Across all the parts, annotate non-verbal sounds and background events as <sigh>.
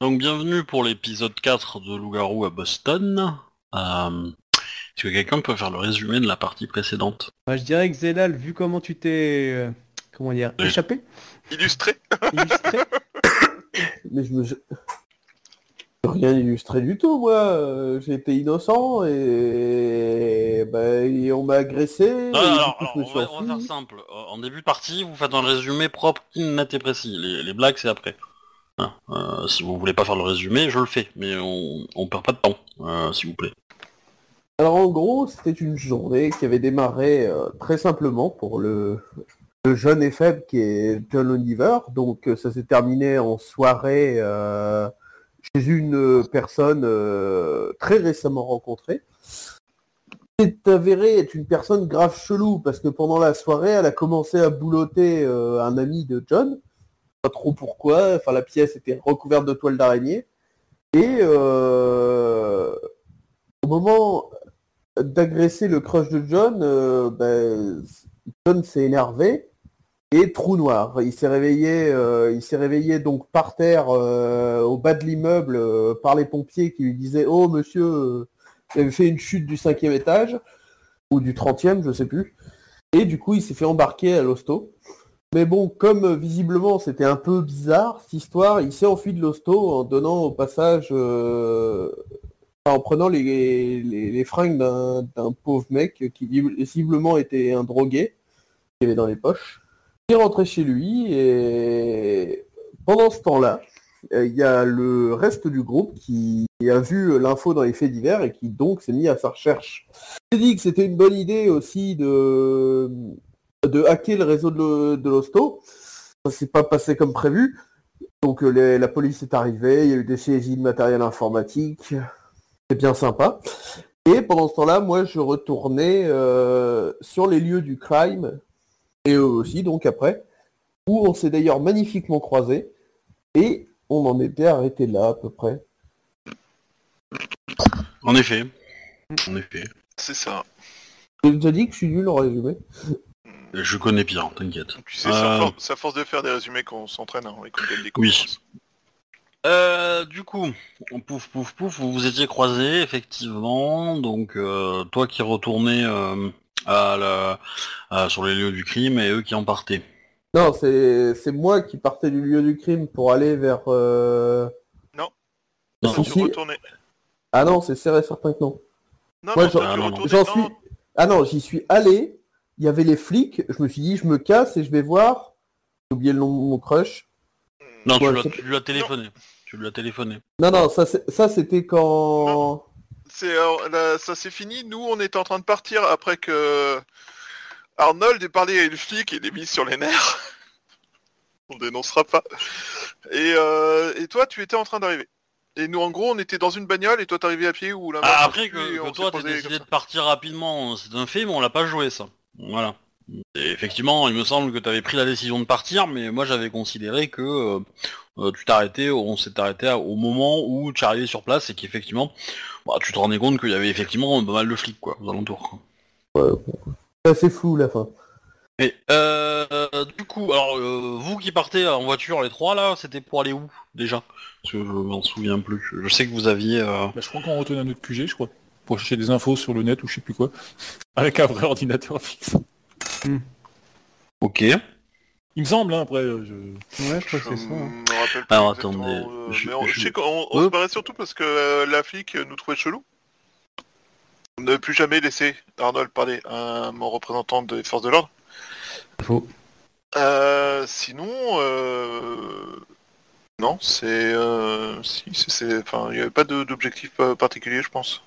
Donc bienvenue pour l'épisode 4 de Loup-garou à Boston. Euh, Est-ce que quelqu'un peut faire le résumé de la partie précédente Bah, je dirais que Zélal, vu comment tu t'es euh, comment dire Oui. échappé, Illustré illustré, Mais je me... je- J'ai rien illustré du tout, moi. Euh, J'ai été innocent et... bah, et on m'a agressé. et Non, du Ah, alors, coup, alors, je me on, suis va, on va faire enfui. simple. Euh, En début de partie, vous faites un résumé propre, net et précis. Les, les blagues, c'est après. Voilà. Euh, si vous voulez pas faire le résumé, je le fais, mais on, on perd pas de temps, euh, s'il vous plaît. Alors, en gros, c'était une journée qui avait démarré euh, très simplement pour le... le jeune et faible qui est John Oliver. Donc euh, ça s'est terminé en soirée euh, chez une euh, personne euh, très récemment rencontrée. C'est avéré être une personne grave chelou parce que pendant la soirée, elle a commencé à boulotter euh, un ami de John. Pas trop pourquoi. Enfin, la pièce était recouverte de toiles d'araignée. Et euh, au moment d'agresser le crush de John, euh, ben, John s'est énervé et trou noir. Il s'est réveillé, euh, il s'est réveillé donc par terre euh, au bas de l'immeuble euh, par les pompiers qui lui disaient Oh monsieur, euh, vous avez fait une chute du cinquième étage ou du trentième, je sais plus. Et du coup, il s'est fait embarquer à l'hosto. Mais bon, comme euh, visiblement c'était un peu bizarre cette histoire, il s'est enfui de l'hosto en donnant au passage, euh, enfin, en prenant les, les, les fringues d'un d'un pauvre mec qui visiblement était un drogué qu'il avait dans les poches. Il est rentré chez lui et pendant ce temps-là, euh, il y a le reste du groupe qui a vu l'info dans les faits divers et qui donc s'est mis à sa recherche. J'ai dit que c'était une bonne idée aussi de, de hacker le réseau de l'O- de l'hosto. Ça s'est pas passé comme prévu. Donc euh, les- la police est arrivée, il y a eu des saisies de matériel informatique. C'est bien sympa. Et pendant ce temps-là, moi, je retournais euh, sur les lieux du crime et eux aussi donc après, où on s'est d'ailleurs magnifiquement croisés, et on en était arrêté là à peu près. En effet. En effet. C'est ça. Je te dis que je suis nul en résumé. Je connais pire, t'inquiète. Tu sais, c'est à Euh. for- c'est à force de faire des résumés qu'on s'entraîne, hein, on les connaît, les Oui. connaissances. Euh, du coup, pouf pouf pouf, vous vous étiez croisés effectivement, donc euh, toi qui retournais euh, à la- à- sur les lieux du crime et eux qui en partaient. Non, c'est c'est moi qui partais du lieu du crime pour aller vers... euh, Non, Quand si, tu si. retournais- Ah non, c'est serré certain que non. Non, Ouais, non, j'en- quand tu non, non. retournais- J'en non, suis... Ah non, j'y suis allé, il y avait les flics, je me suis dit je me casse et je vais voir... J'ai oublié le nom de mon crush. Non, tu Ouais, lui as- c'est- tu lui as téléphoné. Tu lui as téléphoné. Non, non, ça c'est- ça, c'était quand... C'est euh, là, ça c'est fini. Nous, on était en train de partir après que Arnold ait parlé à une flic et l'ait mise sur les nerfs. <laughs> on dénoncera pas. Et, euh, et toi, tu étais en train d'arriver. Et nous, en gros, on était dans une bagnole et toi, t'arrivais à pied ou là. Ah, après que, et on que s'est toi t'as posé comme décidé ça. de partir rapidement, c'est un fait, mais on l'a pas joué ça. Voilà. Et effectivement, il me semble que t'avais pris la décision de partir, mais moi j'avais considéré que euh, euh, tu t'arrêtais, on s'est arrêté à- au moment où tu arrivais sur place et qu'effectivement, bah, tu te rendais compte qu'il y avait effectivement pas mal de flics quoi, aux alentours. quoi. Ça, C'est flou la fin. Et euh, euh, du coup, alors euh, vous qui partez en voiture les trois là, c'était pour aller où déjà Parce que je m'en souviens plus. Je sais que vous aviez. euh, Bah, je crois qu'on retourne à notre QG, je crois, pour chercher des infos sur le net ou je sais plus quoi, <laughs> avec un vrai ordinateur fixe. Ok. Il me semble, hein, après, euh, je... ouais, je crois que c'est Je ça. hein. me rappelle plus Alors, exactement, attendez, euh, je- mais on- je- je sais qu'on on Ouais. se barrait surtout parce que euh, la flic euh, nous trouvait chelou. Ne plus jamais laisser Arnold parler à mon représentant des forces de l'ordre. Faux. Euh, sinon, euh, non, c'est, euh, si, c'est, c'est- enfin, il n'y avait pas de- d'objectif euh, particulier, je pense.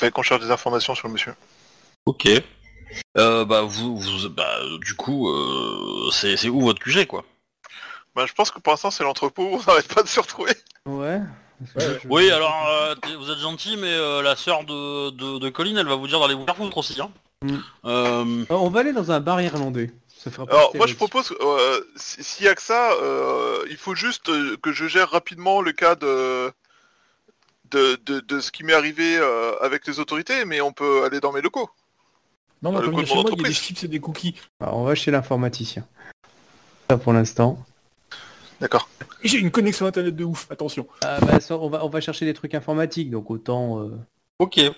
Fallait qu'on cherche des informations sur le monsieur. Ok. Euh, bah vous, vous bah du coup euh, c'est c'est où votre QG quoi Bah, je pense que pour l'instant, c'est l'entrepôt <laughs> où on n'arrête pas de se retrouver. Ouais. parce que Ouais. je- Oui alors euh, t'es- vous êtes gentil mais euh, la sœur de, de, de Colin elle va vous dire d'aller vous faire foutre aussi hein. Mm. Euh, Alors, on va aller dans un bar irlandais. Ça fera Alors pas moi je terrible. propose, euh, si- s'il y a que ça, euh, il faut juste euh, que je gère rapidement le cas de de, de- de ce qui m'est arrivé euh, avec les autorités, mais on peut aller dans mes locaux. Non, Ah, non, le comme code de il y a chez moi, il y a des l'entreprise. chips et des cookies. Alors, on va chez l'informaticien. Ça pour l'instant. D'accord. J'ai une connexion internet de ouf, attention. Ah, bah, ça, on, va, on va chercher des trucs informatiques, donc autant... euh, Ok. Euh,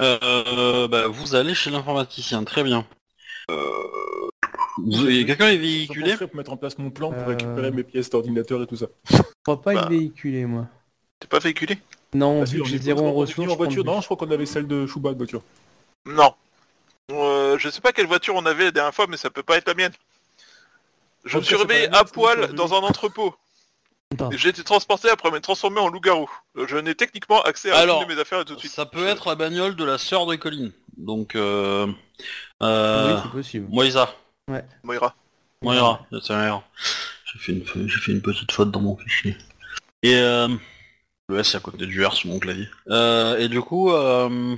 euh, bah, vous allez chez l'informaticien, très bien. Euh, vous- et Quelqu'un est Je véhiculé penserais pour mettre en place mon plan pour Euh. récupérer mes pièces d'ordinateur et tout ça. Je crois pas Bah. être véhiculé, moi. T'es pas véhiculé Non, Ah, si, vu on que j'ai est- zéro on est en venu ressources. en je prends le voiture, bus. non, je crois qu'on avait celle de Chouba de voiture. Non. Euh, je sais pas quelle voiture on avait la dernière fois, mais ça peut pas être la mienne. Je En me tout suis cas, c'est réveillé pas la mienne, à c'est Ah. poil aujourd'hui. dans un entrepôt. Putain. Et J'ai été transporté après m'être transformé en loup-garou. Je n'ai techniquement accès à Alors, aucune de mes affaires tout de suite. Ça peut être la bagnole de la sœur de Colline. Donc, euh... euh, Oui, c'est possible. Moïsa. Moira. Moira, c'est un erreur. J'ai fait, une... j'ai fait une petite faute dans mon fichier. Et euh... Le S est à côté du R sur mon clavier. Euh, et du coup... Euh...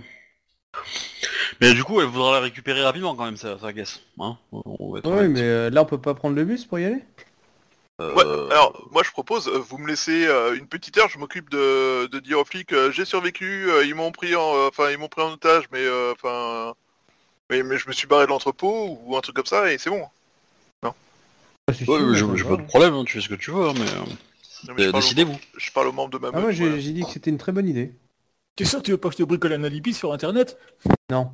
Mais du coup, elle voudra la récupérer rapidement quand même, sa, sa caisse. Hein On va être Ouais, honnête. mais euh, là, on peut pas prendre le bus pour y aller Euh, Ouais, alors moi je propose, euh, vous me laissez euh, une petite heure, je m'occupe de, de dire aux flics, euh, j'ai survécu, euh, ils m'ont pris en euh, enfin ils m'ont pris en otage, mais euh, enfin mais, mais je me suis barré de l'entrepôt ou un truc comme ça et c'est bon. Ah, si, si, Ouais, on mais j'ai va j'ai voir. pas de problème, hein, tu fais ce que tu veux, hein, mais, euh, Non, mais je, euh, parle décidez-vous. aux, je parle aux membres de ma Ah, meuf. moi, j'ai voilà. j'ai dit que c'était une très bonne idée. T'es sûr que tu veux pas que je te bricole un alibi sur internet Non.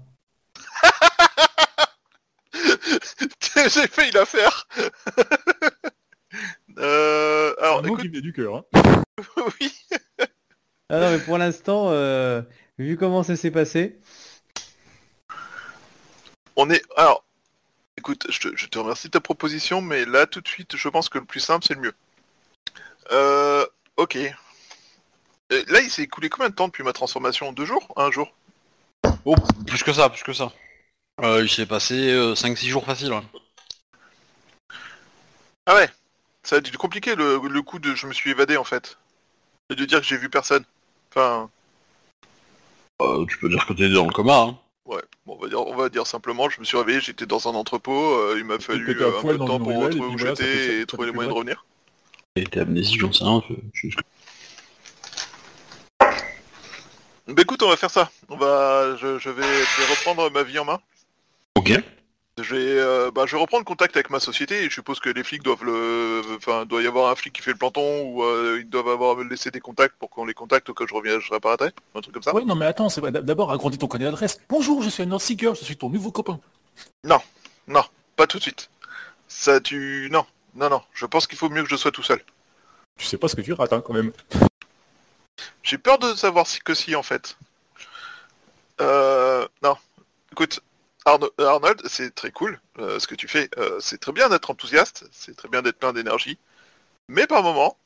<laughs> j'ai failli la faire. euh, alors Un mot écoute, qui venait du cœur. hein. <laughs> oui. Ah non, mais pour l'instant, euh, vu comment ça s'est passé, On est. Alors, écoute, je te, je te remercie de ta proposition, mais là tout de suite, je pense que le plus simple, c'est le mieux. Euh. Ok. Euh, Là, il s'est écoulé combien de temps depuis ma transformation Deux jours Un jour Oh, plus que ça, plus que ça. Euh, il s'est passé 5-6 jours hein. faciles. ouais. Ah ouais Ça a dû être compliqué le, le coup de je me suis évadé en fait. Et de dire que j'ai vu personne. Enfin, Euh, tu peux dire que t'es dans le coma. Hein. ouais. Bon, on va dire, on va dire simplement, je me suis réveillé, j'étais dans un entrepôt, euh, il m'a fallu t'étais à euh, un poil peu de dans temps une pour ruelle, retrouver et où puis voilà, ça fait- ça j'étais et fait trouver les plus moyens de revenir. Et t'es amnésique, j'en sais rien. je- je- Bah écoute, on va faire ça. On va, je, je vais, je vais reprendre ma vie en main. Ok. Je vais, euh, bah, je vais reprendre contact avec ma société. Et je suppose que les flics doivent le, enfin, doit y avoir un flic qui fait le planton ou euh, ils doivent avoir laissé des contacts pour qu'on les contacte ou que je reviens, je réapparaîtrai, un truc comme ça. Ouais, non mais attends, c'est pas- d'abord agrandis ton carnet d'adresse. Bonjour, je suis un Seeker, je suis ton nouveau copain. Pas tout de suite. Ça, tu, non, non, non. Je pense qu'il faut mieux que je sois tout seul. Tu sais pas ce que tu rates hein, <laughs> quand même. J'ai peur de savoir si que si en fait. Euh, non. Écoute, Arno- euh, Arnold, c'est très cool euh, ce que tu fais. Euh, c'est très bien d'être enthousiaste, c'est très bien d'être plein d'énergie. Mais par moment,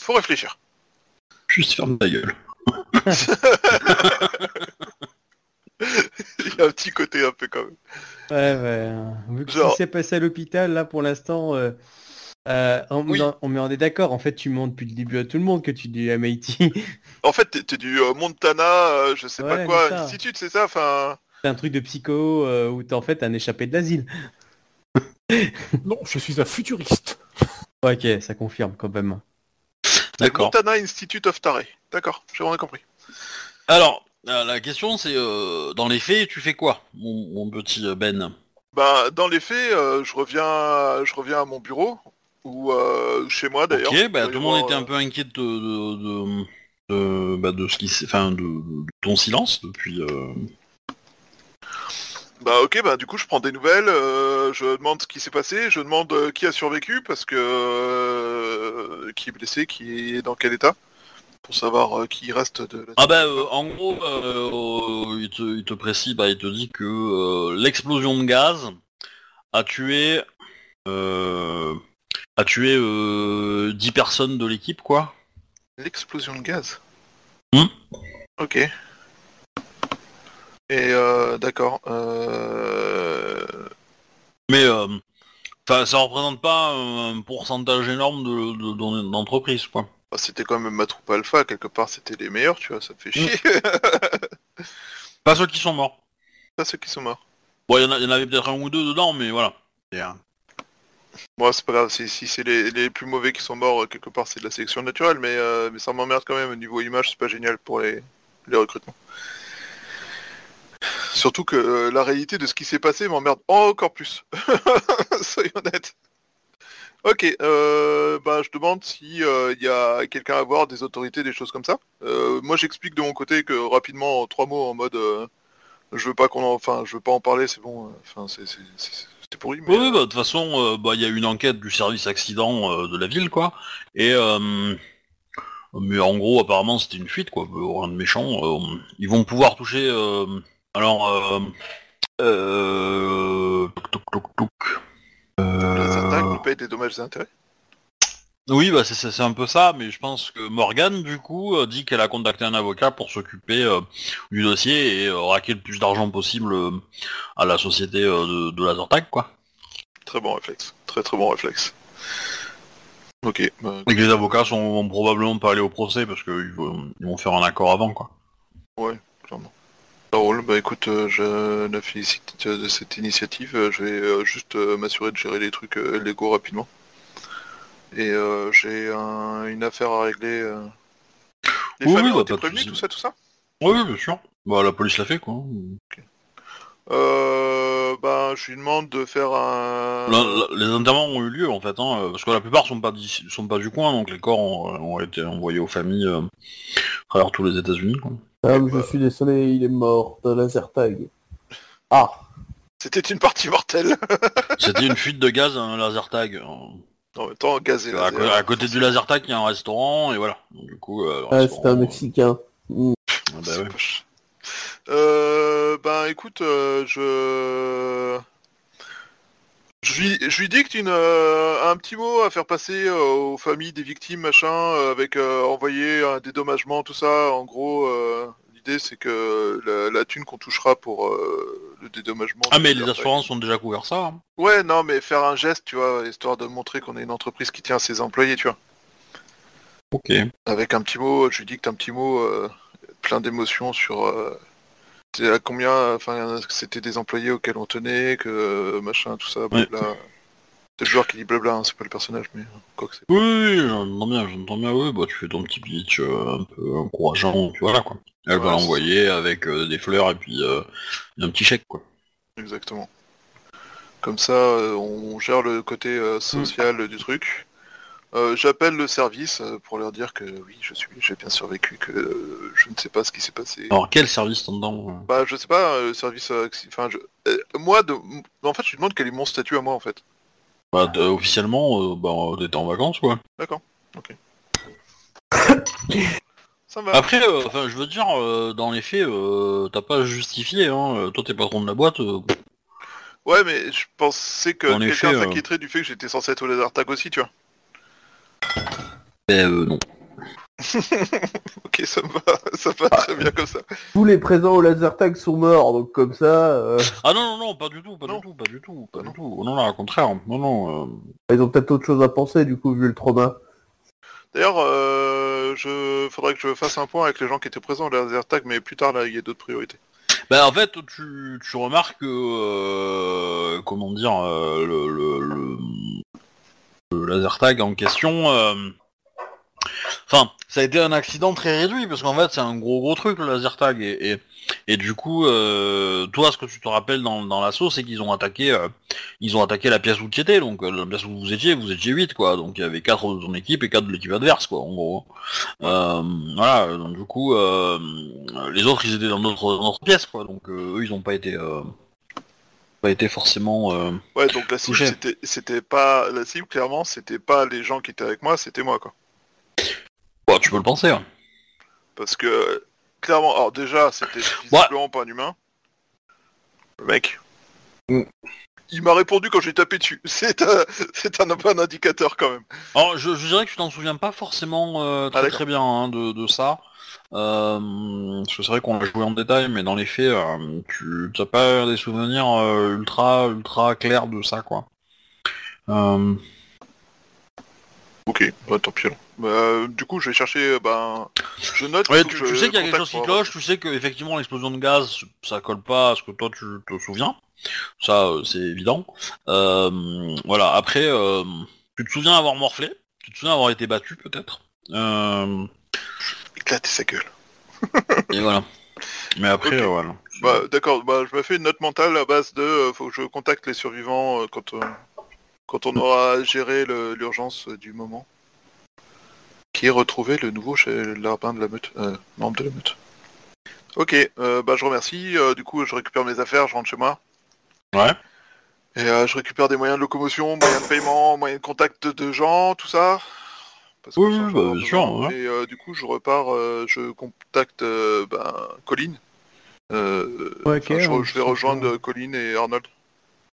faut réfléchir. <laughs> Juste ferme ta gueule. Il y a un petit côté un peu quand même. ouais, ouais, hein. vu que ce Genre- qui s'est passé à l'hôpital, là, pour l'instant, euh, euh, on, Oui. on- mais on est d'accord. En fait, tu mens depuis le début à tout le monde que tu dis à Mighty. En fait, t'es- t'es du euh, Montana, euh, je sais pas Ouais, quoi, c'est ça. institut, c'est ça Enfin, <laughs> C'est un truc de psycho euh, où t'es en fait un échappé de l'asile. Non, je suis un futuriste. Ok, ça confirme quand Euh, même. D'accord. Montana Institute of Taré. D'accord, j'ai vraiment compris. Alors, euh, la question c'est, euh, dans les faits, tu fais quoi, mon, mon petit euh, Ben Bah, dans les faits, euh, je reviens, je reviens à mon bureau ou euh, chez moi d'ailleurs. euh, Ok, bah, Il doit y tout le monde avoir, était un peu inquiet de, de, de, de- bah, de ce qui s'est- enfin, de, de ton silence depuis. euh, Bah ok, bah du coup je prends des nouvelles, euh, je demande ce qui s'est passé, je demande euh, qui a survécu parce que euh, qui est blessé, qui est dans quel état, pour savoir euh, qui reste de la... Ah bah euh, en gros, euh, euh, il, te, il te précise, bah, il te dit que euh, l'explosion de gaz a tué euh, a tué euh, 10 personnes de l'équipe quoi. l'explosion de gaz. Hmm. ok. Et euh, d'accord. Euh... Mais euh, 'fin, ça représente pas un pourcentage énorme de, de- d'en- d'entreprises quoi. bah, c'était quand même ma troupe alpha, quelque part c'était les meilleurs, tu vois, ça me fait chier. <laughs> Pas ceux qui sont morts. Pas ceux qui sont morts. Bon, il y, en a- il y en avait peut-être un ou deux dedans, mais voilà. Et, euh, Moi, c'est pas grave, si, si c'est les, les plus mauvais qui sont morts, euh, quelque part, c'est de la sélection naturelle, mais, euh, mais ça m'emmerde quand même, au niveau image, c'est pas génial pour les, les recrutements. Surtout que euh, <laughs> la réalité de ce qui s'est passé m'emmerde encore plus. Soyons honnêtes. Ok, euh, bah, je demande si euh, il y a quelqu'un à voir, des autorités, des choses comme ça. Euh, moi, j'explique de mon côté que rapidement, en trois mots, en mode, euh, je veux pas qu'on, en... enfin, je veux pas en parler, c'est bon, euh, enfin, c'est c'est- c'est- c'est pourri. Mais, Oui, oui, bah, de toute façon, euh, bah, il y a une enquête du service accident euh, de la ville, quoi. Et euh, mais en gros, apparemment, c'était une fuite, quoi. Euh, Rien de méchant. euh, ils vont pouvoir toucher. euh, alors, euh, euh, toc, toc, toc, toc. euh, les Euh, attaques, on paye des dommages et intérêts. Oui, bah c'est- c'est c'est un peu ça, mais je pense que Morgane, du coup, euh, dit qu'elle a contacté un avocat pour s'occuper euh, du dossier et euh, raquer le plus d'argent possible euh, à la société euh, de, de la Zortac, quoi. Très bon réflexe, très très bon réflexe. Ok, bah, Et que les avocats sont, vont probablement pas aller au procès parce qu'ils vont, ils vont faire un accord avant, quoi. Raoul, bah écoute, euh, je la félicite euh, de cette initiative. Euh, Je vais euh, juste euh, m'assurer de gérer les trucs euh, légaux rapidement. Et euh, j'ai un- une affaire à régler. euh. Les Oui, oui, familles ont bah, été pas de prévenues, soucis. tout ça, tout ça Oui, oui, bien sûr. Bah la police l'a fait, quoi. euh, bah, je lui demande de faire un... La- la- les enterrements ont eu lieu, en fait, hein, euh, parce que la plupart sont pas, d'ici- sont pas du coin, donc les corps ont, ont été envoyés aux familles euh, à travers tous les États-Unis, quoi. Comme Ah, je suis désolé, il est mort de laser tag. Ah, C'était une partie mortelle <laughs> C'était une fuite de gaz à un laser tag. hein. En même temps, gazé. À, co- à côté du Lazartac, il y a un restaurant, et voilà. Donc, Du coup, euh, le ah, restaurant, c'est un Mexicain. euh, bah ouais. Euh, bah écoute, euh, je... Je lui, je lui dicte une, euh, un petit mot à faire passer euh, aux familles des victimes, machin, euh, avec euh, envoyer un dédommagement, tout ça. En gros, euh, l'idée c'est que la, la thune qu'on touchera pour euh, le dédommagement... Ah mais les Ouais. assurances ont déjà couvert ça. hein. Ouais, non, mais faire un geste, tu vois, histoire de montrer qu'on est une entreprise qui tient à ses employés, tu vois. Ok. Avec un petit mot, je lui dicte un petit mot euh, plein d'émotions sur euh, c'est à combien, enfin, c'était des employés auxquels on tenait, que euh, machin, tout ça, blabla. C'est le joueur qui dit blabla, hein, c'est pas le personnage, mais euh, quoi que c'est. Oui, oui, j'entends bien, j'entends bien. Oui, bah tu fais ton petit pitch euh, un peu encourageant, tu vois là quoi. Elle va Ouais, l'envoyer avec euh, des fleurs et puis euh, un petit chèque quoi. Exactement. Comme ça, euh, on gère le côté euh, social du truc. Euh, J'appelle le service euh, pour leur dire que oui, je suis, j'ai bien survécu, que euh, je ne sais pas ce qui s'est passé. Alors quel service t'en dedans euh Bah je sais pas, euh, le service... euh, acci- Enfin, je... euh, moi, de... en fait, je lui demande quel est mon statut à moi, en fait. Bah t'es- officiellement, euh, bah t'étais en vacances quoi. Ça me va. Après, euh, enfin je veux dire, euh, dans les faits, euh, t'as pas justifié. Hein. Euh, Toi t'es patron de la boîte. euh, pff. Ouais, mais je pensais que En effet, quelqu'un euh, s'inquiéterait du fait que j'étais censé être au laser tag aussi, tu vois. Eh, euh, non. Ok, ça me va, <laughs> ça me va Ah. très bien comme ça. Tous les présents au laser tag sont morts, donc comme ça, euh, Ah non non non, pas du tout, pas Non. du tout, pas du tout, pas du tout. Non non, au contraire. Non non. euh, ils ont peut-être autre chose à penser du coup vu le trauma. D'ailleurs, euh, je faudrait que je fasse un point avec les gens qui étaient présents au laser tag, mais plus tard, là, il y a d'autres priorités. Bah en fait tu, tu remarques que euh, comment dire euh, le, le, le, le laser tag en question euh, enfin ça a été un accident très réduit parce qu'en fait c'est un gros gros truc le laser tag et, et, et du coup euh, toi ce que tu te rappelles dans, dans l'assaut c'est qu'ils ont attaqué euh, ils ont attaqué la pièce où tu étais donc euh, la pièce où vous étiez vous étiez 8 quoi donc il y avait 4 de ton équipe et 4 de l'équipe adverse quoi en gros euh, voilà, donc du coup, euh, les autres, ils étaient dans d'autres dans d'autres pièces, quoi. Donc euh, eux, ils n'ont pas été, euh, pas été forcément. euh, Ouais, donc la cible, Touché. c'était- c'était pas... La cible, clairement, c'était pas les gens qui étaient avec moi, c'était moi, quoi. bah, tu peux le penser. hein. Parce que, clairement, alors déjà, c'était visiblement pas un humain. Le mec. Mm. Il m'a répondu quand j'ai tapé dessus. <laughs> C'est un, c'est un peu un indicateur quand même. Alors, je, je dirais que tu t'en souviens pas forcément euh, Ah, très d'accord. très bien hein, de, de ça. Euh, parce que c'est vrai qu'on l'a joué en détail, mais dans les faits, euh, tu t'as pas des souvenirs euh, ultra ultra clairs de ça, quoi. Euh, Ok, bah, tant pis alors. Bah, euh, du coup, je vais chercher, euh, ben, je note. Ouais, faut tu, que tu je sais qu'il y a quelque contacte chose qui pour cloche, tu sais que effectivement l'explosion de gaz, ça colle pas à ce que toi tu te souviens. Ça, euh, c'est évident. Euh, voilà, après, euh, tu te souviens avoir morflé, tu te souviens avoir été battu peut-être. Euh, avoir- Éclater sa gueule. et voilà. Mais après, Ok. euh, voilà. Bah, d'accord. Bah, je me fais une note mentale à base de, euh, faut que je contacte les survivants euh, quand. euh, quand on aura géré le- l'urgence du moment. Qui est retrouvé le nouveau chez l'arbin de la meute, euh, membre de la meute. Ok, euh, bah je remercie. euh, du coup, je récupère mes affaires, je rentre chez moi. Ouais. Et euh, je récupère des moyens de locomotion, moyens de paiement, moyens de contact de gens, tout ça. Parce Oui, ça, oui, je bah, vais bien en avoir sûr, besoin. Et euh, du coup, je repars, euh, je contacte euh, ben, Colline. Euh, Ouais, enfin, ok, je, on- je vais rejoindre Colline et Arnold.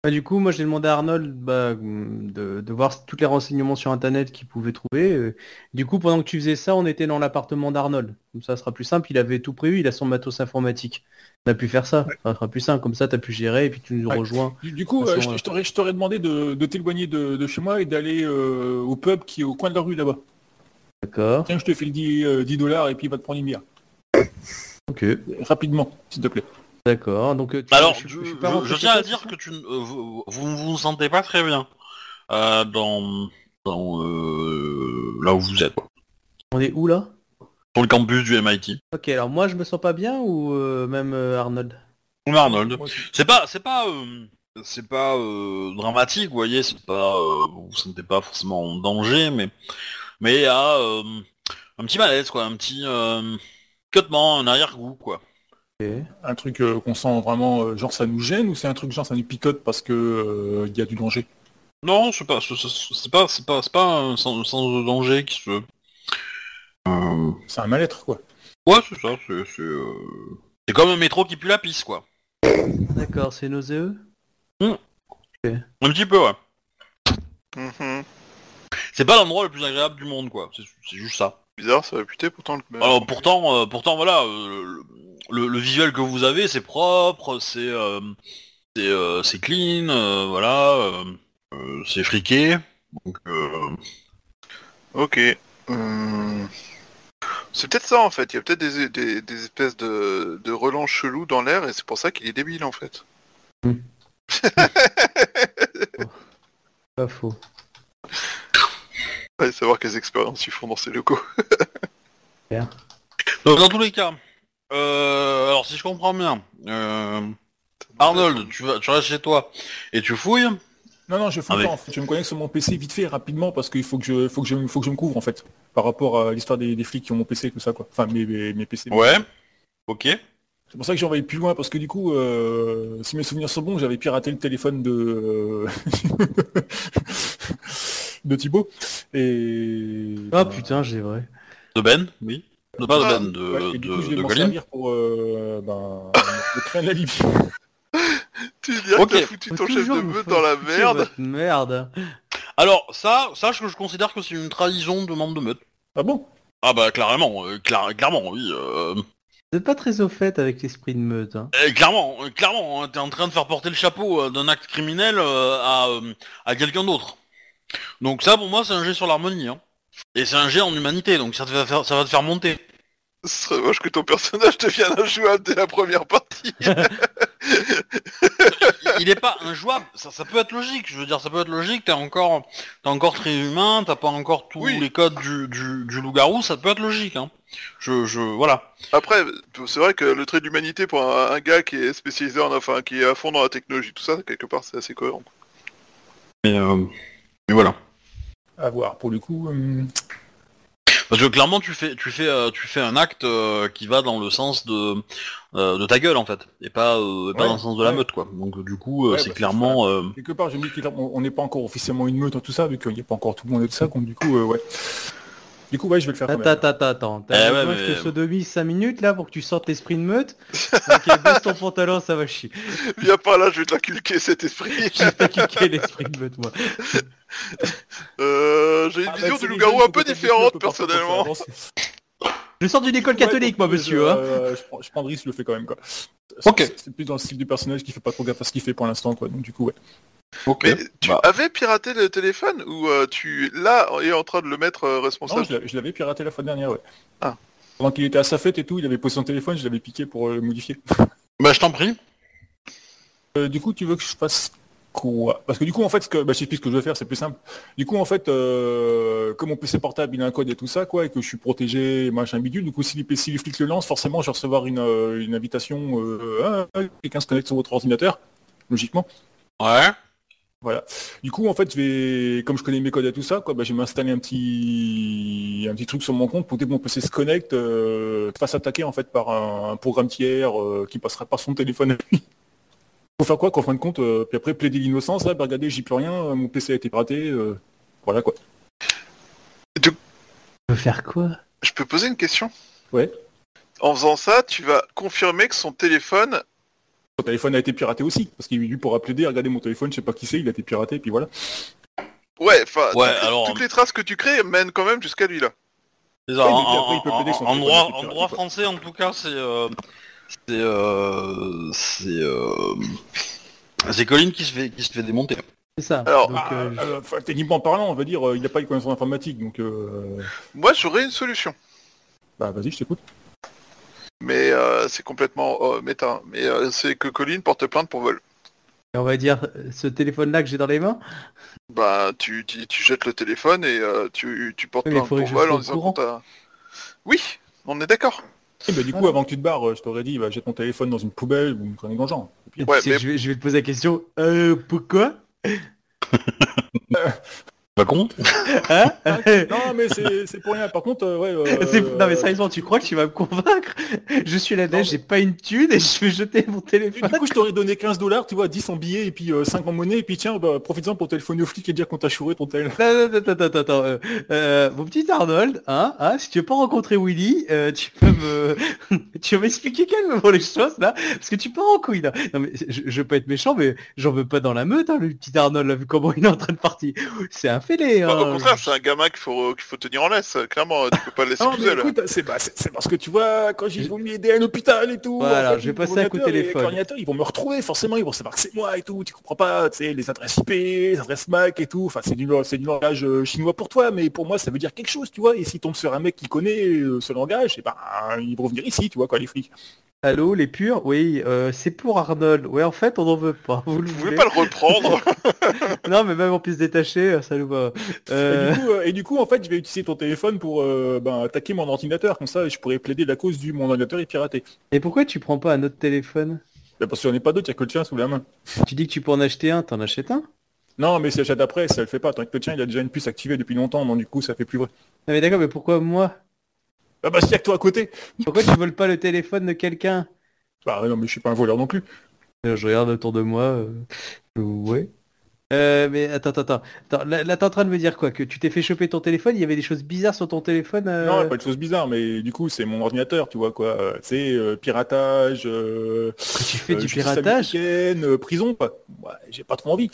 Bah, du coup, moi j'ai demandé à Arnold bah, de, de voir tous les renseignements sur internet qu'il pouvait trouver. euh. Du coup, pendant que tu faisais ça, on était dans l'appartement d'Arnold. Comme ça, ça sera plus simple. Il avait tout prévu, il a son matos informatique. On a pu faire ça. Ça sera plus simple. Comme ça, t'as pu gérer et puis tu nous Ouais. rejoins. Du, du coup, Parce euh, qu'on- je, je t'aurais, je t'aurais demandé de, de t'éloigner de, de chez moi et d'aller euh, au pub qui est au coin de la rue là-bas. D'accord. Tiens, je te file 10, euh, 10 dollars et puis il va te prendre une bière. Ok. Rapidement, s'il te plaît. D'accord. Donc, euh, tu- Bah, Alors, je, je- je- je suis pas je- rentré je chez tiens toi, à dire que tu, ne- euh, vous, vous ne vous sentez pas très bien euh, dans, dans, euh, là où vous êtes, quoi. On est où là sur le campus du MIT. Ok, alors moi je me sens pas bien ou euh, même euh, Arnold Ou Arnold. Moi aussi. C'est pas, c'est pas, euh, c'est pas euh, dramatique, vous voyez. C'est pas, euh, vous vous sentez pas forcément en danger, mais, mais il y a euh, un petit malaise, quoi, un petit euh, cotement, un arrière-goût, quoi. Un truc euh, qu'on sent vraiment, euh, genre ça nous gêne ou c'est un truc genre ça nous picote parce que euh, il y a du danger Non, c'est pas, c'est- c'est c'est pas, c'est pas, c'est pas un sens, un sens de danger qui se. Euh, C'est un mal-être quoi. Ouais, c'est ça, c'est. C'est euh, c'est comme un métro qui pue la pisse, quoi. D'accord, c'est E nauséeux Un petit peu, ouais. Mhm. C'est pas l'endroit le plus agréable du monde, quoi. C'est c'est juste ça. Bizarre, ça va puter pourtant le Alors pourtant, euh, pourtant voilà, euh, le, le visuel que vous avez, c'est propre, c'est euh, c'est euh, c'est clean, euh, voilà, euh, euh, c'est friqué. Donc, euh, Ok. Hum. C'est peut-être ça en fait, il y a peut-être des, des- des espèces de, de relents chelous dans l'air et c'est pour ça qu'il est débile en fait. Pas faux. Allez savoir quelles expériences ils font dans ces locaux. <laughs> donc, dans tous les cas, euh, alors si je comprends bien, euh, Arnold, tu vas, tu restes chez toi et tu fouilles. Non, non, je fous Ah oui. pas en fait. Je me connecte sur mon PC vite fait, rapidement, parce qu'il faut que je faut que je, faut que je me couvre en fait. Par rapport à l'histoire des, des flics qui ont mon PC et tout ça quoi. Enfin mes, mes, mes PC. Ouais. Ok. C'est pour ça que j'ai envoyé plus loin, parce que du coup, euh, si mes souvenirs sont bons, j'avais piraté le téléphone de, euh, <laughs> de Thibaut. Et... Ah putain, j'ai vrai. De Ben. Oui. De pas de Ah, Ben, de Ouais, et de, du coup, je vais de m'en Colin. servir pour euh, ben, le train de la Libye. Tu dis que Ok. t'as foutu ton chef de meute dans la bah, merde. Merde. Alors ça, sache que je considère que c'est une trahison de membre de meute. Ah bon Ah bah clairement, euh, cla- clairement, oui. euh, Vous êtes pas très au fait avec l'esprit de meute. Hein. Euh, clairement, euh, clairement, hein, t'es en train de faire porter le chapeau euh, d'un acte criminel euh, à, euh, à quelqu'un d'autre. Donc ça, pour moi, c'est un jet sur l'harmonie. hein. Et c'est un jet en humanité, donc ça, te va, faire, ça va te faire monter. Ce serait moche que ton personnage <laughs> devienne injouable dès la première partie. Il est pas injouable, ça, ça peut être logique, je veux dire, ça peut être logique, t'es encore, t'es encore très humain, t'as pas encore tous Oui. les codes du, du, du loup-garou, ça peut être logique. Hein. Je, je, voilà. Après, c'est vrai que le trait d'humanité pour un, un gars qui est spécialisé en enfin qui est à fond dans la technologie, tout ça, quelque part c'est assez cohérent. <laughs> Mais, euh, mais voilà. À voir, pour le coup. hum, Parce que clairement, tu fais, tu fais, euh, tu fais un acte euh, qui va dans le sens de, euh, de ta gueule en fait, et pas, euh, et pas Ouais, dans le sens de la ouais. meute quoi. Donc du coup, euh, Ouais, c'est bah, clairement. euh, Quelque part, je me dis qu'on n'est pas encore officiellement une meute, tout ça, vu qu'il n'y a pas encore tout le monde et tout ça, donc du coup, euh, ouais. Du coup, ouais, je vais le faire quand Attends, même. attends, attends, attends. Eh T'as ouais, besoin que mais- je te sodomise 5 minutes là pour que tu sortes l'esprit de meute. ok, <laughs> baisse ton pantalon, ça va chier. Viens pas là, je vais t'inculquer cet esprit. J'ai pas kické l'esprit de meute moi. Euh, J'ai une Ah, bah, vision c'est du les loup-garou jeunes un peu qui ont pas de vécu, différente on peut pas faire personnellement. confiance. Je sors d'une école catholique moi Ouais, monsieur. Je, Hein. euh, je prends, je prends le risque, je le fais quand même quoi. Ok. C'est- C'est plus dans le style du personnage qui fait pas trop gaffe à ce qu'il fait pour l'instant quoi. Donc du coup ouais. Mais Mais- tu Bah. avais piraté le téléphone ou euh, tu là est en train de le mettre euh, Non, responsable je l'avais- je l'avais piraté la fois dernière ouais. Ah. Pendant qu'il était à sa fête et tout, il avait posé son téléphone, je l'avais piqué pour euh, le modifier. <laughs> Bah je t'en prie. Euh, du coup, tu veux que je fasse quoi Parce que du coup, en fait, ce que, bah, je sais ce que je veux faire, c'est plus simple. Du coup, en fait, euh, comme mon PC portable, il a un code et tout ça, quoi, et que je suis protégé, machin bidule, du coup, si les, PC si les flics le lancent, forcément, je vais recevoir une, euh, une euh, invitation, euh, Ah, ah, quelqu'un se connecte sur votre ordinateur, logiquement. Ouais. Voilà. Du coup, en fait, je vais, comme je connais mes codes et tout ça, quoi, bah, je vais m'installer un petit, un petit truc sur mon compte pour que dès que mon PC se connecte, euh, fasse attaquer en fait par un, un programme tiers euh, qui passera par son téléphone à lui. Pour faire quoi qu'en fin de compte, euh, puis après plaider l'innocence, là, bah, regardez, j'y peux rien, euh, mon PC a été raté, euh, voilà quoi. Tu veux faire quoi Je peux poser une question Ouais. En faisant ça, tu vas confirmer que son téléphone. Son téléphone a été piraté aussi, parce qu'il lui pourra plaider, regardez mon téléphone, je sais pas qui c'est, il a été piraté, et puis voilà. Ouais, enfin, Ouais, toutes, les- alors- toutes les traces que tu crées mènent quand même jusqu'à lui là. C'est ça, Ouais, en, donc, après, il peut en- plaider son en téléphone droit, récupéré, en droit quoi. français, en tout cas, c'est. euh, c'est. euh, c'est. euh, c'est Colline qui se fait, qui se fait démonter. C'est ça. Alors, Donc, Ah, euh, euh, enfin, techniquement parlant, on va dire, euh, il n'a pas les connaissances informatiques, donc euh, Moi, j'aurais une solution. bah vas-y, je t'écoute. Mais euh, c'est complètement euh, méta. hein. Mais euh, c'est que Colin porte plainte pour vol. on va dire euh, ce téléphone-là que j'ai dans les mains. Bah, tu, tu, tu jettes le téléphone et euh, tu, tu portes Oui, mais plainte faut que pour je vol sois en au disant courant. qu'on t'a- Oui, on est d'accord. Et bah, du coup, Voilà. avant que tu te barres, euh, je t'aurais dit, bah, jette mon téléphone dans une poubelle ou un dans <laughs> le genre. Et tu Ouais, sais mais- que je, vais, je vais te poser la question. Euh, pourquoi Pas con Hein Non, mais c'est c'est pour rien. Par contre, euh, ouais. euh, <laughs> C'est- Non mais sérieusement, tu crois que tu vas me convaincre Je suis la neige, j'ai pas une thune et je vais jeter mon du téléphone. coup, je t'aurais donné 15 dollars, tu vois, 10 en billets et puis euh, 5 en monnaie, et puis tiens, bah, profites-en pour téléphoner au flic et dire qu'on t'a chouré ton tel. Non, non, attends, attends, attends. euh, euh, mon petit Arnold, hein, hein, si tu veux pas rencontrer Willy, euh, tu peux me, <laughs> tu peux m'expliquer calmement les choses là, parce que tu pars en couille là. Non mais je, je veux pas être méchant, mais j'en veux pas dans la meute, hein, le petit Arnold là, vu comment il est en train de partir. C'est un fêlé. Hein. Bah, au contraire, c'est un gamin qu'il faut, qu'il faut tenir en laisse. Clairement, tu peux pas Ah, le laisser Ah Non, tout mais seul. écoute, c'est bah, c'est- c'est parce que tu vois, quand j'ai vomi aider à l'hôpital et tout. Voilà, je vais passer à côté les téléphone. coordinateurs, ils vont me retrouver, forcément, ils vont savoir que c'est moi et tout, tu comprends pas, tu sais, les adresses IP, les adresses MAC et tout. Enfin, c'est du, c'est du langage euh, chinois pour toi, mais pour moi, ça veut dire quelque chose, tu vois. Et s'ils tombent sur un mec qui connaît euh, ce langage, et ben, ils vont venir ici, tu vois, quoi, les flics. Allô, les purs, oui, euh, c'est pour Arnold. Ouais, en fait, on en veut pas. Vous le Vous pouvez voulez pas le <laughs> reprendre. <laughs> Non, mais même on peut se détacher, euh, ça nous va. Euh, Et, du coup, euh, et du coup, en fait, je vais utiliser ton téléphone pour euh, ben, attaquer mon ordinateur. Comme ça, je pourrais plaider la cause du mon ordinateur est piraté. Et pourquoi tu prends pas un autre téléphone Ben, parce qu'il n'y en a pas d'autre, il n'y a que le tien sous la main. Tu dis que tu peux en acheter un, t'en achètes un Non, mais si j'achète après, ça le fait pas. Tant que le tien, il a déjà une puce activée depuis longtemps, donc du coup, ça fait plus vrai. Non mais d'accord, mais pourquoi moi Ah bah, s'il y a que toi à côté Pourquoi tu voles pas le téléphone de quelqu'un Bah non, mais je suis pas un voleur non plus. Euh, Je regarde autour de moi. euh, euh, Ouais. Euh, mais attends, attends, attends. attends. Là, là, t'es en train de me dire quoi Que tu t'es fait choper ton téléphone Il y avait des choses bizarres sur ton téléphone euh, Non, pas de choses bizarres, mais du coup, c'est mon ordinateur, tu vois, quoi. Euh, C'est euh, piratage... euh, que Tu fais euh, du justice piratage américaine, euh, prison, quoi. Ouais, j'ai pas trop envie.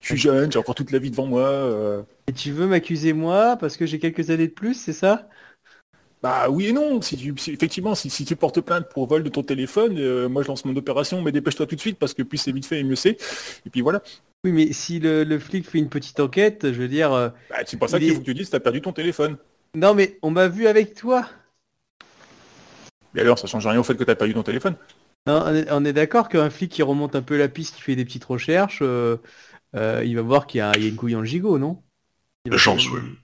Je suis jeune, j'ai encore toute la vie devant moi. euh. Et tu veux m'accuser moi parce que j'ai quelques années de plus, c'est ça Bah oui et non, si tu, si- effectivement, si, si tu portes plainte pour vol de ton téléphone, euh, moi je lance mon opération, mais dépêche-toi tout de suite parce que plus c'est vite fait et mieux c'est. Et puis voilà. Oui, mais si le, le flic fait une petite enquête, je veux dire... euh, Bah, c'est pour ça Il qu'il est- faut que tu dises t'as perdu ton téléphone. Non mais on m'a vu avec toi Et alors ça change rien au fait que t'as perdu ton téléphone. Non, on est- on est d'accord qu'un flic qui remonte un peu la piste, qui fait des petites recherches, euh, euh, il va voir qu'il y, a il y a une couille dans le gigot, non Il va- oui.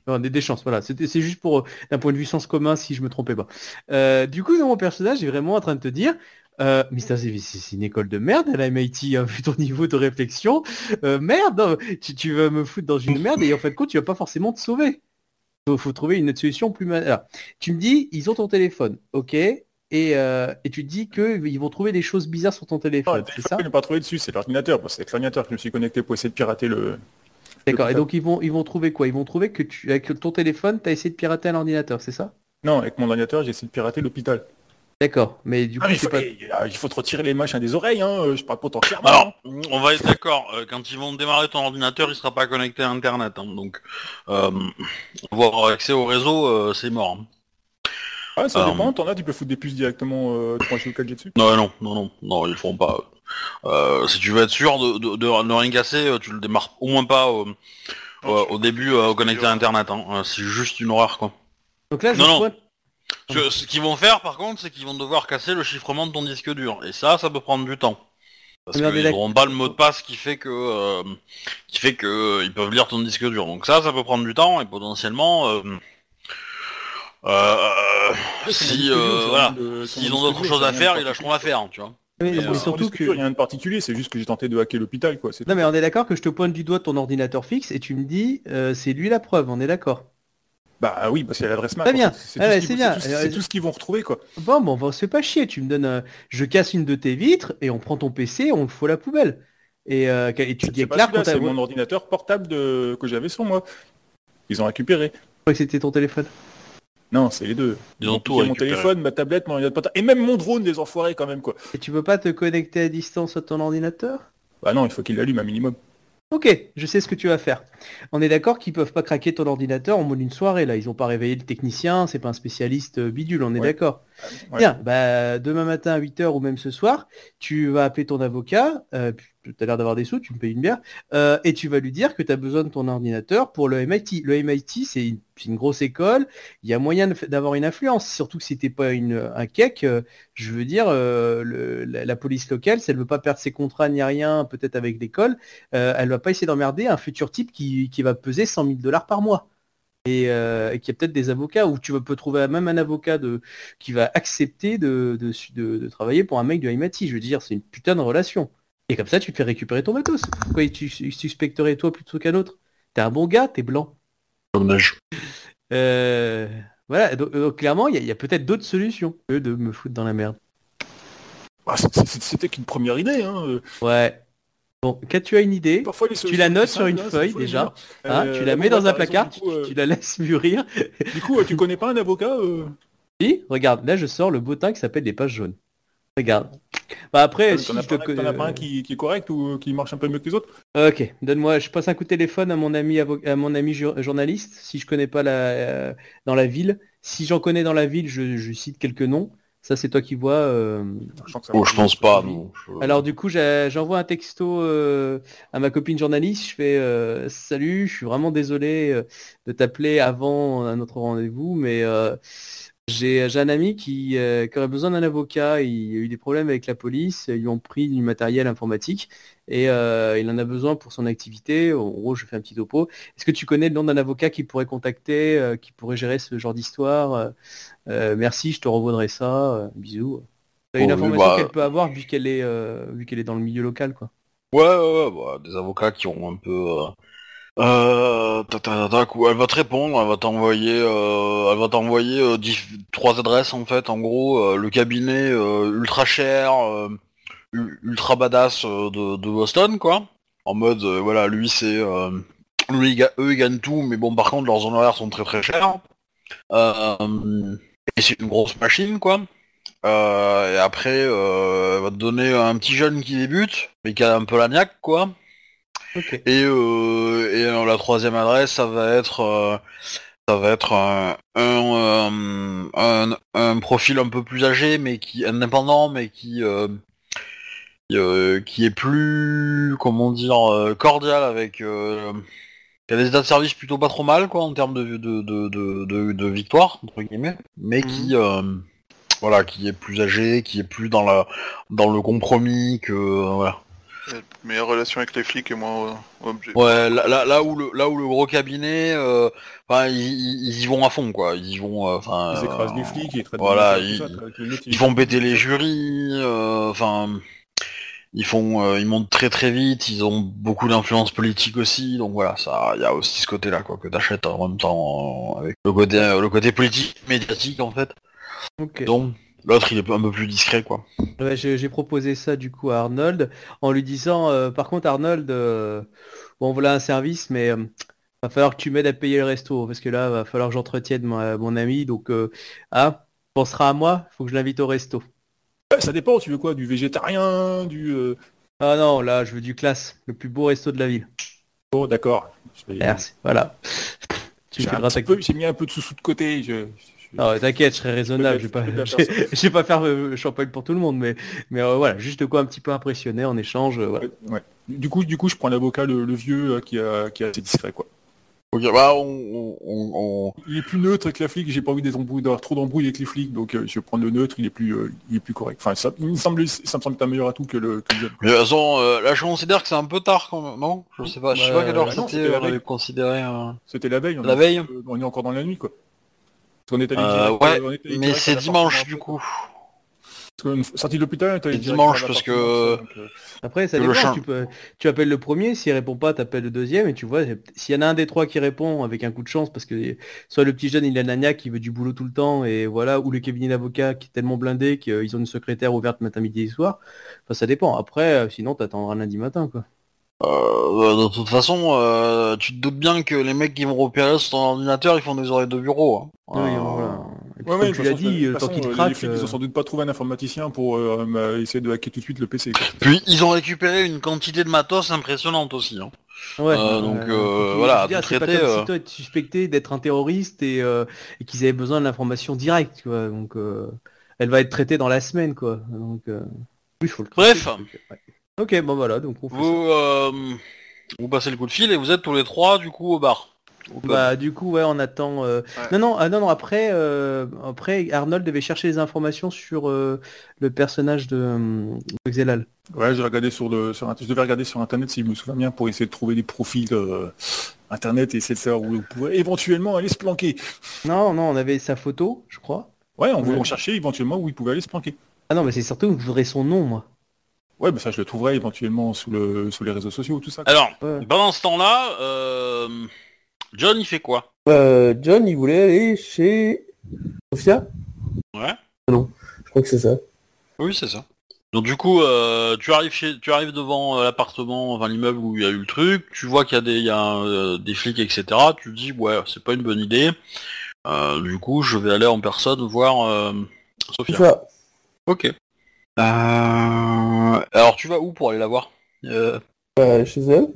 Non, des, des chances, voilà. C'était- C'est juste pour, euh, d'un point de vue sens commun, si je me trompais pas. Euh, du coup, dans mon personnage est vraiment en train de te dire, euh, mais ça, c'est c'est- c'est une école de merde à la MIT, hein, vu ton niveau de réflexion. Euh, merde, non, tu, tu vas me foutre dans une merde et en fait, de compte, tu vas pas forcément te sauver. Faut, faut trouver une autre solution plus mal. Alors, tu me dis, ils ont ton téléphone, ok et, euh, et tu te dis qu'ils vont trouver des choses bizarres sur ton Non, téléphone, le c'est téléphone ça je l'ai pas trouvé dessus, c'est l'ordinateur. Bon, c'est avec l'ordinateur que je me suis connecté pour essayer de pirater le. D'accord. Et téléphone. donc ils vont, ils vont trouver quoi Ils vont trouver que tu, avec ton téléphone, tu as essayé de pirater un ordinateur, c'est ça Non, avec mon ordinateur, j'ai essayé de pirater l'hôpital. D'accord. Mais du coup, Ah, mais il c'est faut, pas... eh, ah, il faut te retirer les machins des oreilles, hein. euh, Je parle pas tant clairement. Alors, hein. on va être d'accord, euh, quand ils vont démarrer ton ordinateur, il sera pas connecté à Internet. hein, donc, euh, avoir accès au réseau, euh, c'est mort. Ah, ça alors- dépend. T'en as, tu peux foutre des puces directement euh, 3G ou 4G dessus. Non, non, non, non, non, ils le feront pas. Euh, si tu veux être sûr de, de, de- de rien casser, euh, tu le démarres au moins pas euh, euh, Non, tu- au début euh, connecté à Internet. hein. Euh, C'est juste une horreur, quoi. Donc là, je Non, non. pointe- Parce que ce qu'ils vont faire, par contre, c'est qu'ils vont devoir casser le chiffrement de ton disque dur. Et ça, ça peut prendre du temps. Parce Mais on est qu'ils d'accord. n'auront pas le mot de passe qui fait que euh, qui fait que euh, ils peuvent lire ton disque dur. Donc ça, ça peut prendre du temps et potentiellement, euh, euh, Ouais, c'est mon si disque dur, euh, c'est voilà, mon- le- c'est mon s'ils ont disque d'autres dur, choses c'est à mon faire, ils portable. lâcheront l'affaire, tu vois. Mais, Oui, mais euh, surtout que... Il n'y a rien de particulier, c'est juste que j'ai tenté de hacker l'hôpital, quoi. c'est Non tout. mais on est d'accord que je te pointe du doigt ton ordinateur fixe et tu me dis euh, c'est lui la preuve, on est d'accord. Bah oui, bah, c'est l'adresse MAC. Très bien. quoi. C'est Ah tout ce ouais, qu'ils- c'est bien. c'est tout- c'est tout ce qu'ils vont retrouver, quoi. Bon, bon, on se fait pas chier, tu me donnes... euh, je casse une de tes vitres et on prend ton PC, on le fout à la poubelle. Et, euh, et tu C'est pas déclares celui-là, qu'on t'a... c'est Mon... mon ordinateur portable de- que j'avais sur moi. Ils ont récupéré. que c'était ton téléphone. Non, c'est les deux. Ils ont tout piqué mon récupéré. téléphone, ma tablette, mon ordinateur portable, et même mon drone, les enfoirés quand même quoi. Et tu peux pas te connecter à distance à ton ordinateur Bah non, il faut qu'il l'allume un minimum. Ok, je sais ce que tu vas faire. On est d'accord qu'ils peuvent pas craquer ton ordinateur en mode d'une soirée là. Ils ont pas réveillé le technicien, c'est pas un spécialiste euh, bidule, on est Ouais. d'accord. ouais. Bien, bah demain matin à 8h ou même ce soir, tu vas appeler ton avocat, euh, tu as l'air d'avoir des sous, tu me payes une bière, euh, et tu vas lui dire que tu as besoin de ton ordinateur pour le MIT. Le MIT, c'est une, c'est une grosse école, il y a moyen de f- d'avoir une influence, surtout que si t'es pas une, un cake, euh, je veux dire, euh, le- la, la police locale, si elle veut pas perdre ses contrats ni rien, peut-être avec l'école, euh, elle va pas essayer d'emmerder un futur type qui, qui va peser 100 000 dollars par mois. Et, euh, et qui a peut-être des avocats, ou tu vas- peux trouver même un avocat de, qui va accepter de, de, de- de travailler pour un mec de IMATI. Je veux dire, c'est une putain de relation. Et comme ça, tu te fais récupérer ton matos. Pourquoi tu tu suspecterais toi plutôt qu'un autre T'es un bon gars, t'es blanc. Dommage. Euh, voilà, donc, euh, clairement, il y a- il y a, peut-être d'autres solutions que de me foutre dans la merde. Bah, c'est- c'est- C'était qu'une première idée. Hein. euh. Ouais. Bon, quand tu as une idée, Parfois, les tu solutions la plus notes sur simples, une hein, c'est feuille faut les déjà, dire. hein, Euh, tu la bon, mets bah, dans un t'as raison, placard, Du coup, euh, tu la laisses <laughs> mûrir. du coup, euh, tu connais pas un avocat <laughs> euh, Si, regarde, là je sors le bottin qui s'appelle les pages jaunes. Regarde. Bah après, si Ah T'en as je te pas un- t'en as pas un connais. qui, qui est correct ou euh, qui marche un peu mieux que les autres Ok, donne-moi, je passe un coup de téléphone à mon ami, avo- à mon ami jour- journaliste, si je connais pas la, euh, dans la ville. Si j'en connais dans la ville, je, je cite quelques noms. Ça, c'est toi qui vois. euh. Je sens que ça Oh, marche je pense mieux. pas, non. Je- Alors du coup, j'a- j'envoie un texto euh, à ma copine journaliste. Je fais euh, salut, je suis vraiment désolé euh, de t'appeler avant un autre rendez-vous, mais euh, j'ai j'ai un ami qui, euh, qui aurait besoin d'un avocat. Il a eu des problèmes avec la police, ils lui ont pris du matériel informatique et euh, il en a besoin pour son activité. En gros, je fais un petit topo. Est-ce que tu connais le nom d'un avocat qui pourrait contacter, euh, qui pourrait gérer ce genre d'histoire Euh, euh, Merci, je te revaudrai ça. Euh, bisous. T'as Oh une oui, information bah, qu'elle peut avoir vu qu'elle est euh, vu qu'elle est dans le milieu local quoi. Ouais, ouais, ouais, bah, des avocats qui ont un peu... Euh, euh, ta, ta, ta, ta, cou- elle va te répondre, elle va t'envoyer, euh, elle va t'envoyer euh, dix- trois adresses en fait, en gros, euh, le cabinet euh, ultra cher, euh, u- ultra badass euh, de, de Boston, quoi. En mode, euh, voilà, lui c'est, euh, lui, il ga- eux ils gagnent tout, mais bon, par contre leurs honoraires sont très très chers. Euh, et c'est une grosse machine, quoi. Euh, et après, euh, elle va te donner un petit jeune qui débute, mais qui a un peu la niaque, quoi. Ok. Et, euh, et alors, la troisième adresse, ça va être, euh, ça va être un, un, euh, un- un profil un peu plus âgé, mais qui indépendant, mais qui, euh, qui, euh, qui est plus, comment dire, euh, cordial avec. euh, qui a des états de service plutôt pas trop mal, quoi, en termes de, de, de, de, de- de victoire, entre guillemets, mais qui. euh, voilà, qui est plus âgé, qui est plus dans la dans le compromis que euh, voilà. Mes relations avec les flics et moi, euh, objet. Ouais, là, là, là où le là où le gros cabinet, euh, enfin ils, ils- ils y vont à fond quoi, ils y vont, euh, enfin Ils écrasent euh, les flics, ils traitent voilà, des ils- gens comme ça, avec les notes, ils font péter les jurys, euh, enfin ils font, euh, ils montent très très vite, ils ont beaucoup d'influence politique aussi, donc voilà ça, il y a aussi ce côté là quoi que t'achètes en même temps euh, avec le côté euh, le côté politique médiatique en fait, Ok. donc l'autre il est un peu plus discret quoi. Ouais, j'ai j'ai proposé ça du coup à Arnold en lui disant euh, par contre Arnold euh, bon voilà un service mais euh, va falloir que tu m'aides à payer le resto parce que là va falloir que j'entretienne mon, mon ami donc euh, ah pensera à moi faut que je l'invite au resto. Bah, ça dépend, tu veux quoi Du végétarien, du... euh, Ah non là je veux du classe le plus beau resto de la ville. Bon, d'accord. Je vais- Merci <laughs> voilà. Tu J'ai me un fais petit peu- j'ai mis un peu de sous-sous de côté. Je, je- Ah Non, t'inquiète, je serai raisonnable. Je Je vais peux pas, pas- je <laughs> je peux pas faire vais- je vais pas faire euh, champagne pour tout le monde, mais, mais euh, voilà, juste de quoi un petit peu impressionner en échange. euh, voilà. Ouais. Du coup, du coup, je prends l'avocat, le, le vieux, euh, qui, a, qui est assez discret, quoi. Ok, bah on, on, on- on- Il est plus neutre que la flic. J'ai pas envie d'être embrouillé- d'avoir trop d'embrouilles avec les flics, donc euh, je vais prendre le neutre. Il est plus, euh, il est plus correct. Enfin, ça, il me semble, ça me semble être un meilleur atout que le. Que le jeune. Mais de toute façon, euh, là je considère que c'est un peu tard quand même, non Je sais pas, je sais Bah, pas quelle heure bah non, c'était, c'était la on avait veille. considéré euh, C'était la veille. On la est- veille. euh, on est encore dans la nuit, quoi. Parce qu'on est allé Euh, direct, ouais, euh, on est allé Mais direct à c'est l'appartement dimanche après. du coup. Parce Parce que sortie de l'hôpital, t'as Et eu direct dimanche, à la parce partie, que- donc, euh, Après, ça Le dépend. chien. Tu, peux, tu appelles le premier, s'il répond pas, t'appelles le deuxième, et tu vois, s'il y en a un des trois qui répond avec un coup de chance, parce que soit le petit jeune, il a nagnac, qui veut du boulot tout le temps, et voilà, ou le cabinet d'avocat qui est tellement blindé qu'ils ont une secrétaire ouverte matin, midi et soir. Enfin, ça dépend. Après, euh, sinon, t'attendras lundi matin, quoi. Euh, de toute façon, euh, tu te doutes bien que les mecs qui vont repérer sur ton ordinateur, ils font des oreilles de bureau. hein. Oui, Euh, voilà. Ah, Et puis, Ouais, comme ouais, tu de l'as toute façon, dit, de euh, toute tant qu'il façon, euh, les craque, flics, ils ont euh, sans doute pas trouvé un informaticien pour euh, euh, essayer de hacker tout de suite le PC. quoi. Puis ils ont récupéré une quantité de matos impressionnante aussi. hein. Ouais, Euh, donc, euh, je veux voilà, dire, de c'est pas traiter, comme euh, si toi, tu suspectais d'être un terroriste et, euh, et qu'ils avaient besoin de l'information directe, tu vois. Donc, euh, elle va être traitée dans la semaine, quoi. Donc, euh, oui, faut le traiter, Bref. ce truc, ouais. Ok, bon voilà, donc on fait ça. Vous, euh, vous passez le coup de fil et vous êtes tous les trois du coup au bar. Au club. Bah, du coup, ouais, on attend. euh, Non, non, ah, non, non. Après, euh, après, Arnold devait chercher les informations sur euh, le personnage de, euh, de Xelal. Ouais, j'ai regardé sur le, sur, je devais regarder sur internet si je me souviens bien pour essayer de trouver des profils euh, internet et essayer de savoir où on pouvait éventuellement aller se planquer. Non, non, on avait sa photo, je crois. Ouais, en Ouais. voulant chercher éventuellement où il pouvait aller se planquer. Ah non, mais c'est surtout que je voudrais son nom, moi. Ouais, bah ça je le trouverai éventuellement sous le, sous les réseaux sociaux tout ça. quoi. Alors, Ouais. pendant ce temps-là, euh, John il fait quoi Euh, John, il voulait aller chez Sophia Ouais. Je crois que c'est ça. Oui, c'est ça. Donc du coup, euh, tu arrives chez, tu arrives devant euh, l'appartement, enfin l'immeuble où il y a eu le truc. Tu vois qu'il y a des, il y a, euh, des flics, etc. Tu te dis ouais, c'est pas une bonne idée. Euh, du coup, je vais aller en personne voir euh, C'est Sophia. ça. Ok. Euh, Alors tu vas où pour aller la voir euh... Euh, chez elle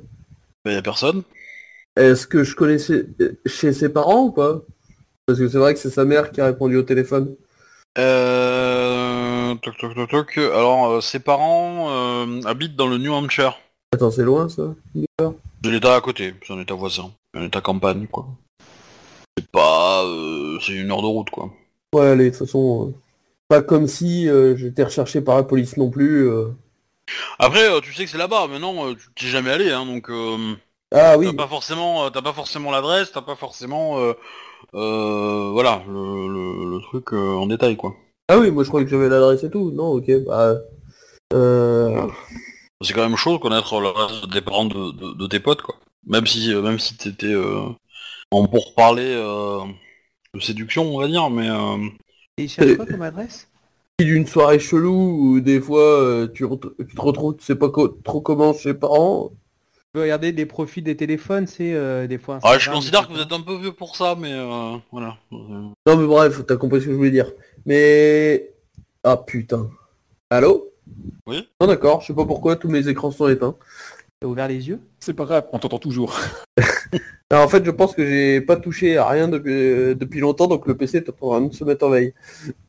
bah, y a personne. Est-ce que je connaissais euh, chez ses parents ou pas Parce que c'est vrai que c'est sa mère qui a répondu au téléphone. Euh... Toc toc toc toc. Alors euh, ses parents euh, habitent dans le New Hampshire. Attends, c'est loin ça C'est l'état à côté, c'est un état voisin, un état campagne quoi. C'est pas, euh, c'est une heure de route quoi. Ouais, allez, de toute façon, euh, pas comme si euh, j'étais recherché par la police non plus. euh. Après, euh, tu sais que c'est là-bas. Maintenant, euh, tu t'es jamais allé, hein, donc euh, Ah oui, t'as pas forcément, euh, t'as pas forcément l'adresse, t'as pas forcément, euh, euh, voilà, le, le- le truc euh, en détail quoi. ah oui, moi je crois que j'avais l'adresse et tout. Non, ok, bah. Euh... C'est quand même chaud de connaître l'adresse des parents de, de- de tes potes quoi. Même si, euh, même si t'étais euh, en pourparler euh, de séduction, on va dire, mais. euh, Et il cherche quoi comme adresse D'une soirée chelou où des fois euh, tu, ret- tu te retrouves, tu sais pas co- trop comment chez les parents. peux regarder les profils des téléphones, c'est euh, des fois. Ah, Instagram, je considère que etc. vous êtes un peu vieux pour ça, mais euh, voilà. Non, mais bref, t'as compris ce que je voulais dire. Mais. Ah putain. Allô Oui Non, d'accord, je sais pas pourquoi tous mes écrans sont éteints. T'as ouvert les yeux C'est pas grave, on t'entend toujours. Alors, Bah, en fait, je pense que j'ai pas touché à rien depuis, euh, depuis longtemps, donc le PC est en train de se mettre en veille.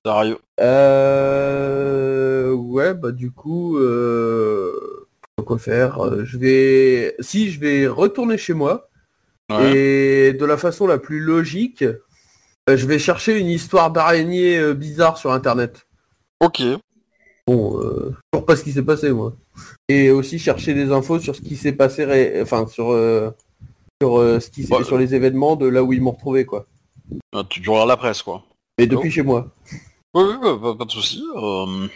Sérieux. Euh... Ouais, bah du coup, euh... quoi faire Euh, Je vais, si je vais retourner chez moi Ouais. et de la façon la plus logique, euh, je vais chercher une histoire d'araignée euh, bizarre sur Internet. Ok. Bon, euh, toujours pas ce qui s'est passé moi. Et aussi chercher des infos sur ce qui s'est passé, ré- enfin sur euh, sur euh, ce qui s'est- Ouais. sur les événements de là où ils m'ont retrouvé quoi. Ah, tu, tu regardes la presse, quoi. Mais depuis chez moi. Oui, oui, oui, pas, pas de souci. euh.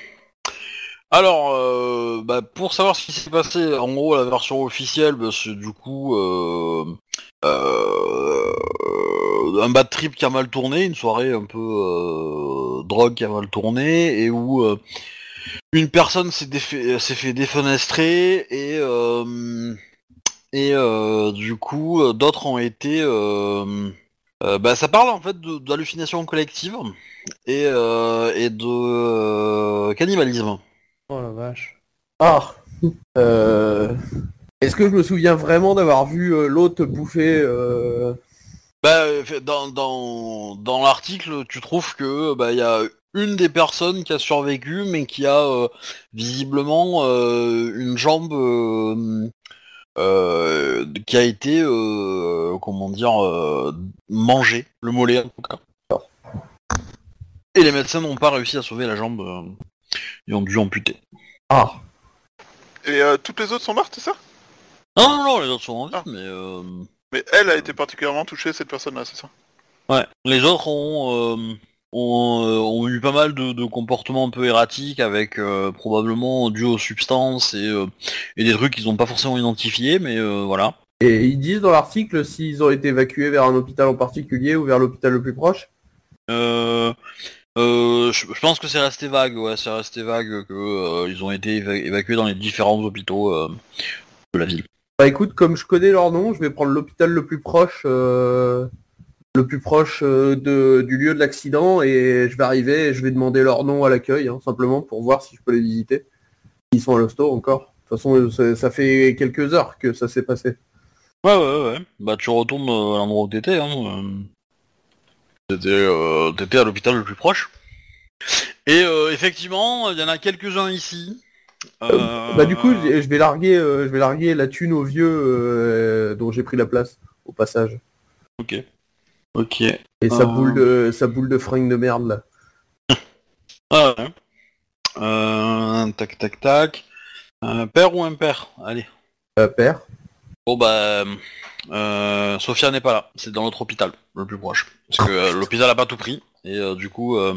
Alors, euh, bah, pour savoir ce qui s'est passé, en gros, la version officielle, bah, c'est du coup euh, euh, un bad trip qui a mal tourné, une soirée un peu euh, drogue qui a mal tourné, et où euh, une personne s'est défait- s'est fait défenestrer, et, euh, et euh, du coup, euh, d'autres ont été... euh, euh, bah, ça parle en fait de- d'hallucinations collectives et, euh, et de euh, cannibalisme. Oh la vache. Ah. Euh, Est-ce que je me souviens vraiment d'avoir vu euh, l'hôte bouffer euh, Bah, euh, fait- dans dans, dans l'article, tu trouves que bah il y a une des personnes qui a survécu, mais qui a euh, visiblement euh, une jambe euh, euh, qui a été euh, comment dire euh, mangée, le mollet en tout cas. Et les médecins n'ont pas réussi à sauver la jambe, euh, ils ont dû amputer. Ah. Et euh, toutes les autres sont mortes, c'est ça Non, non, non, les autres sont en vie, Ah. mais euh, Mais elle a été particulièrement touchée, cette personne-là, c'est ça Ouais. Les autres ont, euh, ont, euh, ont eu pas mal de, de comportements un peu erratiques avec euh, probablement dû aux substances et, euh, et des trucs qu'ils n'ont pas forcément identifiés, mais euh, voilà. Et ils disent dans l'article s'ils ont été évacués vers un hôpital en particulier ou vers l'hôpital le plus proche. Euh, euh, je, je pense que c'est resté vague, ouais, c'est resté vague que euh, ils ont été éva- évacués dans les différents hôpitaux euh, de la ville. Bah écoute, comme je connais leur nom, je vais prendre l'hôpital le plus proche, euh, le plus proche euh, de- du lieu de l'accident et je vais arriver et je vais demander leur nom à l'accueil, hein, simplement pour voir si je peux les visiter. Ils sont à l'hosto encore. De toute façon, euh, ça, ça fait quelques heures que ça s'est passé. Ouais, ouais, ouais. Bah tu retournes euh, à l'endroit où t'étais. Hein, euh. T'étais, euh, t'étais à l'hôpital le plus proche. Et euh, effectivement, il y en a quelques-uns ici. Euh, Bah du coup, je je vais larguer, euh, je vais larguer la thune au vieux euh, dont j'ai pris la place au passage. Ok. Ok. Et sa Euh. boule de, sa boule de fringue de merde là. Ah ouais. Euh, tac tac tac. Un père ou un père Allez. Euh, père. Bon bah, euh, Sophia n'est pas là. C'est dans l'autre hôpital, le plus proche. Parce que euh, l'hôpital a pas tout pris. Et euh, du coup, euh,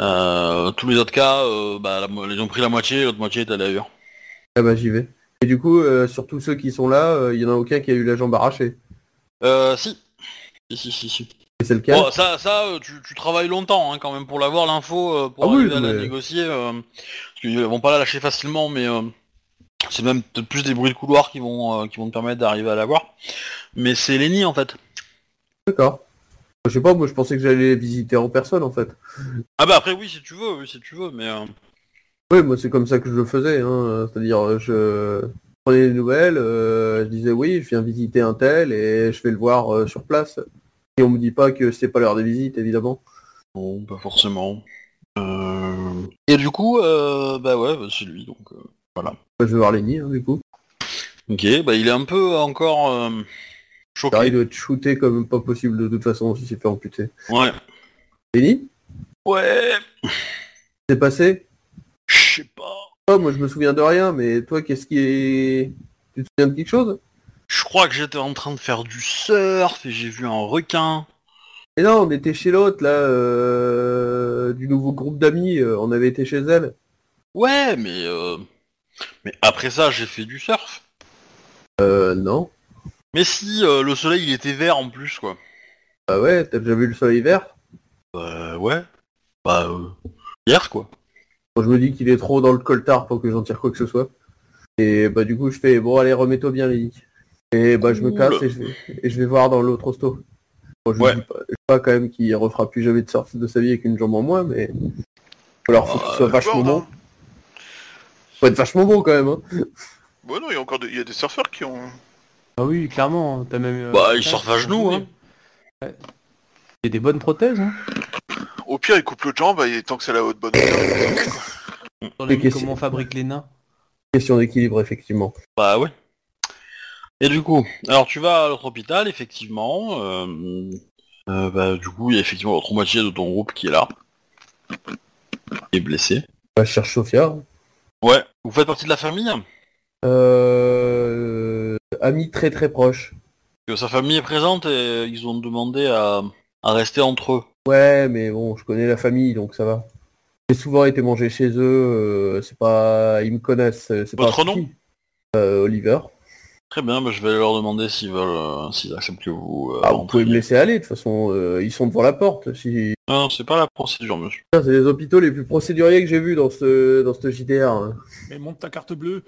euh, tous les autres cas, euh, bah, la mo- ils ont pris la moitié, l'autre moitié est allée ailleurs. Ah bah j'y vais. Et du coup, euh, sur tous ceux qui sont là, euh, il y en a aucun qui a eu la jambe arrachée. Euh, si. Si, si, si, si. Et c'est le cas. Bon, ça, ça euh, tu, tu travailles longtemps hein, quand même pour l'avoir l'info, euh, pour Ah oui, arriver à la mais- négocier. euh, parce qu'ils vont pas la lâcher facilement, mais euh, c'est même peut-être plus des bruits de couloir qui vont, euh, qui vont te permettre d'arriver à l'avoir. Mais c'est Lenny en fait. D'accord. Je sais pas, moi je pensais que j'allais les visiter en personne en fait. Ah bah après oui si tu veux, oui si tu veux, mais euh, Oui, moi c'est comme ça que je le faisais. Hein. euh, C'est-à-dire, euh, je prenais des nouvelles, euh, je disais oui, je viens visiter un tel et je vais le voir euh, sur place. Et on me dit pas que c'est pas l'heure des visites, évidemment. bon pas forcément. Euh, Et du coup, euh, bah ouais, bah, c'est lui donc. euh, Bah, je vais voir Lenny, hein, du coup. Ok, bah il est un peu euh, encore euh, Alors, choqué. il doit être shooté comme pas possible de toute façon si s'est fait amputer. Ouais. Lenny, Ouais. c'est passé Je sais pas. Oh, moi je me souviens de rien, mais toi qu'est-ce qui est... Tu te souviens de quelque chose Je crois que j'étais en train de faire du surf et j'ai vu un requin. Et non, on était chez l'autre, là, euh, du nouveau groupe d'amis, euh, on avait été chez elle. Ouais, mais euh, mais après ça, j'ai fait du surf. Euh, non. Mais si euh, le soleil il était vert en plus quoi. Bah ouais, t'as déjà vu le soleil vert Bah ouais. Bah euh, hier quoi. Bon, Je me dis qu'il est trop dans le coltard pour que j'en tire quoi que ce soit. Et bah du coup, je fais, bon allez, remets-toi bien, Lily. Et bah je me Cool. casse et je vais, et je vais voir dans l'autre hosto. Bon, je Ouais. dis pas, je dis pas quand même qu'il refera plus jamais de surf de sa vie avec une jambe en moins, mais... Alors faut qu'il soit vachement Bon, bon. non. Faut être vachement bon quand même, hein. Bon, non, il y a encore des, il y a des surfeurs qui ont. Ah oui, clairement, t'as même... euh, Bah, ils ça, surfent à c'est genoux, cool. Ouais. Il y a des bonnes prothèses, hein. Au pire, ils coupent le jambe et tant que c'est la haute bonne. Dans la Et vie, qu'est-ce- comment on fabrique les nains. Question d'équilibre, effectivement. Bah ouais. Et du coup, alors tu vas à l'autre hôpital effectivement. euh, euh, bah du coup, il y a effectivement l'autre moitié de ton groupe qui est là. Qui est blessé. Bah, je cherche Sophia. Ouais. Vous faites partie de la famille. Euh... Amis très très proches. Que sa famille est présente et ils ont demandé à, à rester entre eux. Ouais, mais bon, je connais la famille, donc ça va. J'ai souvent été manger chez eux. euh, c'est pas, ils me connaissent. euh, C'est pas Votre un nom souci. Euh, Oliver. Très bien, bah, je vais leur demander s'ils veulent, euh, s'ils acceptent que vous. euh, Ah, vous rentriez. pouvez me laisser aller. De toute façon, euh, ils sont devant la porte. Si... Non, c'est pas la procédure, monsieur. Putain, C'est les hôpitaux les plus procéduriers que j'ai vus dans ce dans ce JDR. hein. Mais monte ta carte bleue.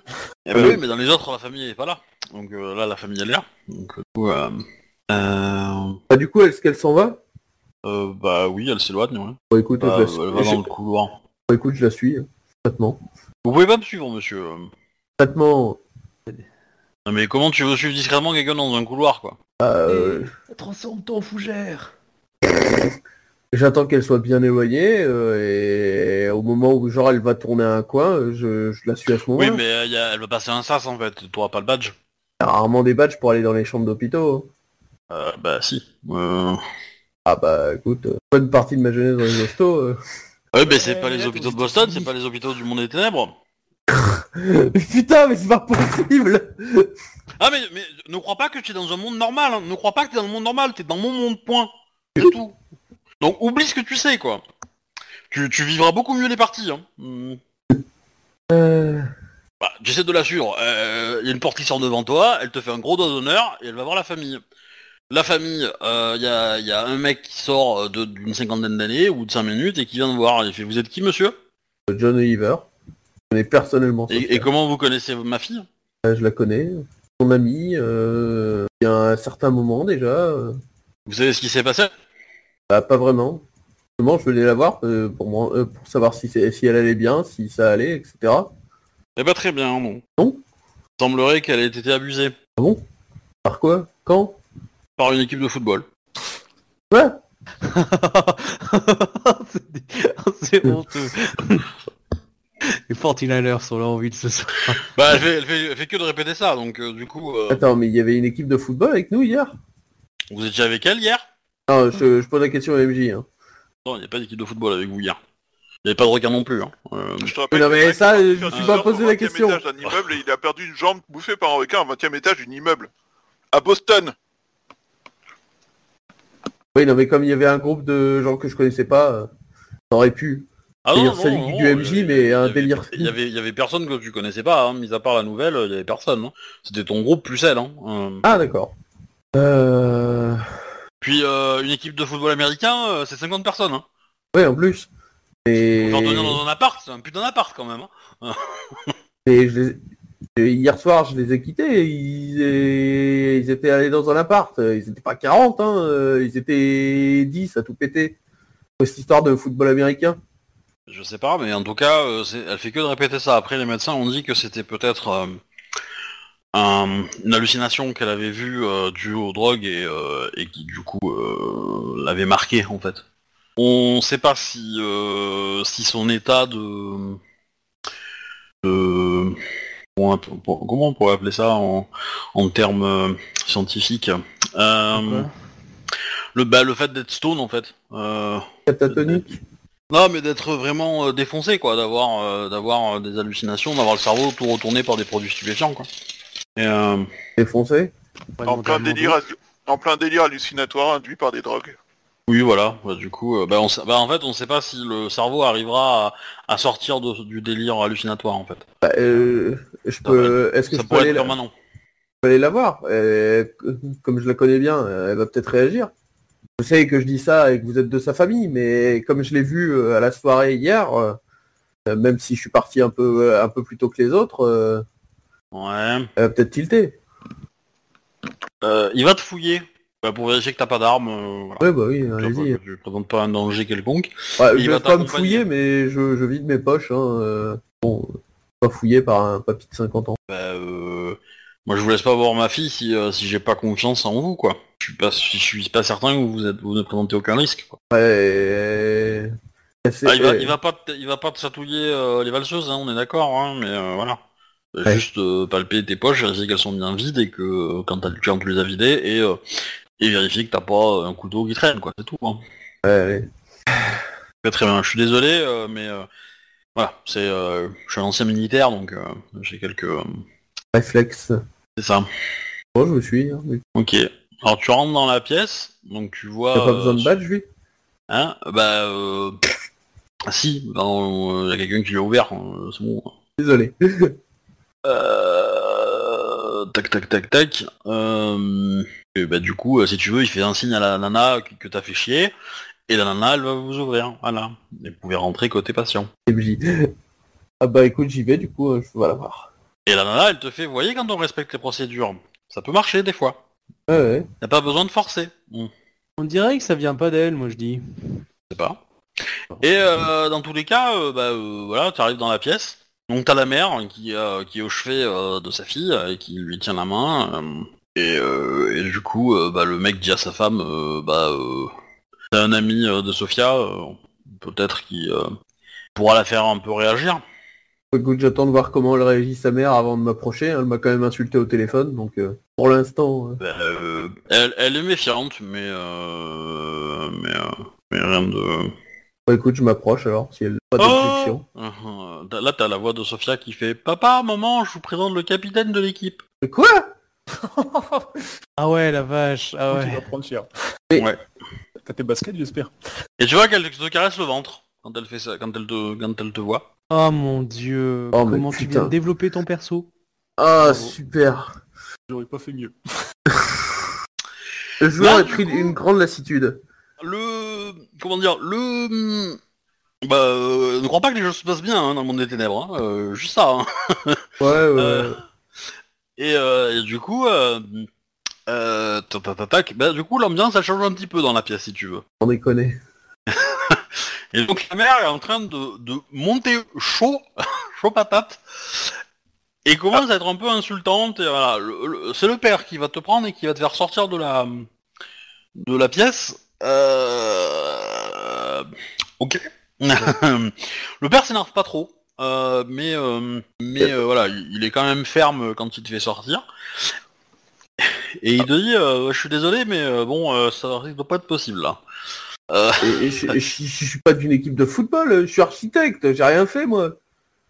Eh ben ben oui. oui, mais dans les autres, la famille n'est pas là. Donc euh, là, la famille elle est là. Donc euh, du coup, euh, euh, Bah, du coup, est-ce qu'elle s'en va euh, bah oui, elle s'éloigne. Ouais. Bon, écoute, Bah, euh, je la suis. elle va je- dans le couloir. bon, écoute, je la suis. hein, Traitement. Vous pouvez pas me suivre, monsieur. euh. Traitement. Non, mais comment tu veux suivre discrètement quelqu'un dans un couloir, quoi euh, Transforme-toi en fougère J'attends qu'elle soit bien éloignée euh, et au moment où genre elle va tourner à un coin, euh, je, je la suis à ce moment-là. Oui, mais euh, y a- elle va passer un sas en fait. Toi, pas le badge. Il y a Rarement des badges pour aller dans les chambres d'hôpitaux. hein. Euh, bah si. Euh... Ah bah écoute, euh, bonne partie de ma jeunesse dans les hostos. euh. Ouais, mais Ah bah, c'est Ouais, pas les là, hôpitaux de t'es Boston, fini. c'est pas les hôpitaux du monde des ténèbres. Putain euh. <laughs> mais c'est pas possible Ah mais, mais ne crois pas que tu es dans un monde normal, hein. ne crois pas que tu es dans le monde normal, tu es dans mon monde, point. C'est tout. Donc oublie ce que tu sais, quoi. Tu, tu vivras beaucoup mieux les parties. Hein. Mm. Euh, Bah, j'essaie de la suivre. Euh, Il y a une porte qui sort devant toi, elle te fait un gros doigt d'honneur et elle va voir la famille. La famille, euh, il y, a, il y a un mec qui sort euh, de- d'une cinquantaine d'années ou de cinq minutes et qui vient de voir. Il fait Vous êtes qui, monsieur John Oliver. Je connais personnellement son et, et frère. comment vous connaissez ma fille Euh, Je la connais. Son ami, euh, il y a un certain moment déjà. euh, Vous savez ce qui s'est passé bah, pas vraiment. Seulement, je voulais la voir euh, pour, moi, euh, pour savoir si, c'est- si elle allait bien, si ça allait, etc. Eh pas très bien, non. Non Il semblerait qu'elle ait été abusée Par quoi Quand par une équipe de football. Ouais C'est des- <laughs> <laughs> c'est honteux. Les 49ers sont là en ville ce soir. Bah, elle fait, elle fait- elle fait que de répéter ça, donc euh, du coup, euh, Attends, mais il y avait une équipe de football avec nous hier vous étiez avec elle hier Non, je, je pose la question à MJ. Hein. Non, il n'y a pas d'équipe de football avec vous hier. Il n'y avait pas de requin non plus. Hein. Euh, Je te rappelle Non, que mais le mec ça, je est parti faire suis du pas surf au posé la 20e question. étage d'un immeuble et il a perdu une jambe bouffée par un requin au 20 e étage d'une immeuble. À Boston. Oui, non, mais comme il y avait un groupe de gens que je connaissais pas, euh, ça aurait pu. Ah C'est-à-dire celle du MJ, euh, il y avait- il mais un y avait- délire. Il y avait, il y avait personne que tu connaissais pas, hein, mis à part la nouvelle, il y avait personne. hein. C'était ton groupe plus elle. Hein. Euh, Ah, d'accord. Euh... Puis euh, une équipe de football américain, euh, c'est 50 personnes. Hein. Ouais, en plus. Mais... Faire devenir dans un appart, c'est un putain d'appart quand même. hein. mais je les- et hier soir, je les ai quittés. Ils, et- ils étaient allés dans un appart. Ils étaient pas 40, hein. euh, Ils étaient 10 à tout péter. Pour Cette histoire de football américain. Je sais pas, mais en tout cas, euh, c'est- elle fait que de répéter ça. Après, les médecins ont dit que c'était peut-être euh, un- une hallucination qu'elle avait vue euh, due aux drogues et, euh, et qui, du coup, euh, l'avait marquée, en fait. On sait pas si, euh, si son état de... de- comment on peut- Comment on pourrait appeler ça en, en termes euh, scientifiques Euh, le, bah, le fait d'être stone, en fait. Euh, Catatonique. non, mais d'être vraiment euh, défoncé, quoi, d'avoir euh, d'avoir euh, des hallucinations, d'avoir le cerveau tout retourné par des produits stupéfiants, quoi. Et, euh, Défoncé. Ah, En plein, délire, en plein délire hallucinatoire induit par des drogues. oui, voilà. bah, du coup, euh, bah, on sait- bah, en fait, on sait pas si le cerveau arrivera à, à sortir de- du délire hallucinatoire, en fait. Bah, euh, je peux. Est-ce que Ça je peux pourrait aller être la... permanent. Je vais aller la voir. Euh, comme je la connais bien, euh, elle va peut-être réagir. Je sais que je dis ça et que vous êtes de sa famille, mais comme je l'ai vu euh, à la soirée hier, euh, euh, même si je suis parti un peu euh, un peu plus tôt que les autres, euh, Ouais. elle va peut-être tilter. Euh, il va te fouiller bah, pour vérifier que t'as pas d'arme. euh, voilà. Ouais, bah oui, allez-y. Tu tu présentes pas un danger quelconque. Ouais, il je va vais pas me t'accompagner. fouiller, mais je, je vide mes poches. Hein, euh, bon, euh, pas fouillé par un papy de 50 ans. Bah, euh, moi, je vous laisse pas voir ma fille si euh, si j'ai pas confiance en vous, quoi. Je suis pas je suis pas certain que vous êtes vous ne présentez aucun risque. quoi. Ouais, euh, c'est- Ah, il, va, il va pas te, il va pas te chatouiller euh, les valseuses, hein, on est d'accord, hein, mais euh, voilà. Euh, Ouais. Juste euh, palper tes poches, vérifier qu'elles sont bien vides et que euh, quand t'as le cœur, tu les as vidées et, euh, et vérifier que t'as pas euh, un couteau qui traîne, quoi, c'est tout. Hein. Ouais, allez. Très, très bien, je suis désolé, euh, mais euh, voilà, c'est, euh, je suis un ancien militaire, donc euh, j'ai quelques... euh, Réflexe. c'est ça. Bon, je vous suis. Hein, mais Ok. Alors tu rentres dans la pièce, donc tu vois... t'as pas euh, besoin de badge, lui Hein Bah... Euh... Si, il y a quelqu'un qui l'a ouvert, euh, c'est bon. Désolé. Euh, Tac, tac, tac, tac. Euh, et bah, du coup, euh, si tu veux, il fait un signe à la nana que, que t'as fait chier. Et la nana, elle va vous ouvrir. Voilà. Et vous pouvez rentrer côté patient. MJ. <laughs> Ah bah écoute, j'y vais du coup, euh, je vais la voir. Et la nana, elle te fait, vous voyez, quand on respecte les procédures, ça peut marcher des fois. Ouais, ouais. T'as pas besoin de forcer. Hmm, On dirait que ça vient pas d'elle, moi je dis. Je sais pas. Et euh, dans tous les cas, euh, bah, euh, voilà, t'arrives dans la pièce. Donc t'as la mère qui, euh, qui est au chevet euh, de sa fille euh, et qui lui tient la main. euh, et, euh, et du coup, euh, bah, le mec dit à sa femme, euh, bah, euh, t'as un ami euh, de Sofia, euh, peut-être qui euh, pourra la faire un peu réagir. Bah, Écoute, j'attends de voir comment elle réagit sa mère avant de m'approcher. hein, Elle m'a quand même insulté au téléphone, donc euh, pour l'instant, euh, Bah, euh, elle, elle est méfiante, mais euh, mais, euh, mais rien de. bah écoute, je m'approche alors, si elle n'a pas Oh d'objection. Euh, euh, Là, t'as la voix de Sofia qui fait Papa, maman, je vous présente le capitaine de l'équipe. Quoi <laughs> Ah ouais, la vache. Ah Tu ouais. vas prendre cher. Mais- Ouais. T'as tes baskets, j'espère. Et tu vois qu'elle te caresse le ventre quand elle fait ça, quand elle te, quand elle te voit. Oh mon dieu, Oh, mais comment tu viens putain. de développer ton perso Ah, Bravo. super. J'aurais pas fait mieux. Le joueur Là, a du pris coup- une grande lassitude. Le, comment dire, le, bah, euh, ne crois pas que les choses se passent bien hein, dans le monde des ténèbres. hein, euh, juste ça. hein. Ouais, ouais. Euh, Et, euh, et du coup, euh, euh, top, top, top, tac. bah, du coup, l'ambiance elle change un petit peu dans la pièce si tu veux. On déconne. Et donc la mère est en train de, de monter chaud, <laughs> chaud patate, et commence à être un peu insultante. Et voilà, Le- le- c'est le père qui va te prendre et qui va te faire sortir de la de la pièce. Euh, Ok. <laughs> le père s'énerve pas trop, euh, mais euh, mais euh, voilà, il il est quand même ferme quand il te fait sortir. Et il te dit, euh, je suis désolé, mais euh, bon, euh, ça risque de pas être possible là. Et- et Je je- je suis pas d'une équipe de football, je suis architecte, j'ai rien fait moi.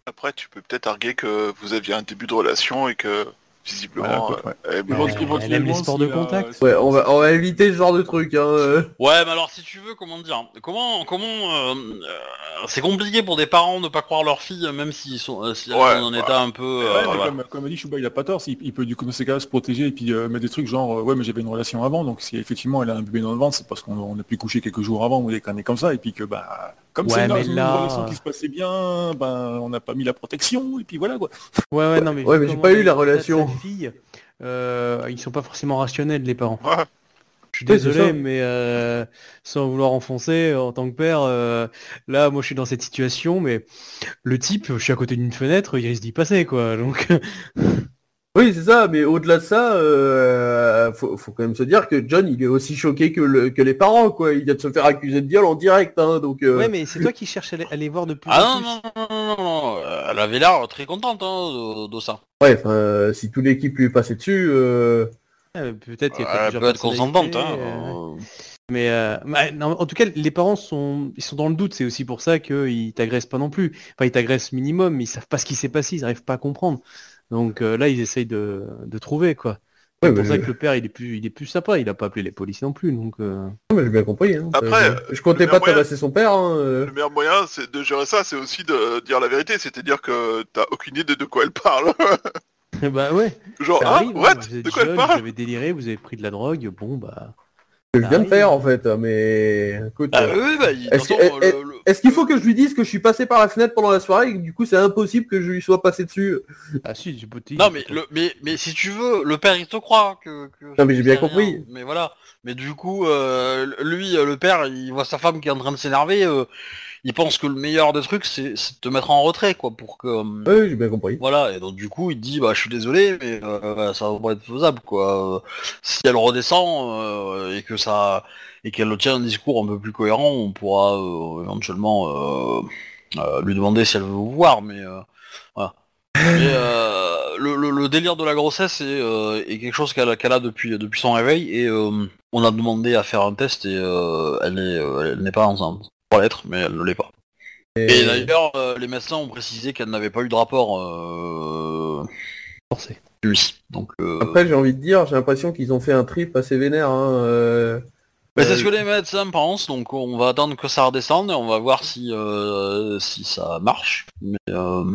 Après, tu peux peut-être arguer que vous aviez un début de relation et que visiblement. Voilà, quoi, ouais. euh, eh ben, Ouais. elle aime les sports de contact. Ouais, on va, on va éviter ce genre de truc. Hein. euh. Ouais, mais alors si tu veux, comment dire Comment, comment euh, euh, C'est compliqué pour des parents de pas croire leur fille, même s'ils sont, euh, si elles Ouais, sont dans un ouais. état un peu. euh, Ouais, mais voilà. comme, comme a dit Chouba, il a pas tort. Il, il peut du coup dans ces cas se protéger et puis euh, mettre des trucs genre euh, ouais mais j'avais une relation avant donc si effectivement elle a un bébé dans le ventre c'est parce qu'on on a pu coucher quelques jours avant ou des conneries comme ça et puis que bah comme Ouais, c'est une, mais une là- relation qui se passait bien ben on n'a pas mis la protection et puis voilà quoi. Ouais, ouais, non, mais, Ouais, vu mais j'ai comment pas eu elle la traite relation. sa Fille, euh, ils sont pas forcément rationnels, les parents. Ouais. Je suis Ouais, c'est désolé, ça. mais euh, sans vouloir enfoncer, en tant que père, euh, là, moi, je suis dans cette situation, mais le type, je suis à côté d'une fenêtre, il risque d'y passer, quoi. Donc, Oui, c'est ça, mais au-delà de ça, euh, faut, faut quand même se dire que John, il est aussi choqué que, le- que les parents, quoi. Il vient de se faire accuser de viol en direct, hein, donc... euh, ouais, mais c'est toi qui cherches à les, à les voir de plus Ah en non, plus. non, non, non, non, non, euh, elle avait l'air très contente hein, de, de ça. Ouais, enfin, euh, si toute l'équipe lui est passée dessus, euh, Euh, Peut-être qu'il y a peut-être Elle plusieurs peut être personnalités, consentante. Hein, euh, euh, Mais euh, bah, non, en tout cas, les parents sont, ils sont dans le doute. C'est aussi pour ça qu'ils t'agressent pas non plus. Enfin, ils t'agressent minimum, mais ils savent pas ce qui s'est passé. Ils n'arrivent pas à comprendre. Donc euh, là, ils essayent de, de trouver quoi. C'est Ouais, pour mais- ça que le père, il est plus, il est plus sympa. Il a pas appelé les policiers non plus. Donc euh, <laughs> ouais, mais j'ai bien compris. hein. Après, Euh, je comptais le pas meilleur moyen- tabasser son père. Hein, euh. Le meilleur moyen c'est de gérer ça, c'est aussi de dire la vérité, c'est-à-dire que t'as aucune idée de quoi elle parle. <laughs> bah ouais. Genre, ça ah, arrive, hein. what vous êtes De quoi elle jeune, vous parle avez déliré, vous avez pris de la drogue. Bon bah. que je viens de Ah arrive. faire, en fait, hein, mais... Écoute, bah, euh, oui, bah, il- Est-ce que- t'entends, est- le- le- Est-ce qu'il faut que je lui dise que je suis passé par la fenêtre pendant la soirée et que du coup c'est impossible que je lui sois passé dessus Ah si, j'ai pas- Non mais, le, mais mais si tu veux, le père il te croit hein, que. que- Non, mais j'ai bien c'est rien, compris. Mais voilà. Mais du coup, euh, lui, euh, le père, il voit sa femme qui est en train de s'énerver. euh, il pense que le meilleur des trucs, c'est c'est de te mettre en retrait, quoi, pour que. euh, Oui, j'ai bien compris. Voilà, et donc du coup, il dit, bah, je suis désolé, mais euh, ça va pas être faisable, quoi. Euh, Si elle redescend euh, et que ça et qu'elle tient un discours un peu plus cohérent, on pourra euh, éventuellement euh, euh, lui demander si elle veut vous voir, mais euh, voilà. Mais, euh, le, le- le délire de la grossesse est, euh, est quelque chose qu'elle a- qu'elle a depuis depuis son réveil et euh, on a demandé à faire un test et euh, elle est euh, elle n'est pas enceinte. Pour l'être, mais elle ne l'est pas. Et d'ailleurs, euh, les médecins ont précisé qu'elle n'avait pas eu de rapport euh, Forcé. lui. Donc, euh, Après, j'ai envie de dire, j'ai l'impression qu'ils ont fait un trip assez vénère. Hein, euh, mais bah, c'est euh, ce que les médecins pensent, donc on va attendre que ça redescende et on va voir si euh, si ça marche. Mais, euh,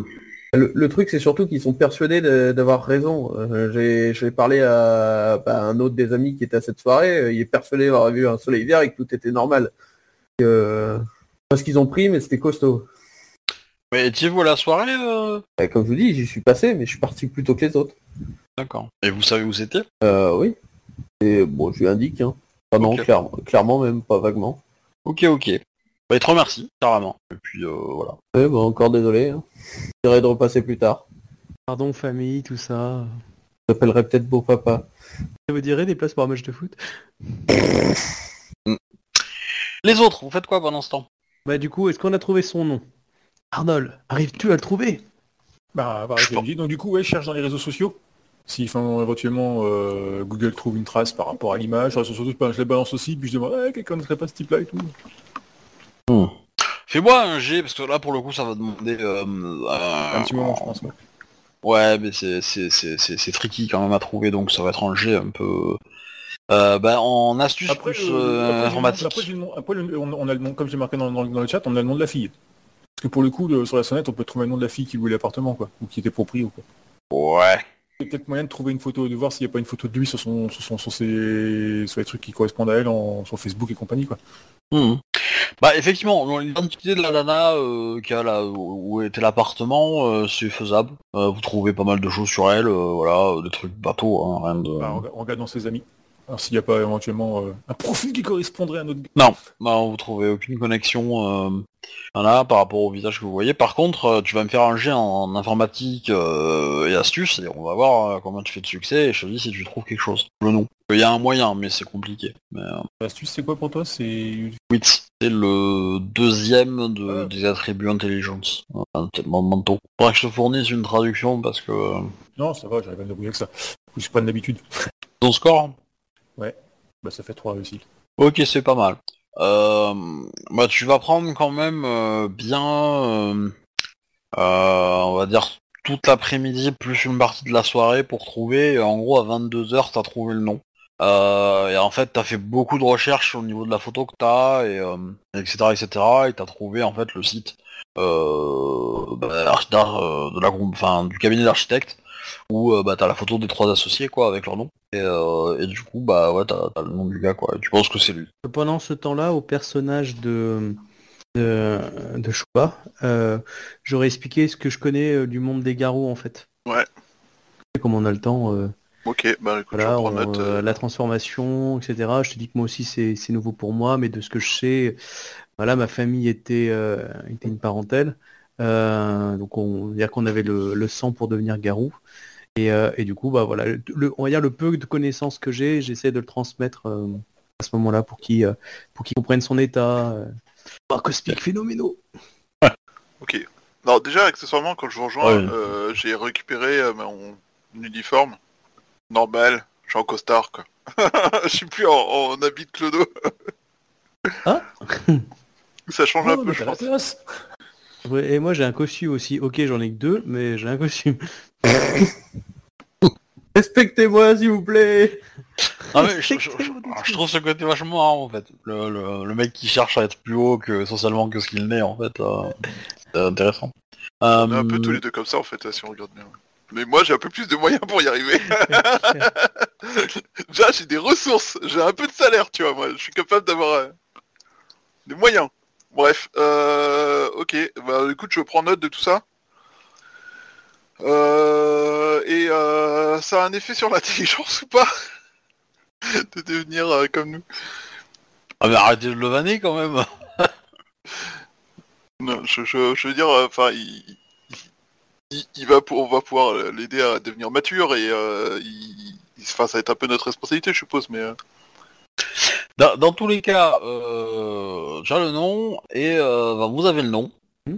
Le, le truc, c'est surtout qu'ils sont persuadés de- d'avoir raison. Euh, j'ai- J'ai parlé à bah, un autre des amis qui était à cette soirée. euh, Il est persuadé d'avoir vu un soleil vert et que tout était normal. Euh, parce qu'ils ont pris, mais c'était costaud. mais étiez vous à la soirée euh Et comme je vous dis, j'y suis passé, mais je suis parti plus tôt que les autres. D'accord. Et vous savez où c'était Euh, oui. Et bon, je lui indique. Hein. Enfin, non, Ok. clairement, clairement même, pas vaguement. Ok, ok. Bah, il te remercie, carrément. Et puis, euh, voilà. Ouais, bah, encore désolé. Hein. J'irai de repasser plus tard. Pardon famille, tout ça. Je t'appellerai peut-être beau papa. Ça vous dirait des places pour un match de foot Les autres, vous faites quoi pendant ce temps Bah du coup, est-ce qu'on a trouvé son nom Arnold, arrives-tu à le trouver Bah, bah, Je je l'ai pense- dit. Donc du coup, ouais, je cherche dans les réseaux sociaux. Si enfin, éventuellement euh, Google trouve une trace par rapport à l'image, sur les réseaux sociaux, ben, je les balance aussi, puis je demande, Eh, quelqu'un ne serait pas ce type-là et tout. Fais-moi un G, parce que là, pour le coup, ça va demander... euh, euh, Un petit moment, je pense. ouais. Ouais, mais c'est- c'est c'est- c'est- c'est tricky quand même à trouver, donc ça va être un jet un peu... Euh, bah, en astuce Après, plus euh, euh, après, j'ai le nom- informatique. après, j'ai le nom- après, le- on, on a le nom, comme j'ai marqué dans, dans- dans le chat, on a le nom de la fille. Parce que pour le coup, le- sur la sonnette, on peut trouver le nom de la fille qui louait l'appartement, quoi, ou qui était proprio, quoi. Ouais. Il y a peut-être moyen de trouver une photo, de voir s'il n'y a pas une photo de lui sur son, sur son- sur ses- sur les trucs qui correspondent à elle, en, sur Facebook et compagnie, quoi. Mhm. Bah effectivement, bon, l'identité de la nana euh, qui a là où où était l'appartement, euh, c'est faisable. Euh, vous trouvez pas mal de choses sur elle, euh, voilà, euh, des trucs bateaux, hein, rien de. Bah, en, en regardant ses amis. Alors s'il n'y a pas éventuellement euh, un profil qui correspondrait à notre gars. Bah, vous trouvez aucune connexion euh, voilà, par rapport au visage que vous voyez. Par contre, euh, tu vas me faire un jet en, en informatique euh, et astuces et on va voir euh, combien tu fais de succès et je te dis si tu trouves quelque chose. Le nom. Il y a un moyen, mais c'est compliqué. Mais, euh, L'astuce, c'est quoi pour toi C'est wits, c'est le deuxième de- Ah. des attributs Euh, intelligence. Enfin, tellement de manteau. Faudra que je te fournisse une traduction parce que... euh, Non, ça va, j'arrive à me débrouiller avec ça. Je suis pas de l'habitude. Ton score Bah ça fait trois réussites. Ok, c'est pas mal. Euh, bah, tu vas prendre quand même euh, bien, euh, euh, on va dire, toute l'après-midi plus une partie de la soirée pour trouver. Et En gros, à 22h, t'as trouvé le nom. Euh, et en fait, t'as fait beaucoup de recherches au niveau de la photo que t'as, et, euh, etc., etc. Et t'as trouvé en fait le site euh, bah, d'archi- d'ar- euh, de la, groupe- enfin, du cabinet d'architecte où euh, bah, t'as la photo des trois associés quoi avec leur nom. Et, euh, et du coup, bah ouais, t'as t'as le nom du gars quoi. Et tu penses que c'est lui. Pendant ce temps-là, au personnage de de, de Shuba, euh, j'aurais expliqué ce que je connais euh, du monde des garous en fait. Ouais. Et Comme on a le temps, euh, Ok, bah écoute, voilà, je prends on, note. euh, la transformation, etc. Je te dis que moi aussi c'est c'est nouveau pour moi, mais de ce que je sais, voilà, ma famille était, euh, était une parentèle. Euh, donc on, on va dire qu'on avait le, le sang pour devenir garou. Et, euh, et du coup, bah voilà, le, on va dire le peu de connaissances que j'ai, j'essaie de le transmettre euh, à ce moment-là pour qu'il euh, pour qu'il comprenne son état. euh. Oh, cosmique phénoménaux. Ok. Non, déjà, accessoirement, quand je vous rejoins, Ouais. euh, j'ai récupéré euh, mon uniforme. Normal, je suis en costard, quoi. <laughs> Je suis plus en, en habit de clodo. Ah. Ça change un Oh, peu, mais je t'as la Ah, pense. classe Ouais, Et moi j'ai un costume aussi. Ok, j'en ai que deux, mais j'ai un costume. <laughs> Respectez-moi, s'il vous plaît Ah ouais, je, je- je- je trouve ce côté vachement marrant en fait. Le, le- le mec qui cherche à être plus haut que socialement que ce qu'il n'est en fait, euh, c'est intéressant. Euh, On est un peu tous les deux comme ça, en fait, si on regarde bien. Mais moi, j'ai un peu plus de moyens pour y arriver. déjà, j'ai des ressources, j'ai un peu de salaire, tu vois, moi. Je suis capable d'avoir euh, des moyens. Bref, euh, ok, bah écoute, je prends note de tout ça. Euh, et euh, ça a un effet sur <laughs> l'intelligence ou pas De devenir euh, comme nous. Ah mais arrêtez de le vanner quand même. <laughs> Non, je, je- je veux dire, euh, enfin, il, il- il va pour, on va pouvoir euh, l'aider à devenir mature et euh, il, il- enfin, ça va être un peu notre responsabilité, je suppose, mais euh, Dans, dans tous les cas, euh, déjà le nom et euh, bah, vous avez le nom. Hmm.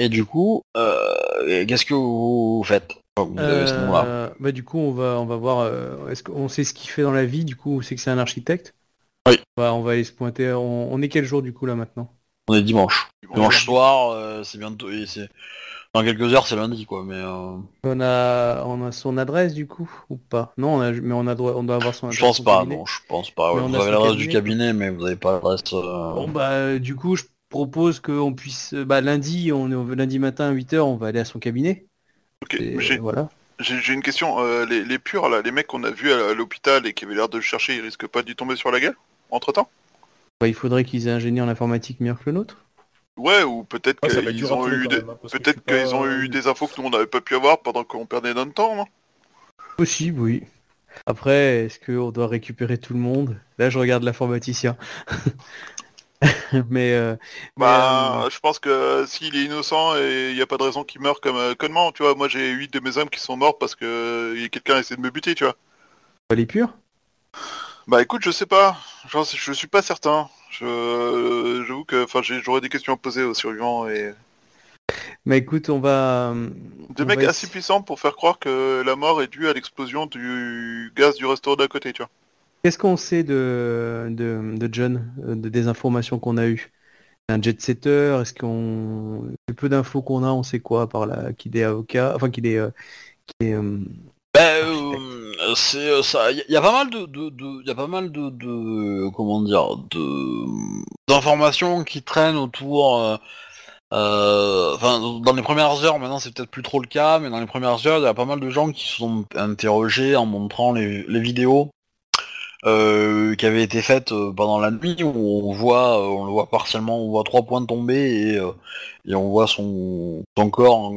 Et du coup, euh, et qu'est-ce que vous faites quand vous avez ce nom-là Euh, bah, du coup, on va, on va voir. euh, Est-ce qu'on sait ce qu'il fait dans la vie Du coup, on sait que c'est un architecte. Oui. Bah, on va aller se pointer. On, on est quel jour du coup là maintenant On est dimanche. bon, Dimanche soir, euh, c'est bientôt. et c'est- Dans quelques heures, c'est lundi quoi. Mais euh, On a, on a son adresse du coup ou pas Non, on a, mais on a droit, on doit avoir son. je adresse, pense son pas. cabinet. Non, je pense pas. ouais. Mais on Vous a avez son l'adresse du cabinet, mais vous n'avez pas l'adresse. euh, Bon bah, euh, du coup, je propose qu'on puisse. euh, Bah, lundi, on est lundi matin à 8 h on va aller à son cabinet. ok, Et, j'ai- voilà. J'ai j'ai une question, euh, les, les purs là, les mecs qu'on a vus à l'hôpital et qui avaient l'air de le chercher, ils risquent pas d'y tomber sur la gueule entre temps Bah, il faudrait qu'ils aient un génie en informatique meilleur que le nôtre. Ouais, ou peut-être Ouais, Ah, ça va être qu'ils dur à ont trouver, eu quand des... même, hein, parce que Peut-être je suis qu'ils pas- ont eu des infos que nous on n'avait pas pu avoir pendant qu'on perdait notre temps, non Possible, oui. Après, est-ce qu'on doit récupérer tout le monde Là, je regarde l'informaticien. <laughs> mais euh, Bah, je pense que s'il est innocent et il n'y a pas de raison qu'il meure comme euh, connement, tu vois, moi j'ai 8 de mes hommes qui sont morts parce que euh, il y a quelqu'un a essayé de me buter, tu vois. on va les purs Bah écoute, je sais pas, J'en sais- je suis pas certain. Je j'avoue que enfin j'ai- j'aurais des questions à poser aux survivants et Mais écoute, on va. euh, des on mecs va assez essa- puissants pour faire croire que la mort est due à l'explosion du gaz du restaurant d'à côté, tu vois. Qu'est-ce qu'on sait de, de, de John, euh, de- des informations qu'on a eues Un jet-setter Est-ce qu'on. Le peu d'infos qu'on a, on sait quoi, par là Qu'il est avocat Enfin, qu'il est. euh, qu'il est, euh, Ben, euh, euh, c'est euh, ça. Il y, a- y a pas mal de, de, de- y a pas mal de, de- comment dire, de d'informations qui traînent autour. euh, euh, Enfin, dans les premières heures, maintenant c'est peut-être plus trop le cas, mais dans les premières heures, il y a pas mal de gens qui se sont interrogés en montrant les, les vidéos euh, qui avaient été faites euh, pendant la nuit où on voit, euh, on le voit partiellement, on voit trois points tomber et, euh, et on voit son, son corps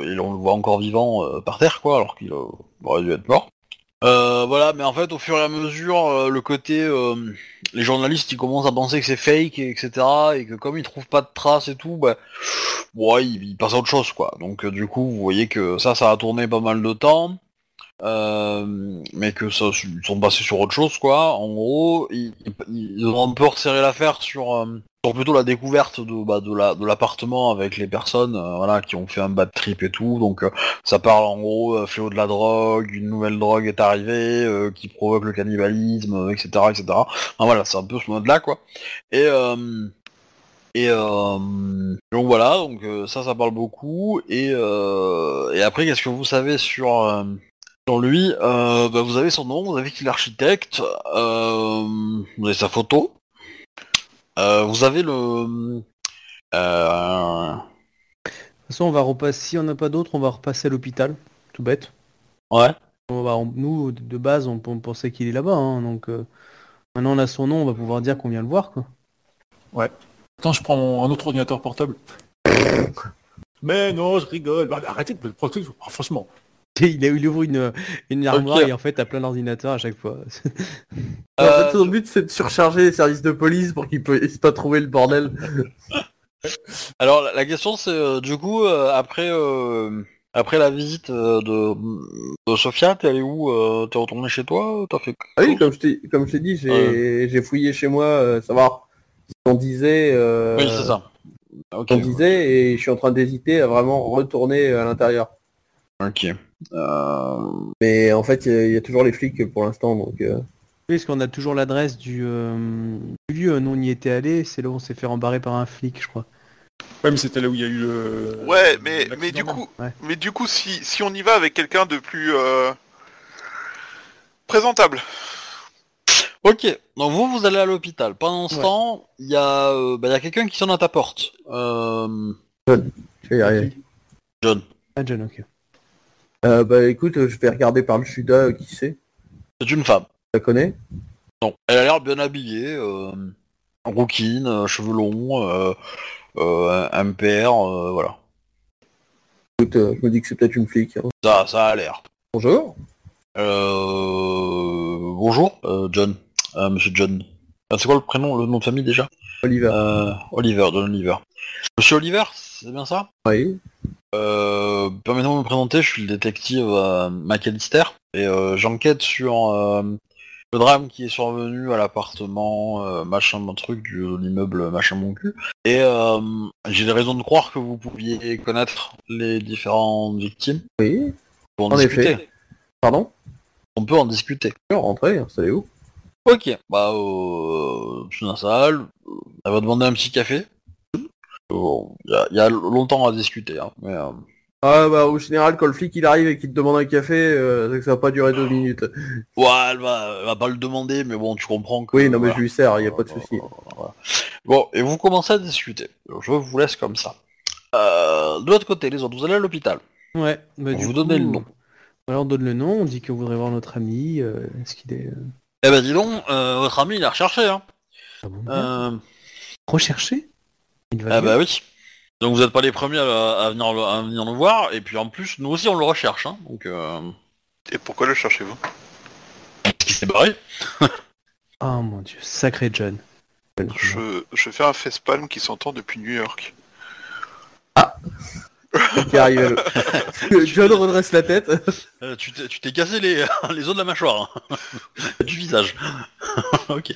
euh, et on le voit encore vivant euh, par terre, quoi, alors qu'il euh, aurait dû être mort. Euh, voilà, mais en fait, au fur et à mesure, euh, le côté, euh, les journalistes, ils commencent à penser que c'est fake, et etc., et que comme ils trouvent pas de traces et tout, bah, bon, ouais, ils, ils passent à autre chose, quoi. Donc, euh, du coup, vous voyez que ça, ça a tourné pas mal de temps, euh, mais que ça, ils sont passés sur autre chose, quoi. En gros, ils, ils- ils ont un peu resserré l'affaire sur, euh, sur plutôt la découverte de, bah, de la- de l'appartement avec les personnes, euh, voilà, qui ont fait un bad trip et tout, donc... euh, ça parle en gros euh, fléau de la drogue, une nouvelle drogue est arrivée euh, qui provoque le cannibalisme, euh, etc., etc. Enfin, voilà, c'est un peu ce mode-là quoi. Et euh, et euh, donc voilà, donc euh, ça, ça parle beaucoup. Et euh, et après, qu'est-ce que vous savez sur euh, sur lui Euh, bah, Vous avez son nom, vous avez qu'il est architecte, euh, vous avez sa photo, euh, vous avez le euh, toute façon, on va repasser. Si on n'a pas d'autres, on va repasser à l'hôpital. Tout bête. ouais. On va- on- nous, de- de base, on, on pensait qu'il est là-bas. hein, donc euh, maintenant, on a son nom, on va pouvoir dire qu'on vient le voir. Quoi. <laughs> Attends, je prends mon- un autre ordinateur portable. Mais non, je rigole. Bah, arrêtez de me prendre tout- ah, Franchement. Et Il, a, il ouvre une, une armoire Ok. et en fait, t'as plein d'ordinateurs à chaque fois. <laughs> Euh, En fait, son but, c'est de surcharger les services de police pour qu'ils puissent pas trouver le bordel. Alors la, la question c'est euh, du coup euh, après euh, après la visite euh, de, de Sofia, t'es allé où euh, T'es retourné chez toi T'as fait Ah oui, comme je t'ai comme je t'ai dit, j'ai j'ai fouillé chez moi, euh, savoir ce qu'on disait. euh, Oui c'est ça. Ok. qu'on disait et je suis en train d'hésiter à vraiment retourner à l'intérieur. Ok. Euh, Mais en fait, il y a- il y, a toujours les flics pour l'instant, donc euh, Oui, parce qu'on a toujours l'adresse du, euh, du lieu. Nous, on y était allé. C'est là où on s'est fait rembarrer par un flic, je crois. Ouais, mais c'était là où il y a eu le. Ouais, mais, mais Euh, l'accident du <laughs> même. coup, Ouais. mais du coup, si, si on y va avec quelqu'un de plus euh, présentable, Ok. Donc vous vous allez à l'hôpital. Pendant ce Ouais. temps, il y a euh, bah, il y a quelqu'un qui sonne à ta porte. Euh, je vais y arriver. John. Ah, John, ok. Euh, bah écoute, je vais regarder par le chuda, qui c'est C'est une femme. Tu la connais Non. Elle a l'air bien habillée. Euh, rouquine, euh, cheveux longs, euh, euh, MPR, euh, voilà. Écoute, euh, je me dis que c'est peut-être une flic. hein. Ça ça a l'air. Bonjour. Euh, bonjour, euh, John. Euh, Monsieur John. Ah, c'est quoi le prénom, le nom de famille déjà Oliver. Euh, Oliver, John Oliver. Monsieur Oliver, c'est bien ça Ah Oui. euh, Permettez-moi de me présenter, je suis le détective euh, McAllister et euh, j'enquête sur euh, le drame qui est survenu à l'appartement, euh, machin, mon truc, du de l'immeuble, machin, mon cul. Et euh, j'ai des raisons de croire que vous pouviez connaître les différentes victimes. Oui. Pour en, En discuter. effet. Pardon On peut en discuter. Alors, Rentrez, installez-vous. Ok, bah, euh, je suis dans la salle, euh, elle va demander un petit café. Bon, il y, a- y a longtemps à discuter, hein, mais... euh, Ah bah au général, quand le flic il arrive et qu'il te demande un café, euh, c'est que ça va pas durer deux minutes. Ouais, elle va, elle va pas le demander, mais bon, tu comprends que... Oui, non mais voilà. Euh, je lui sers, il y a pas de souci. Voilà. Bon, et vous commencez à discuter. Je vous laisse comme ça. Euh, de l'autre côté, les autres, vous allez à l'hôpital. Ouais, bah, Vous du donnez le coup, nom. Voilà, on donne le nom, on dit qu'on voudrait voir notre ami. euh, Est-ce qu'il est euh, Eh ben dis donc, euh, votre ami, il a recherché, hein ah bon, euh, recherché Il va Ah bien bah oui. Donc vous n'êtes pas les premiers à, à venir, le- à venir nous voir, et puis en plus, nous aussi, on le recherche, hein, donc... Euh... et pourquoi le cherchez-vous Qui s'est barré Ah mon dieu, sacré John. je, je fais un facepalm qui s'entend depuis New York. Qui arrive. <laughs> à le- John redresse la tête. Euh, tu t'es tu t'es cassé les, <laughs> les os de la mâchoire, hein. <laughs> du visage. <laughs> ok.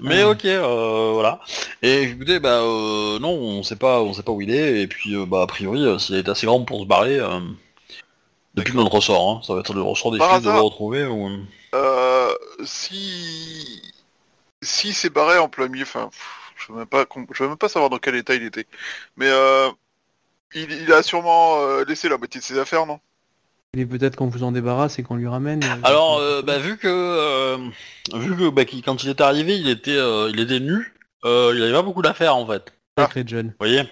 Mais Ah. ok, euh, voilà. Et écoutez, bah euh, non, on sait pas, on sait pas où il est. Et puis, euh, bah a priori, euh, s'il est assez grand pour se barrer, euh, depuis notre ressort, hein, ça va être le ressort des Par flics de le hasard. retrouver. Ou... Euh, si si c'est barré en plein milieu, enfin, pff, je veux même pas, com- je veux même pas savoir dans quel état il était. Mais euh, il, il a sûrement euh, laissé la moitié de ses affaires, non Mais peut-être qu'on vous en débarrasse et qu'on lui ramène. euh, Alors, vous- euh, bah, vu que, euh, vu que bah, qu'il- quand il est arrivé, il était, euh, il était nu, euh, il avait pas beaucoup d'affaires en fait. Vous Sacré John. voyez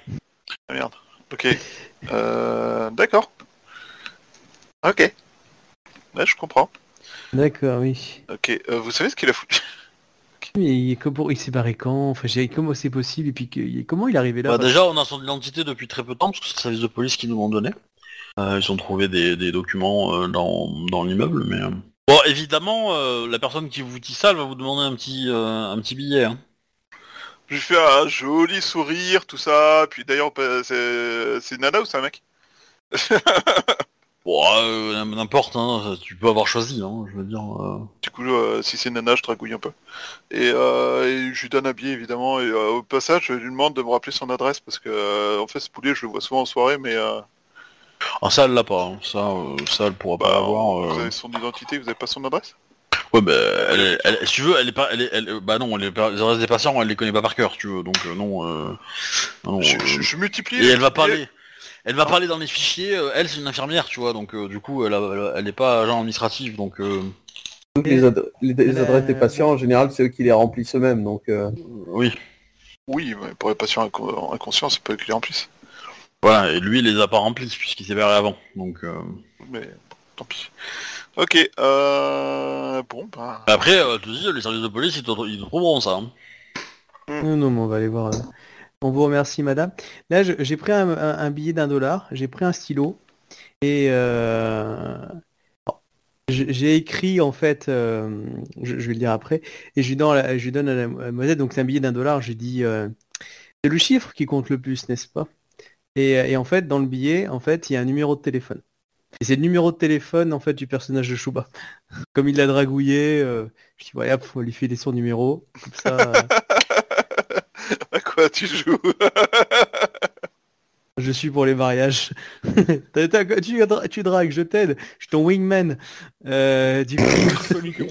Ah merde. Ok. Euh, D'accord. Ok. Là, je comprends. D'accord, oui. Ok. euh, vous savez ce qu'il a foutu <laughs> Mais il, est comment- il s'est barré quand Enfin, j'ai- comment c'est possible Et puis que- il- comment il est arrivé là Bah, déjà, on a son identité depuis très peu de temps, parce que c'est le service de police qui nous l'ont donné. Euh, ils ont trouvé des, des documents euh, dans, dans l'immeuble, mais... euh. Bon, évidemment, euh, la personne qui vous dit ça, elle va vous demander un petit, euh, un petit billet. hein. Je lui fais un joli sourire, tout ça. Puis d'ailleurs, bah, c'est c'est une nana ou c'est un mec Bon, euh, n'importe, hein, tu peux avoir choisi, hein, je veux dire... euh. Du coup, euh, si c'est une nana, je dragouille un peu. Et, euh, et je lui donne un billet, évidemment. Et euh, au passage, je lui demande de me rappeler son adresse parce que, euh, en fait, ce poulet, je le vois souvent en soirée, mais euh, Ah, ça, elle l'a pas, hein. ça, euh, ça, elle pourra pas bah, l'avoir. vous euh. avez son identité, vous n'avez pas son adresse Ouais, bah, elle, est- elle- si tu veux, elle est pas... Elle est- elle- euh, bah non, elle est pas- les adresses des patients, elle les connaît pas par cœur, si tu veux, donc euh, non... euh, non, je, euh, je- je multiplie. Et les elle va billets. parler. Elle va parler dans les fichiers. euh, elle, c'est une infirmière, tu vois. Donc, euh, du coup, elle, a- elle a- elle est pas agent administratif. Donc, euh, Toutes les, ad- les- les adresses des patients, en général, c'est eux qui les remplissent eux-mêmes. Donc, euh, oui. Oui, mais pour les patients inco- inconscients, c'est pas eux qui les remplissent. Voilà. Et lui, il les a pas remplis puisqu'il s'est barré avant. Donc, euh, Mais bon, tant pis. Ok, euh... Bon, bah... après, euh, tu dis, les services de police, ils te, ils te trouveront ça. hein. Non, non, mais on va aller voir. euh. On vous remercie, madame. Là, je- j'ai pris un, un- un billet d'un dollar, j'ai pris un stylo et euh, bon, j'ai j'ai écrit en fait, euh, je, je vais le dire après, et je lui donne, à la- je lui donne à la demoiselle, donc c'est un billet d'un dollar, j'ai dit euh, c'est le chiffre qui compte le plus, n'est-ce pas et, euh, et en fait, dans le billet, en fait, il y a un numéro de téléphone. Et c'est le numéro de téléphone en fait du personnage de Chouba. <laughs> Comme il l'a dragouillé, euh, je dis ouais, hop, faut lui filer son numéro, comme ça. euh, <laughs> à quoi tu joues <laughs> Je suis pour les mariages. <laughs> T'as- t'as- tu, dra- tu dragues, je t'aide. Je suis ton wingman. Euh, du coup,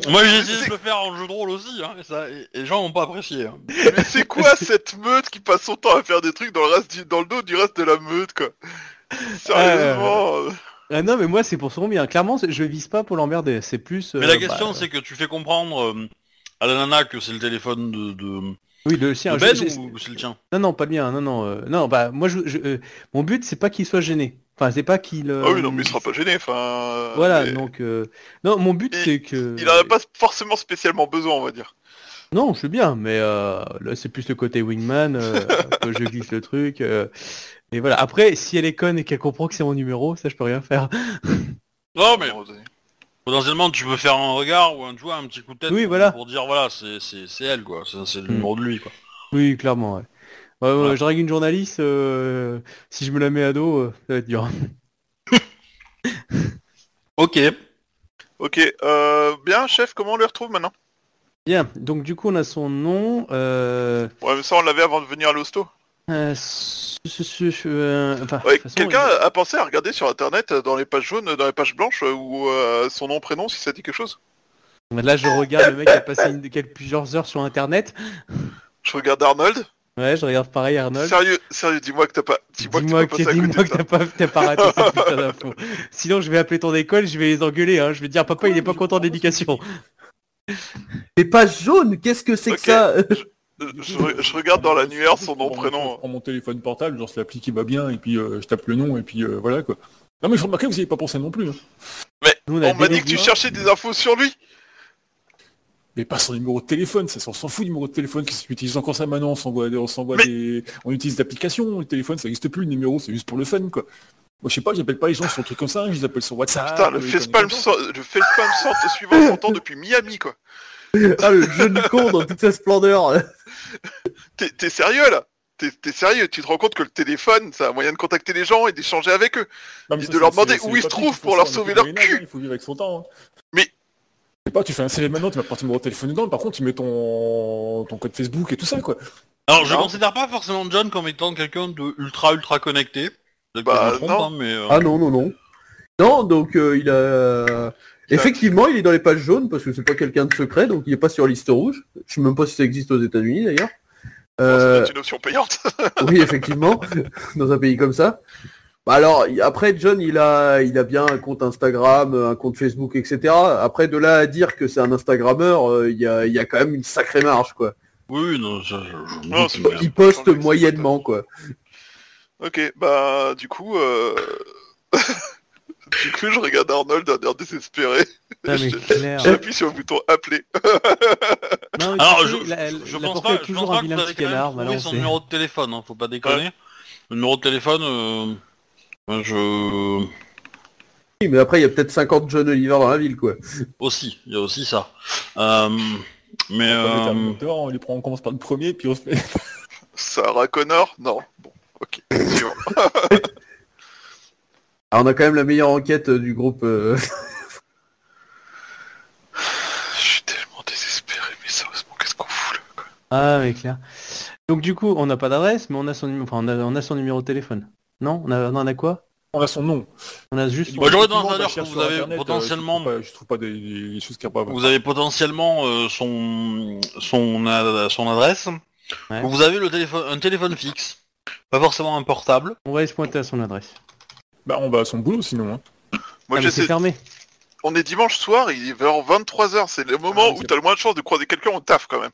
Moi, j'ai essayé de le faire en jeu de rôle aussi. Hein, et, ça, et- et les gens n'ont pas apprécié. hein. Mais c'est <laughs> quoi cette meute qui passe son temps à faire des trucs dans le, reste du- dans le dos du reste de la meute, quoi Euh, Sérieusement euh, ah non, mais moi, c'est pour son bien. Clairement, c'est- je vise pas pour l'emmerder. C'est plus. Mais euh, la question, bah, c'est que tu fais comprendre euh, à la nana que c'est le téléphone de, de, Oui, le sien. de je- Ben je- ou c'est le tien. Non, non, pas le mien. Non, non, euh, non. Bah, moi, je, je- euh, mon but, c'est pas qu'il soit gêné. Enfin, c'est pas qu'il. euh, Ah oui, non, mais il sera pas gêné, enfin... euh, Voilà, euh, mais donc. euh, Non, mon but, Il- c'est que. Il en a pas forcément spécialement besoin, on va dire. Non, je suis bien, mais euh, là, c'est plus le côté wingman, euh, que je glisse le truc. euh, et voilà. Après, si elle est conne et qu'elle comprend que c'est mon numéro, ça, je peux rien faire. Non, mais On va donner. Potentiellement, tu peux faire un regard ou un, tu vois, un petit coup de tête Oui, pour- voilà. pour dire voilà, c'est- c'est c'est elle quoi, c'est c'est le Mm. numéro de lui quoi. Oui, clairement, ouais. Ouais, ouais, Voilà. Je drague une journaliste, euh, si je me la mets à dos, euh, ça va être dur. Ok. Ok, euh... Bien, chef, comment on le retrouve maintenant Bien, donc du coup on a son nom, euh, Ouais, mais ça, on l'avait avant de venir à l'hosto. euh, ce- ce- ce- euh, enfin, de Ouais, toute façon, Quelqu'un a pensé à regarder sur internet euh, dans les pages jaunes, euh, dans les pages blanches, euh, ou euh, son nom, prénom, si ça dit quelque chose il- Là je regarde le mec qui a passé une, quelques- plusieurs heures sur internet. Je regarde Arnold. Ouais, je regarde pareil Arnold. Sérieux, sérieux, dis-moi que t'as pas. Dis-moi que Dis-moi t'as pas que, passé à dis-moi côté de que ça. t'as pas, t'as pas raté <laughs> cette putain d'info. Sinon je vais appeler ton école, je vais les engueuler, hein. je vais dire papa il est pas content d'éducation. les pages jaunes, qu'est-ce que c'est Ok. que <laughs> ça Je, je- je regarde dans l'annuaire son nom, Je prénom. prends mon téléphone portable, genre c'est l'appli qui va bien, et puis euh, je tape le nom, et puis euh, voilà quoi. Non mais je remarquais que vous n'y avez pas pensé non plus. hein. Nous, a On m'a dit que tu délégué- cherchais des infos sur lui. Mais pas son numéro de téléphone, ça, on s'en fout du numéro de téléphone, qui utilise encore ça maintenant, on s'envoie, on s'envoie Mais- des... On utilise des applications, le téléphone ça n'existe plus, le numéro c'est juste pour le fun quoi. Moi je sais pas, j'appelle pas les gens sur un truc comme ça, hein, je les appelle sur Ah WhatsApp. Putain, le euh, facepalm connexion. sans- le facepalm sans- suivant son temps depuis Miami, quoi. Ah, le jeu du con dans toute sa splendeur. T'es t'es sérieux, là T'es t'es sérieux Tu te rends compte que le téléphone, c'est un moyen de contacter les gens et d'échanger avec eux. Non, mais Et ça, de leur c'est- c'est- demander c'est où les ils se papys trouvent qui pour font leur ça sauver leur depuis le Moyen-Âge, cul. hein, Il faut vivre avec son temps. hein. Mais- Je sais pas, tu fais un CV maintenant, tu vas partir numéro de téléphone dedans, par contre tu mets ton, ton code Facebook et tout ça quoi. Alors, je Non. considère pas forcément John comme étant quelqu'un de ultra ultra connecté. Peut-être que Bah, je me trompe, non. hein, mais euh, Ah non, non, non. Non, donc euh, il a... Effectivement, il est dans les pages jaunes parce que c'est pas quelqu'un de secret, donc il est pas sur liste rouge. Je sais même pas si ça existe aux États-Unis d'ailleurs. Bon, ça doit Euh, être une option payante. <laughs> <laughs> oui, effectivement, dans un pays comme ça. Bah alors, y- après, John, il a, il a bien un compte Instagram, euh, un compte Facebook, etc. Après, de là à dire que c'est un Instagrammeur, euh, il y, a, il y a quand même une sacrée marge, quoi. Oui, non, ça, je, je me Non, doute, c'est mais- euh. pas- Il poste Attends, mais c'est moyennement, quoi. Ok, bah du coup, euh... <laughs> du coup, je regarde Arnold d'un air désespéré. Non, <laughs> mais clair. J'appuie sur le bouton appeler. Non, mais tu Alors, sais, je, la- je- je la pense porte pas, est je pense toujours pas un que vilain vous avez petit quand même canard, trouvé maintenant, son c'est- numéro de téléphone, hein, faut pas déconner. Le numéro de téléphone, euh, moi, je... Oui, mais après, il y a peut-être 50 John Oliver dans la ville, quoi. Aussi, il y a aussi ça. Euh, mais... On euh, fait un moteur, on les prend, on commence par le premier, puis on se fait. <laughs> Sarah Connor Non. Bon, ok. Suivant. Alors, on a quand même la meilleure enquête euh, du groupe. euh, <laughs> Je suis tellement désespéré, mais sérieusement, qu'est-ce qu'on fout là quoi Ah, mais clair. Donc du coup, on n'a pas d'adresse, mais on a son numéro, enfin, on a, on a son numéro de téléphone. Non, on a, on en a quoi On a son nom. On a juste. Moi, j'aurais Bah, dans un Effectivement, heure je cherche que vous sur avez Internet, euh, potentiellement- je trouve pas, je trouve pas des, des choses qui apparaissent. Vous avez potentiellement euh, son, son, ad- son adresse. Ouais. Vous avez le téléphone, un téléphone fixe, pas forcément un portable. On va aller se pointer à son adresse. Bah, on va à son boulot sinon. Hein. Moi, ah, mais j'essaie- c'est fermé. On est dimanche soir, il est vers 23h. C'est le moment Ah, où c'est- t'as le moins de chances de croiser quelqu'un au taf quand même.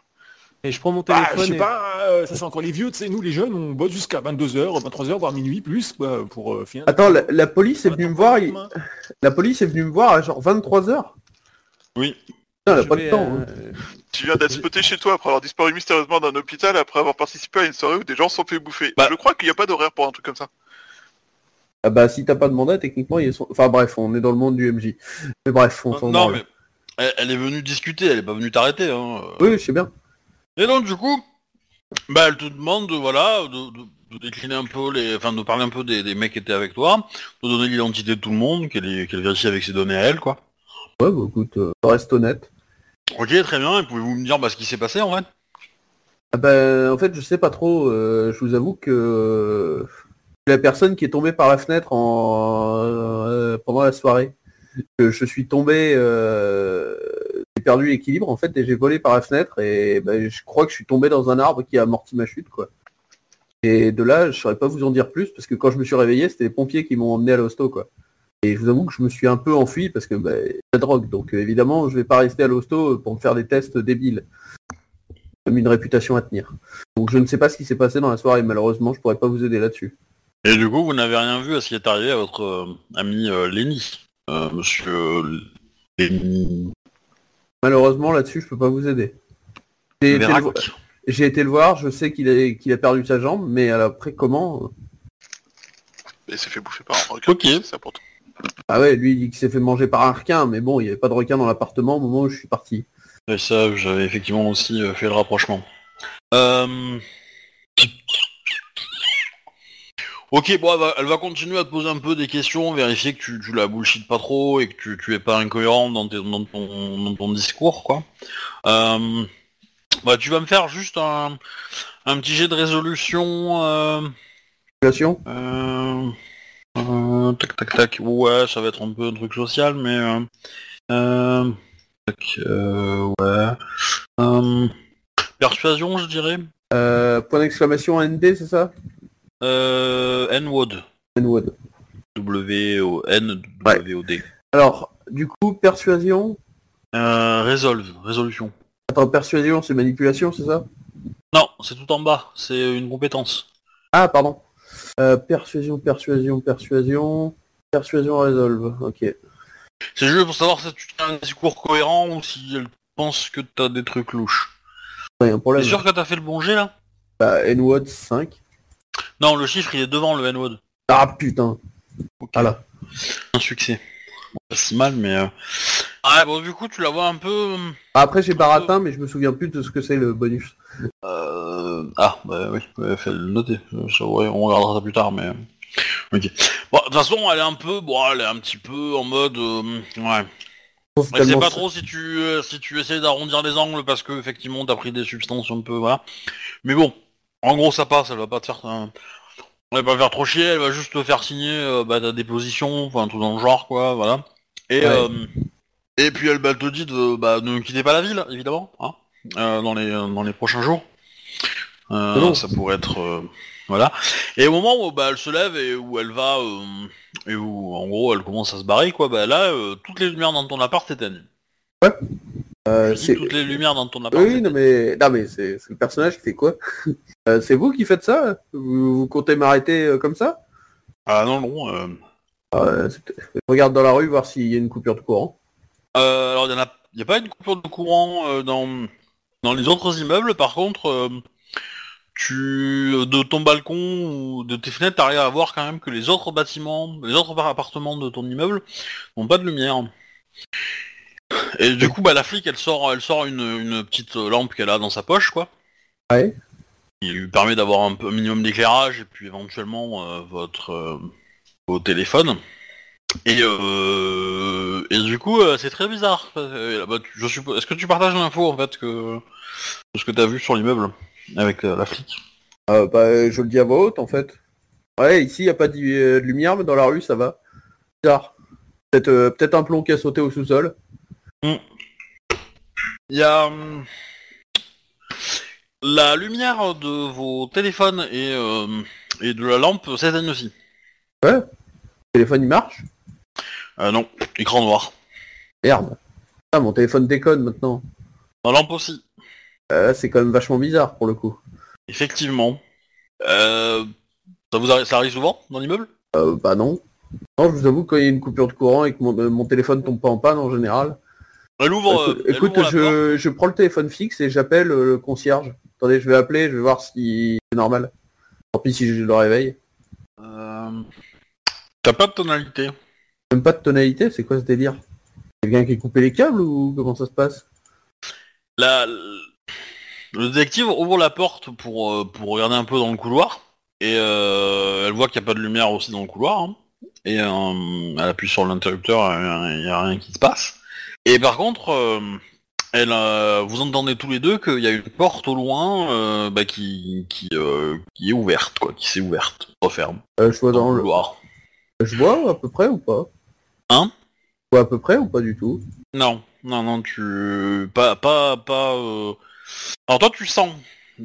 Et je prends mon Bah, téléphone. je sais et- pas, euh, ça c'est encore les vieux, tu sais, nous les jeunes, on bosse jusqu'à 22h, 23h, voire minuit plus, quoi, pour euh, finir. Attends, la, la police est Ah, venue Ah, me voir. il- Demain. Bah, La police est venue me voir à genre 23 h Oui. Putain, elle a je pas de vais, temps. hein. euh, Tu viens d'être spoté chez toi après avoir disparu mystérieusement d'un hôpital après avoir participé à une soirée où des gens se sont fait bouffer. Bah. Je crois qu'il n'y a pas d'horaire pour un truc comme ça. Ah bah, si t'as pas de mandat, techniquement, ils sont. Enfin bref, on est dans le monde du MJ. Mais bref, on s'en non, branle. mais elle, elle est venue discuter, elle est pas venue t'arrêter. Hein. Oui, je sais bien. Et donc du coup, bah, elle te demande de, voilà, de, de- de décliner un peu les, enfin de parler un peu des, des mecs qui étaient avec toi, de donner l'identité de tout le monde, qu'elle est- qu'elle vérifie avec ses données à elle, quoi. Ouais, bah écoute, euh, reste honnête. Ok, très bien. Et pouvez-vous me dire bah, ce qui s'est passé en fait Ah bah, en fait, je sais pas trop. euh, je vous avoue que euh, la personne qui est tombée par la fenêtre en, euh, pendant la soirée, que je suis tombé, euh, j'ai perdu l'équilibre en fait et j'ai volé par la fenêtre et bah, je crois que je suis tombé dans un arbre qui a amorti ma chute quoi. Et de là, je saurais pas vous en dire plus parce que quand je me suis réveillé, c'était les pompiers qui m'ont emmené à l'hosto quoi. Et je vous avoue que je me suis un peu enfui parce que bah, la drogue, donc euh, évidemment, je vais pas rester à l'hosto euh, pour me faire des tests débiles, comme une réputation à tenir. Donc je ne sais pas ce qui s'est passé dans la soirée, malheureusement, je pourrais pas vous aider là-dessus. Et du coup, vous n'avez rien vu à ce qui est arrivé à votre euh, ami euh, Lenny, Euh, Monsieur euh, Lenny Malheureusement, là-dessus, je peux pas vous aider. J'ai été, le... Verac. vo- j'ai été le voir, je sais qu'il a... qu'il a perdu sa jambe, mais après comment Et il s'est fait bouffer par un requin. Ok. c'est ça pour toi. Ah ouais, lui il dit qu'il s'est fait manger par un requin, mais bon, il n'y avait pas de requin dans l'appartement au moment où je suis parti. Et ça, j'avais effectivement aussi euh, fait le rapprochement. Euh, Ok, bon, elle va, elle va continuer à te poser un peu des questions, vérifier que tu, tu la bullshit pas trop et que tu, tu es pas incohérent dans, tes- dans ton, dans ton discours, quoi. Euh, Bah, tu vas me faire juste un, un petit jet de résolution. euh, Situation Euh, euh, tac tac tac. Ouais, ça va être un peu un truc social, mais euh, euh, tac, euh, ouais. Euh, persuasion, je dirais. Euh, Point d'exclamation ND, c'est ça Euh, N-word. N-word. W O N Ouais. W O D. Alors, du coup, persuasion Euh, resolve, résolution. Attends, persuasion, c'est manipulation, c'est ça Non, c'est tout en bas. C'est une compétence. Ah, pardon. Euh, persuasion, persuasion, persuasion. Persuasion résolve, ok. C'est juste pour savoir si tu as un discours cohérent ou si elle pense que t'as des trucs louches. Pas un problème. T'es sûr que t'as fait le bon jet là Bah, N-word 5. Non, le chiffre il est devant le N-word. Ah putain Voilà. un succès. Bon, Pas si mal, mais. euh, Ah, bon, du coup, tu la vois un peu. Après j'ai baratin mais je me souviens plus de ce que c'est le bonus. euh, Ah, bah oui, ouais, fais le noter. Euh, Ça, ouais, on regardera ça plus tard, mais. euh, Ok. Bon, de toute façon, elle est un peu. Bon, elle est un petit peu en mode. euh, Ouais. Elle C'est sait tellement- pas trop si tu, euh, si tu essaies d'arrondir les angles parce que, effectivement, t'as pris des substances un peu. Voilà. Mais bon, en gros, ça passe, elle va pas te faire. un- Elle va pas faire trop chier, elle va juste te faire signer euh, bah, ta déposition, enfin tout dans le genre quoi, voilà. Et, Ouais. euh, et puis elle bah, te dit de bah, ne quitter pas la ville, évidemment, hein, euh, dans, les, dans les prochains jours. Euh, Non. ça pourrait être euh, Voilà. Et au moment où bah, elle se lève et où elle va, euh, et où en gros elle commence à se barrer, quoi, bah là, euh, toutes les lumières dans ton appart s'éteignent. Euh, Je dis c'est- Toutes les lumières dans ton appart. Oui, non mais, non, mais c'est c'est le personnage qui fait quoi <laughs> Euh, C'est vous qui faites ça vous, vous comptez m'arrêter euh, comme ça Ah non, non. euh, Euh, c'est peut-être- Je regarde dans la rue voir s'il y a une coupure de courant. Euh, alors, il n'y a, y a pas une coupure de courant euh, dans, dans les autres immeubles. Par contre, euh, tu, euh, de ton balcon ou de tes fenêtres, t'arrives à voir quand même que les autres bâtiments, les autres appartements de ton immeuble n'ont pas de lumière. Et du coup, bah, la flic, elle sort, elle sort une, une petite lampe qu'elle a dans sa poche, quoi. Ouais. Il lui permet d'avoir un, peu- un minimum d'éclairage et puis éventuellement euh, votre euh, vos téléphones. Et, euh, et du coup, euh, c'est très bizarre. Euh, bah, tu- je suppo- Est-ce que tu partages l'info en fait que de ce que t'as vu sur l'immeuble avec euh, la flic Euh, bah, je le dis à voix haute en fait. Ouais, ici il n'y a pas d'y- euh, de lumière, mais dans la rue ça va. Bizarre. Peut-être euh, peut-être un plomb qui a sauté au sous-sol. Il y a hum, la lumière de vos téléphones et euh, et de la lampe s'éteignent aussi. Le téléphone il marche Euh, non, écran noir. Merde. Ah, mon téléphone déconne maintenant. La lampe aussi. Euh, c'est quand même vachement bizarre pour le coup. Effectivement. Euh, ça vous arrive, ça arrive souvent dans l'immeuble Euh, bah non. Non, je vous avoue, quand il y a une coupure de courant et que mon, euh, mon téléphone tombe pas en panne en général. Elle ouvre. euh, écoute, elle écoute, ouvre la porte. je, je prends le téléphone fixe et j'appelle euh, le concierge. Attendez, je vais appeler, je vais voir si c'est normal. Tant pis si je le réveille. Euh, T'as pas de tonalité. Même pas de tonalité, c'est quoi ce délire Quelqu'un qui a coupé les câbles ou comment ça se passe La- Le détective ouvre la porte pour, euh, pour regarder un peu dans le couloir. Et euh, elle voit qu'il n'y a pas de lumière aussi dans le couloir. hein. Et euh, elle appuie sur l'interrupteur, euh, il n'y a rien qui se passe. Et par contre, euh, elle, euh, vous entendez tous les deux qu'il y a une porte au loin euh, bah, qui, qui, euh, qui est ouverte, quoi, qui s'est ouverte, referme, Euh, Je vois dans dans le le... couloir. Je vois à peu près ou pas Hein Je vois à peu près ou pas du tout Non, non, non, tu... Pas... pas, pas euh, Alors toi, tu sens.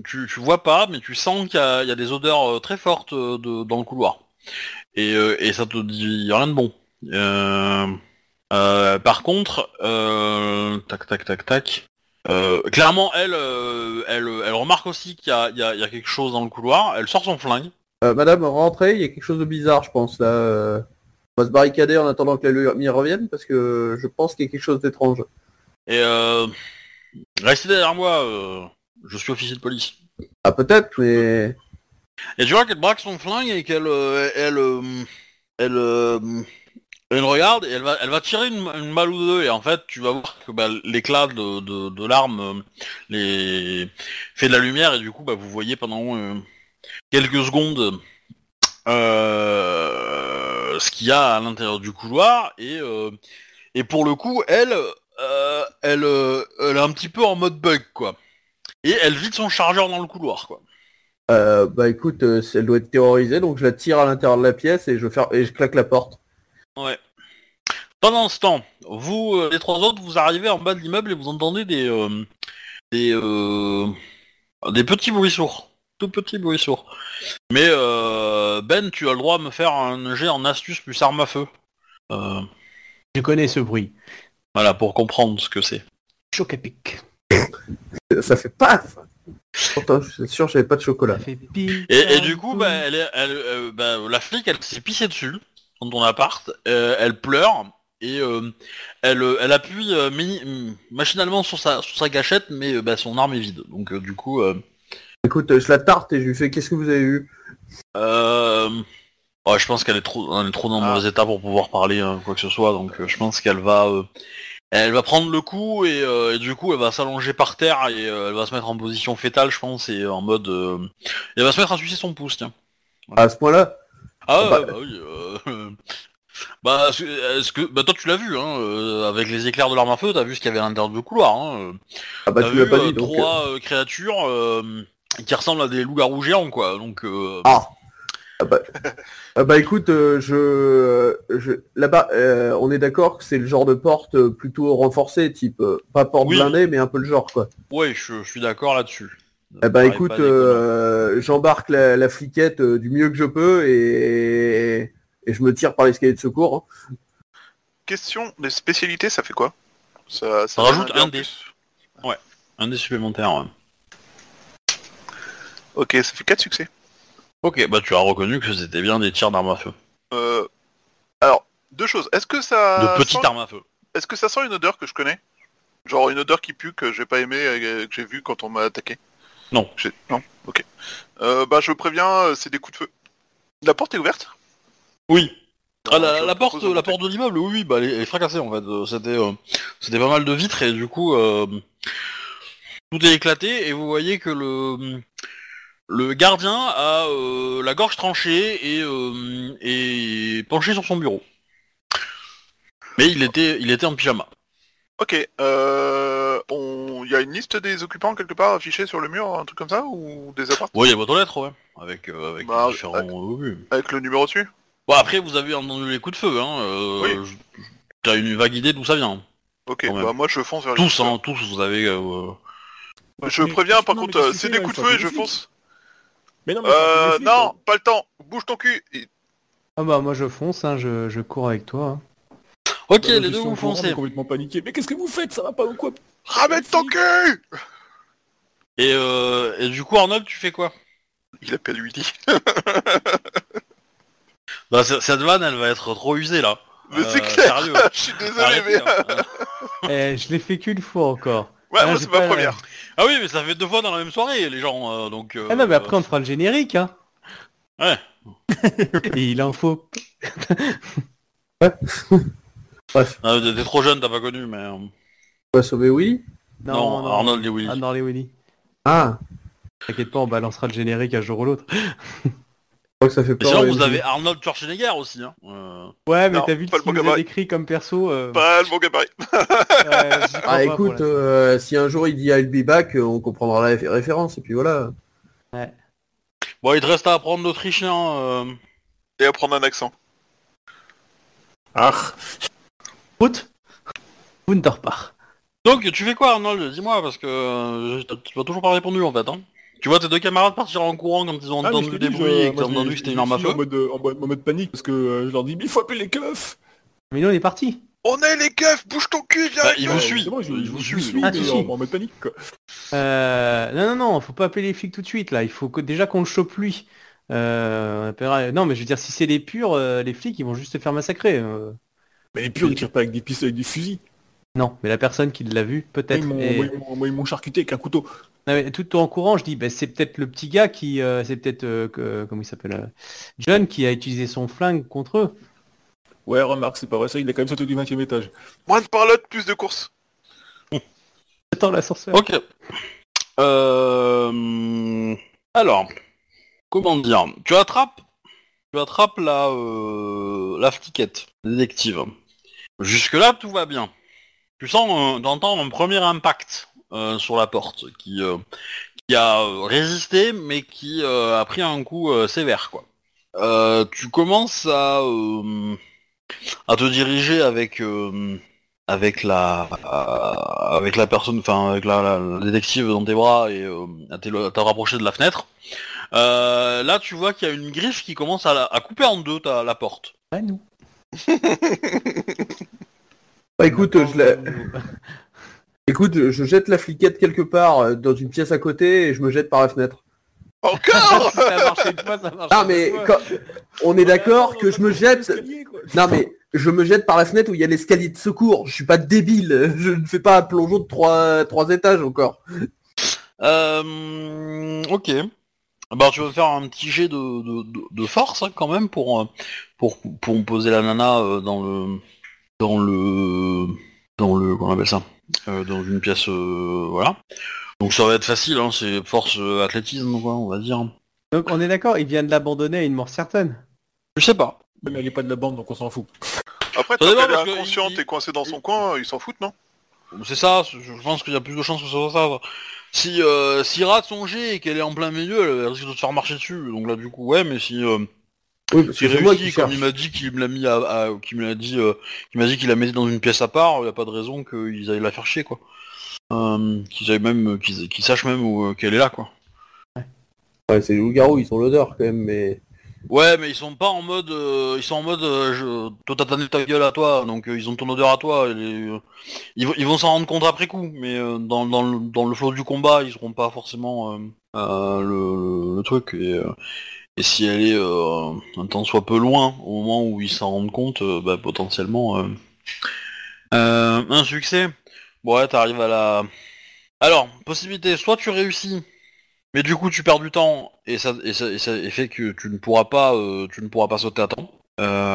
Tu, tu vois pas, mais tu sens qu'il y, a il y a des odeurs euh, très fortes euh, de, dans le couloir. Et, euh, et ça te dit rien de bon. Euh, euh, par contre, euh, tac, tac, tac, tac. euh, clairement, elle, euh, elle, elle remarque aussi qu'il y a, il y a- il y a quelque chose dans le couloir. Elle sort son flingue. Euh, Madame, rentrez, il y a quelque chose de bizarre, je pense, là. euh. On va se barricader en attendant que la lumière revienne parce que je pense qu'il y a quelque chose d'étrange. Et euh, restez derrière moi. euh, je suis officier de police. Ah peut-être, mais... Et tu vois qu'elle braque son flingue et qu'elle euh, elle euh, elle, euh, elle regarde et elle va elle va tirer une, une balle ou deux et en fait tu vas voir que bah, l'éclat de, de, de l'arme euh, les fait de la lumière et du coup bah, vous voyez pendant euh, quelques secondes euh, ce qu'il y a à l'intérieur du couloir et euh, et pour le coup elle euh, elle euh, elle est un petit peu en mode bug quoi et elle vide son chargeur dans le couloir quoi. Euh, bah écoute, euh, elle doit être terrorisée, donc je la tire à l'intérieur de la pièce et je, fer- et je claque la porte. Ouais. Pendant ce temps, vous, euh, les trois autres, vous arrivez en bas de l'immeuble et vous entendez des euh, des euh, des petits bruits sourds, tout petits bruits sourds. Mais euh, Ben, tu as le droit de me faire un jet en astuce plus arme à feu. Euh, Je connais ce bruit. voilà pour comprendre ce que c'est. Choc à pic. Euh, Ça fait paf Pourtant, je suis sûr, j'avais pas de chocolat. Ça fait pic. Et, et du coup, bah, elle est- elle, euh, bah, la flic, elle s'est pissée dessus dans ton appart. euh, elle pleure et euh, elle, euh, elle appuie euh, mini- mm, machinalement sur sa, sur sa gâchette, mais euh, bah, son arme est vide. Donc euh, du coup, euh, Écoute, euh, je la tarte et je lui fais qu'est-ce que vous avez eu euh, ouais, je pense qu'elle est trop, elle est trop dans le Ah. mauvais état pour pouvoir parler euh, quoi que ce soit. Donc euh, je pense qu'elle va, euh, elle va prendre le coup et, euh, et du coup, elle va s'allonger par terre et euh, elle va se mettre en position fétale, je pense, et en mode, euh, elle va se mettre à sucer son pouce, tiens. À ce point-là Ah ouais, Bah- bah, oui. euh, <laughs> bah, est-ce que- est-ce que bah toi tu l'as vu hein, euh, avec les éclairs de l'arme à feu, t'as vu ce qu'il y avait à l'intérieur du couloir. Hein, euh. Ah bah T'as tu l'as vu, pas euh, dit, donc... euh, trois euh, créatures euh, qui ressemblent à des loups-garous géants quoi. Donc euh, Ah <laughs> Ah bah... ah bah écoute, euh, je... je... Là-bas, euh, on est d'accord que c'est le genre de porte euh, plutôt renforcée, type... euh, pas porte Oui. blindée, mais un peu le genre, quoi. ouais, je, je suis d'accord là-dessus. Eh ben Pareil, écoute, pas déconnant. euh, j'embarque la, la fliquette euh, du mieux que je peux et, et je me tire par l'escalier de secours. hein. Question, les spécialités, ça fait quoi ça, Ça rajoute donne un en dé. plus. Un des supplémentaires. ouais. Ok, ça fait 4 succès. Ok, bah tu as reconnu que c'était bien des tirs d'armes à feu. Euh, Alors, deux choses. Est-ce que ça de petites sent... armes à feu. Est-ce que ça sent une odeur que je connais Genre une odeur qui pue que j'ai pas aimé et que j'ai vu quand on m'a attaqué Non. J'ai- Non Ok. Euh, bah je préviens, euh, c'est des coups de feu. La porte est ouverte Oui. Ah, Je la, la porte, propose de la monter. porte de l'immeuble, oui, oui, bah, elle, est- elle est fracassée en fait. Euh, C'était, euh, c'était pas mal de vitres et du coup, euh, tout est éclaté et vous voyez que le le gardien a euh, la gorge tranchée et euh, est penché sur son bureau. Mais il était, il était en pyjama. Ok, euh, on... y a une liste des occupants quelque part affichée sur le mur, un truc comme ça, ou des apparts Ouais, il y a votre lettre, ouais, avec euh, avec Bah, les différents. euh, oui. avec le numéro dessus Bon après, vous avez entendu les coups de feu, hein. euh, Oui. je- T'as une vague idée d'où ça vient. Ok, Quand même. bah moi je fonce vers les Tous, hein, tous, vous avez. euh, Je Mais- préviens, par non, mais contre, qu'est-ce euh, que c'est tu des fais, coups de là, feu et il faut je appeler les fonce. Mais non, mais faut appeler les Euh, flics, non, pas le temps, bouge ton cul et- Ah bah moi je fonce, hein, je, je cours avec toi. hein. Ok, Euh, les deux je suis vous au courant, foncez. mais complètement paniqué. Mais qu'est-ce que vous faites Ça va pas ou quoi Ramène ton cul Et, euh, et du coup, Arnold, tu fais quoi Il appelle Willy. bah, c- Cette vanne, elle va être trop usée là. Mais c'est Euh, clair, <laughs> Sérieux. je suis désolé, Arrêtez, mais... hein. Euh, Eh, je l'ai fait qu'une fois encore. Ouais, Ah, moi j'ai c'est ma pas- euh, première. Ah oui, mais ça fait deux fois dans la même soirée, les gens. euh, donc. euh, Ah non mais après on te fera le générique hein. Ouais. <laughs> Et il en faut. euh, T'es t'es trop jeune, t'as pas connu, mais. euh, On va sauver Willy Non, Arnold et Willy. Ah non les Willy. Ah, T'inquiète pas, on balancera le générique un jour ou l'autre. je crois que ça fait Et peur. euh, sinon, Willy. vous avez Arnold Schwarzenegger aussi. Hein. Euh, Ouais mais Non, t'as vu pas ce le qu'il bon nous a gabarit. décrit comme perso. euh, Pas le bon gabarit. ouais, <laughs> j'y crois Ah pas pour écoute, l'instant. euh, si un jour il dit I'll be back, euh, on comprendra la ré- référence et puis voilà. Bon, il te reste à apprendre l'autrichien. euh, Et à prendre un accent. Ah euh, Out Wunderbar. Donc, tu fais quoi, Arnold Dis-moi, parce que euh, je- tu m'as toujours pas répondu en fait. Hein. Tu vois tes deux camarades partir en courant quand ils ont Ah, mais je entendu te des dis, je- bruits et que moi, t'as je- entendu que je- c'était une je arme à suis feu. En mode, euh, en mode- en mode panique parce que euh, je leur dis mais il faut appeler les keufs Mais nous on est parti. On est les keufs, bouge ton cul, viens Bah, avec il nous. vous suit. C'est bon, je, Il je vous vous suit, suis, ah, mais si, si. en, en mode panique quoi. Euh, non, non, non, faut pas appeler les flics tout de suite là. Il faut que, déjà qu'on le chope lui. Euh, on appellera- Non, mais je veux dire, si c'est les purs, euh, les flics, ils vont juste se faire massacrer. euh. Mais les purs ils tirent pas avec des pistes, avec des fusils. Non, mais la personne qui l'a vu, Moi, peut-être. ils m'ont- Et- moi, ils m'ont- moi, ils m'ont charcuté avec un couteau. Non, mais tout en courant, je dis, ben, c'est peut-être le petit gars qui, euh, c'est peut-être euh, que- euh, comment il s'appelle, euh, John, qui a utilisé son flingue contre eux. Ouais remarque c'est pas vrai ça il a quand même sauté du 20 e étage. Moins de parlotte, plus de courses. Attends l'ascenseur. Oh, Ok. Euh... Alors, comment dire Tu attrapes, tu attrapes la euh, la fliquette, détective. Jusque là, tout va bien. Tu sens, euh, t'entends un premier impact euh, sur la porte qui euh, qui a euh, résisté, mais qui euh, a pris un coup euh, sévère, quoi. Euh, tu commences à euh, à te diriger avec euh, avec la euh, avec la personne, enfin avec la, la- la détective dans tes bras et euh, à t'es- à t'en rapprocher de la fenêtre. Euh, là, tu vois qu'il y a une griffe qui commence à, la- à couper en deux ta, la porte. Ouais, nous. Bah écoute, Attends, je, la- écoute, je jette la fliquette quelque part euh, dans une pièce à côté et je me jette par la fenêtre. <laughs> Encore <laughs> ça a marché une fois, ça a marché Ah deux mais fois. quand- on est d'accord Ouais, que on je va me pas monter jette l'escalier, quoi. Non mais je me jette par la fenêtre où il y a l'escalier de secours. Je suis pas débile. Je ne fais pas un plongeon de trois, trois étages encore. Euh, ok. Bah, tu vas faire un petit jet de, de, de- de force hein, quand même pour euh, pour pour poser la nana euh, dans le dans le dans le comment on appelle ça Euh, dans une pièce euh, voilà. Donc ça va être facile, hein, c'est force euh, athlétisme quoi, on va dire. Donc on est d'accord, il vient de l'abandonner à une mort certaine. Je sais pas. Ouais, Mais elle est pas de la bande donc on s'en fout. Après, Ça tant dépend, qu'elle est parce que inconsciente il- et coincée dans son coin, ils s'en foutent, non C'est ça, je je pense qu'il y a plus de chances que ça soit ça. Si euh, s'il rate son jet et qu'elle est en plein milieu, elle- elle risque de se faire marcher dessus. Donc là du coup ouais, mais si euh, Oui, parce si que c'est moi qui réussit comme cherche. il m'a dit qu'il me l'a mis à, à- qu'il me l'a dit euh, qu'il m'a dit qu'il la mettait dans une pièce à part, il y a pas de raison qu'ils aillent la faire chier quoi. Euh, qu'ils aillent même qu'ils qu'ils sachent même où, euh, qu'elle est là quoi. Ouais, c'est les loups-garous, ils ont l'odeur quand même, mais... Ouais, mais ils sont pas en mode, euh, ils sont en mode, euh, je, toi t'as tanné ta gueule à toi, donc euh, ils ont ton odeur à toi. et les- euh, ils, vont- ils vont s'en rendre compte après coup, mais euh, dans, dans le, dans le flot du combat, ils seront pas forcément euh, euh, le, le- le truc. Et, euh, et si elle est euh, un temps soit peu loin, au moment où ils s'en rendent compte, euh, bah, potentiellement euh, euh, un succès. Bon ouais, t'arrives à la. Alors possibilité, soit tu réussis. Mais du coup, tu perds du temps et ça, et ça- et ça- et fait que tu ne pourras pas, euh, tu ne pourras pas sauter à temps.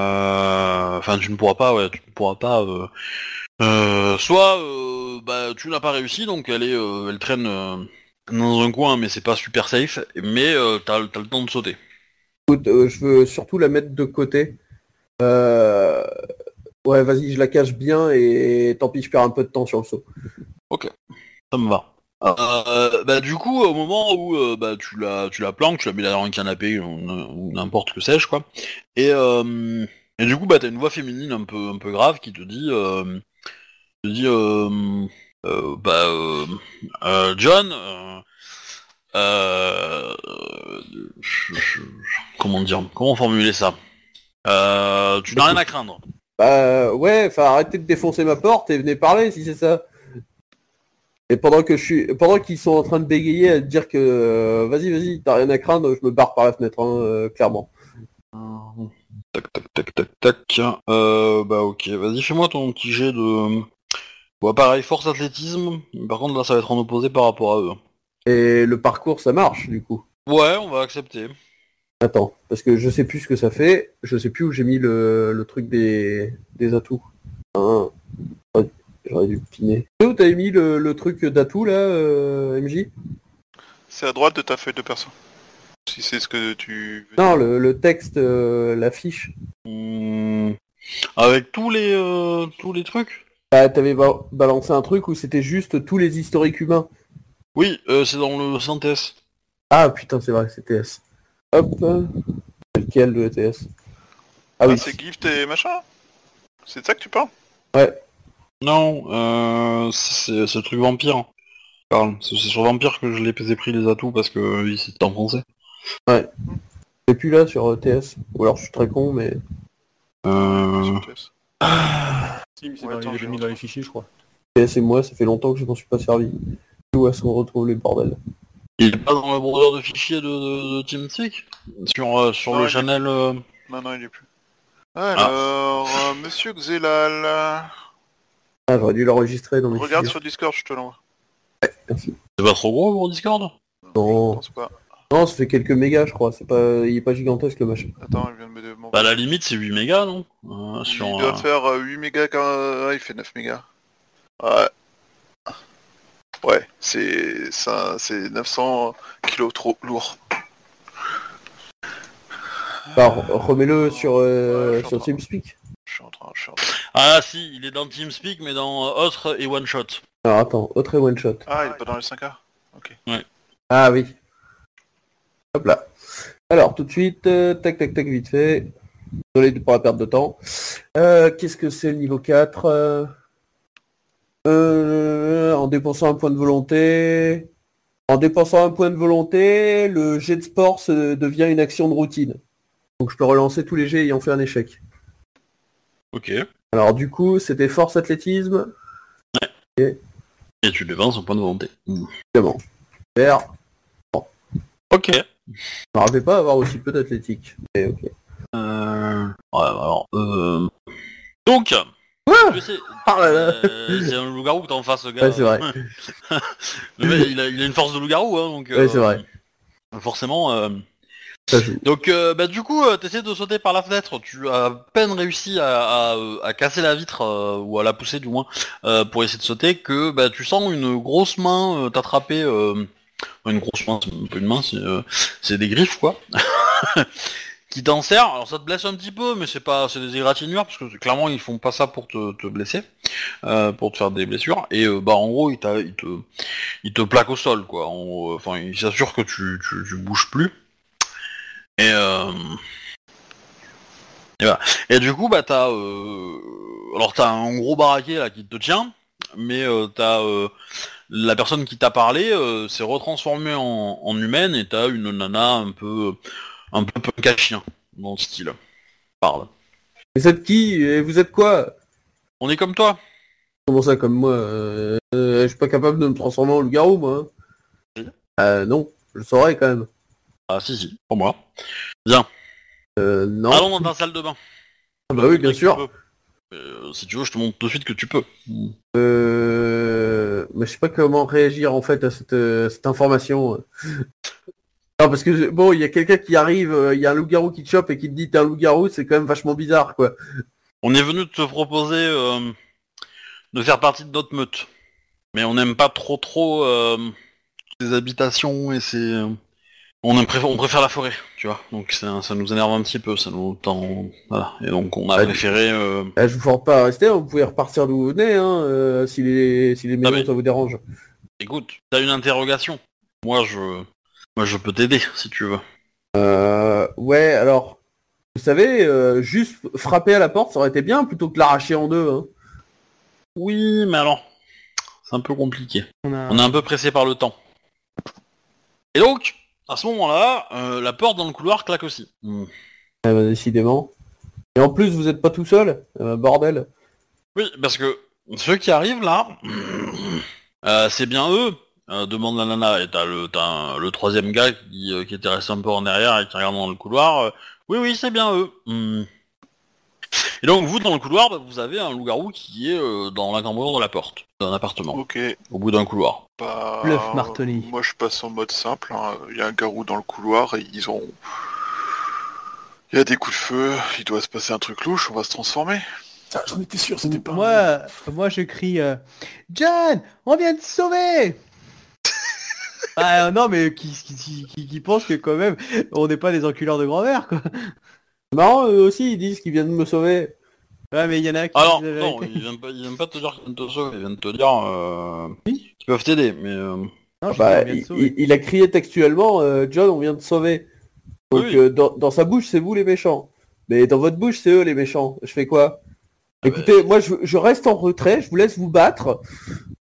Euh, Enfin, tu ne pourras pas, ouais, tu ne pourras pas. euh, euh, soit, euh, bah, tu n'as pas réussi, donc elle est, euh, elle traîne euh, dans un coin, mais c'est pas super safe. Mais euh, t'as, t'as le temps de sauter. Écoute, euh, je veux surtout la mettre de côté. Euh, Ouais, vas-y, je la cache bien et tant pis, je perds un peu de temps sur le saut. Ça me va. Euh, bah, du coup, au moment où euh, bah, tu la, tu la planques, tu la mets dans un canapé ou n- ou n'importe que sais-je, quoi. Et, euh, et du coup, bah, t'as une voix féminine un peu, un peu grave qui te dit, euh, te dit, euh, euh, bah, euh, euh, John, euh, euh, je- je- comment dire, comment formuler ça Euh, Tu n'as rien à craindre. Bah ouais, enfin arrêtez de défoncer ma porte et venez parler si c'est ça. Et pendant que je suis, pendant qu'ils sont en train de bégayer à dire que euh, vas-y, vas-y, t'as rien à craindre, je me barre par la fenêtre, hein, euh, clairement. Euh, Tac, tac, tac, tac, tac. Euh, bah ok, vas-y, fais-moi ton petit jet de... Bon, pareil, force athlétisme. Par contre, là, ça va être en opposé par rapport à eux. Et le parcours, ça marche du coup. Ouais, on va accepter. Attends, parce que je sais plus ce que ça fait, je sais plus où j'ai mis le, le truc des, des atouts. Hein, j'aurais- J'aurais dû piner. Tu sais où t'avais mis le, le truc d'atout là, euh, MJ C'est à droite de ta feuille de perso. Si c'est ce que tu... veux. Non, le, le texte, euh, la fiche. Hmm, Avec tous les euh, tous les trucs Bah, t'avais ba- balancé un truc où c'était juste tous les historiques humains. Oui, euh, c'est dans le synthèse. Ah putain, c'est vrai, c'est TS. Hop. euh, Lequel le TS Ah Ah, oui. c'est gift et machin C'est de ça que tu parles Non, euh, c'est c'est le truc vampire. Parle. C'est c'est sur vampire que je l'ai j'ai pris les atouts parce que euh, oui, c'est en français. Je l'ai plus là sur euh, TS. Ou alors je suis très con, mais. Euh... Sur TS. Si, mais c'est Ouais, dans- attends, il est je mis vais dans les fichiers, je crois. TS et moi, ça fait longtemps que je m'en suis pas servi. Où est-ce qu'on retrouve les bordels Il est pas dans le browser de fichiers de, de, de TeamSpeak Sur, euh, sur Non, le il est- channel... euh, Non, non, il est plus. Alors, euh, monsieur Xelal, euh, Ah, j'aurais dû l'enregistrer dans mes regarde fichiers. sur Discord, je te l'envoie. Merci. C'est pas trop gros pour Discord Je Non. pense pas. non, ça fait quelques mégas, je crois. C'est pas, il est pas gigantesque le machin. Attends, il vient de me demander. Bah à la limite c'est 8 mégas non Euh, il sur, doit euh, faire euh, 8 mégas quand... ouais, il fait 9 mégas. Ouais. Ouais, c'est ça, c'est 900 kilos trop lourd. Bah, re- remets-le sur euh, Ah, Ouais, je suis en sur train. TeamSpeak. Je suis en train, je suis en train. Ah si, il est dans TeamSpeak mais dans euh, Autre et One Shot. Alors attends, autre et one shot. Ah, il est pas dans les 5A Ah oui. Hop là. Alors tout de suite, euh, tac tac tac vite fait. Désolé pour la perte de temps. Euh, Qu'est-ce que c'est le niveau 4 Euh, euh, En dépensant un point de volonté. En dépensant un point de volonté, le jet de sport se devient une action de routine. Donc je peux relancer tous les jets ayant fait un échec. Ok. Et Alors du coup, c'était force athlétisme. tu dépenses un point de volonté. Hmm. Mm. Évidemment. Super. Ok. Je me rappelais pas avoir aussi peu d'athlétique. Mais ok. Euh... Ouais alors... Euh... Donc Quoi tu sais, Ah là là. euh, c'est un loup-garou que t'en face, ce gars. Ouais, c'est vrai. Le mec, il, a, il a une force de loup-garou, hein, donc... euh, c'est vrai. Forcément, euh, Ça joue. Donc euh, bah, du coup, euh, t'essaies de sauter par la fenêtre. Tu as à peine réussi à, à, euh, à casser la vitre euh, ou à la pousser du moins euh, pour essayer de sauter que bah, tu sens une grosse main euh, t'attraper. euh, une grosse main, c'est même pas une main, c'est euh, c'est des griffes quoi. <laughs> qui t'en sert. Alors ça te blesse un petit peu, mais c'est pas, c'est des égratignures parce que clairement ils font pas ça pour te, te blesser, euh, pour te faire des blessures. Et euh, bah en gros ils, t'a- ils te, ils te plaquent au sol quoi. En gros, euh, Enfin ils s'assurent que tu, tu, tu bouges plus. Et, euh, et voilà. Et du coup, bah t'as, euh, alors t'as un gros baraquet là qui te tient, mais euh, t'as euh, la personne qui t'a parlé euh, s'est retransformée en, en humaine et t'as une nana un peu un peu punk à chien dans le style. Parle. Vous êtes qui Et vous êtes quoi On est comme toi. Comment ça, comme moi euh, euh, Je suis pas capable de me transformer en loup-garou, moi. Oui. Euh, non, je le saurais quand même. Ah si si, pour moi. Euh, non. Allons dans ta salle de bain. Ah bah oui, bien sûr. Euh, si tu veux, je te montre tout de suite que tu peux. Euh... Mais je sais pas comment réagir en fait à cette, euh, cette information. non, parce que bon, il y a quelqu'un qui arrive, euh, il y a un loup-garou qui te chope et qui te dit t'es un loup-garou, c'est quand même vachement bizarre, quoi. On est venu te proposer euh, de faire partie de notre meute. Mais on n'aime pas trop trop euh, les habitations et c'est... On, aime préf- on préfère la forêt, tu vois. Donc ça, ça nous énerve un petit peu, ça nous tend... Voilà. Et donc on a Ouais. préféré... euh, Euh, je vous force pas à rester, hein, vous pouvez repartir d'où vous venez, hein, euh, si les, si les maisons mais- ça vous dérange. Écoute, t'as une interrogation. Moi je... Moi je peux t'aider si tu veux. Euh, ouais, alors, vous savez, euh, juste frapper à la porte, ça aurait été bien plutôt que l'arracher en deux. Hein. Oui, mais alors... C'est un peu compliqué. On a... On est un peu pressé par le temps. Et donc, à ce moment-là, euh, la porte dans le couloir claque aussi. Hmm. Eh ben, décidément. Et en plus, vous êtes pas tout seul, euh, bordel. Oui, parce que ceux qui arrivent là, <clears throat> euh, c'est bien eux, euh, demande la nana. Et t'as le, t'as un- le troisième gars qui, euh, qui était resté un peu en arrière et qui regarde dans le couloir. euh, oui, oui, c'est bien eux. Hmm. Et donc vous, dans le couloir, bah, vous avez un loup-garou qui est euh, dans l'encambrure de la porte, d'un appartement, Ok. au bout d'un couloir. Bah, Bluff, Martoni. Moi, je passe en mode simple. hein. Il y a un garou dans le couloir et ils ont. Il y a des coups de feu. Il doit se passer un truc louche. On va se transformer. Ah, J'en étais sûr, c'était pas. Moi, moi je crie euh, John, on vient <laughs> te sauver Ah non mais qui, qui, qui- qui- qui pense que quand même on n'est pas des enculeurs de grand-mère quoi C'est marrant, eux aussi, ils disent qu'ils viennent me sauver. Ouais mais il y en a qui Alors, disent la non, vérité. ils viennent pas, ils viennent pas te dire qu'ils viennent te sauver, ils viennent te dire euh, qu'ils peuvent t'aider, mais... euh, Non, je dis, Bah, on vient il, te sauver. il- il a crié textuellement, euh, John, on vient de sauver. Donc Oui. euh, dans, dans sa bouche, c'est vous les méchants. Mais dans votre bouche, c'est eux les méchants. Je fais quoi Écoutez, moi, je, je reste en retrait, je vous laisse vous battre.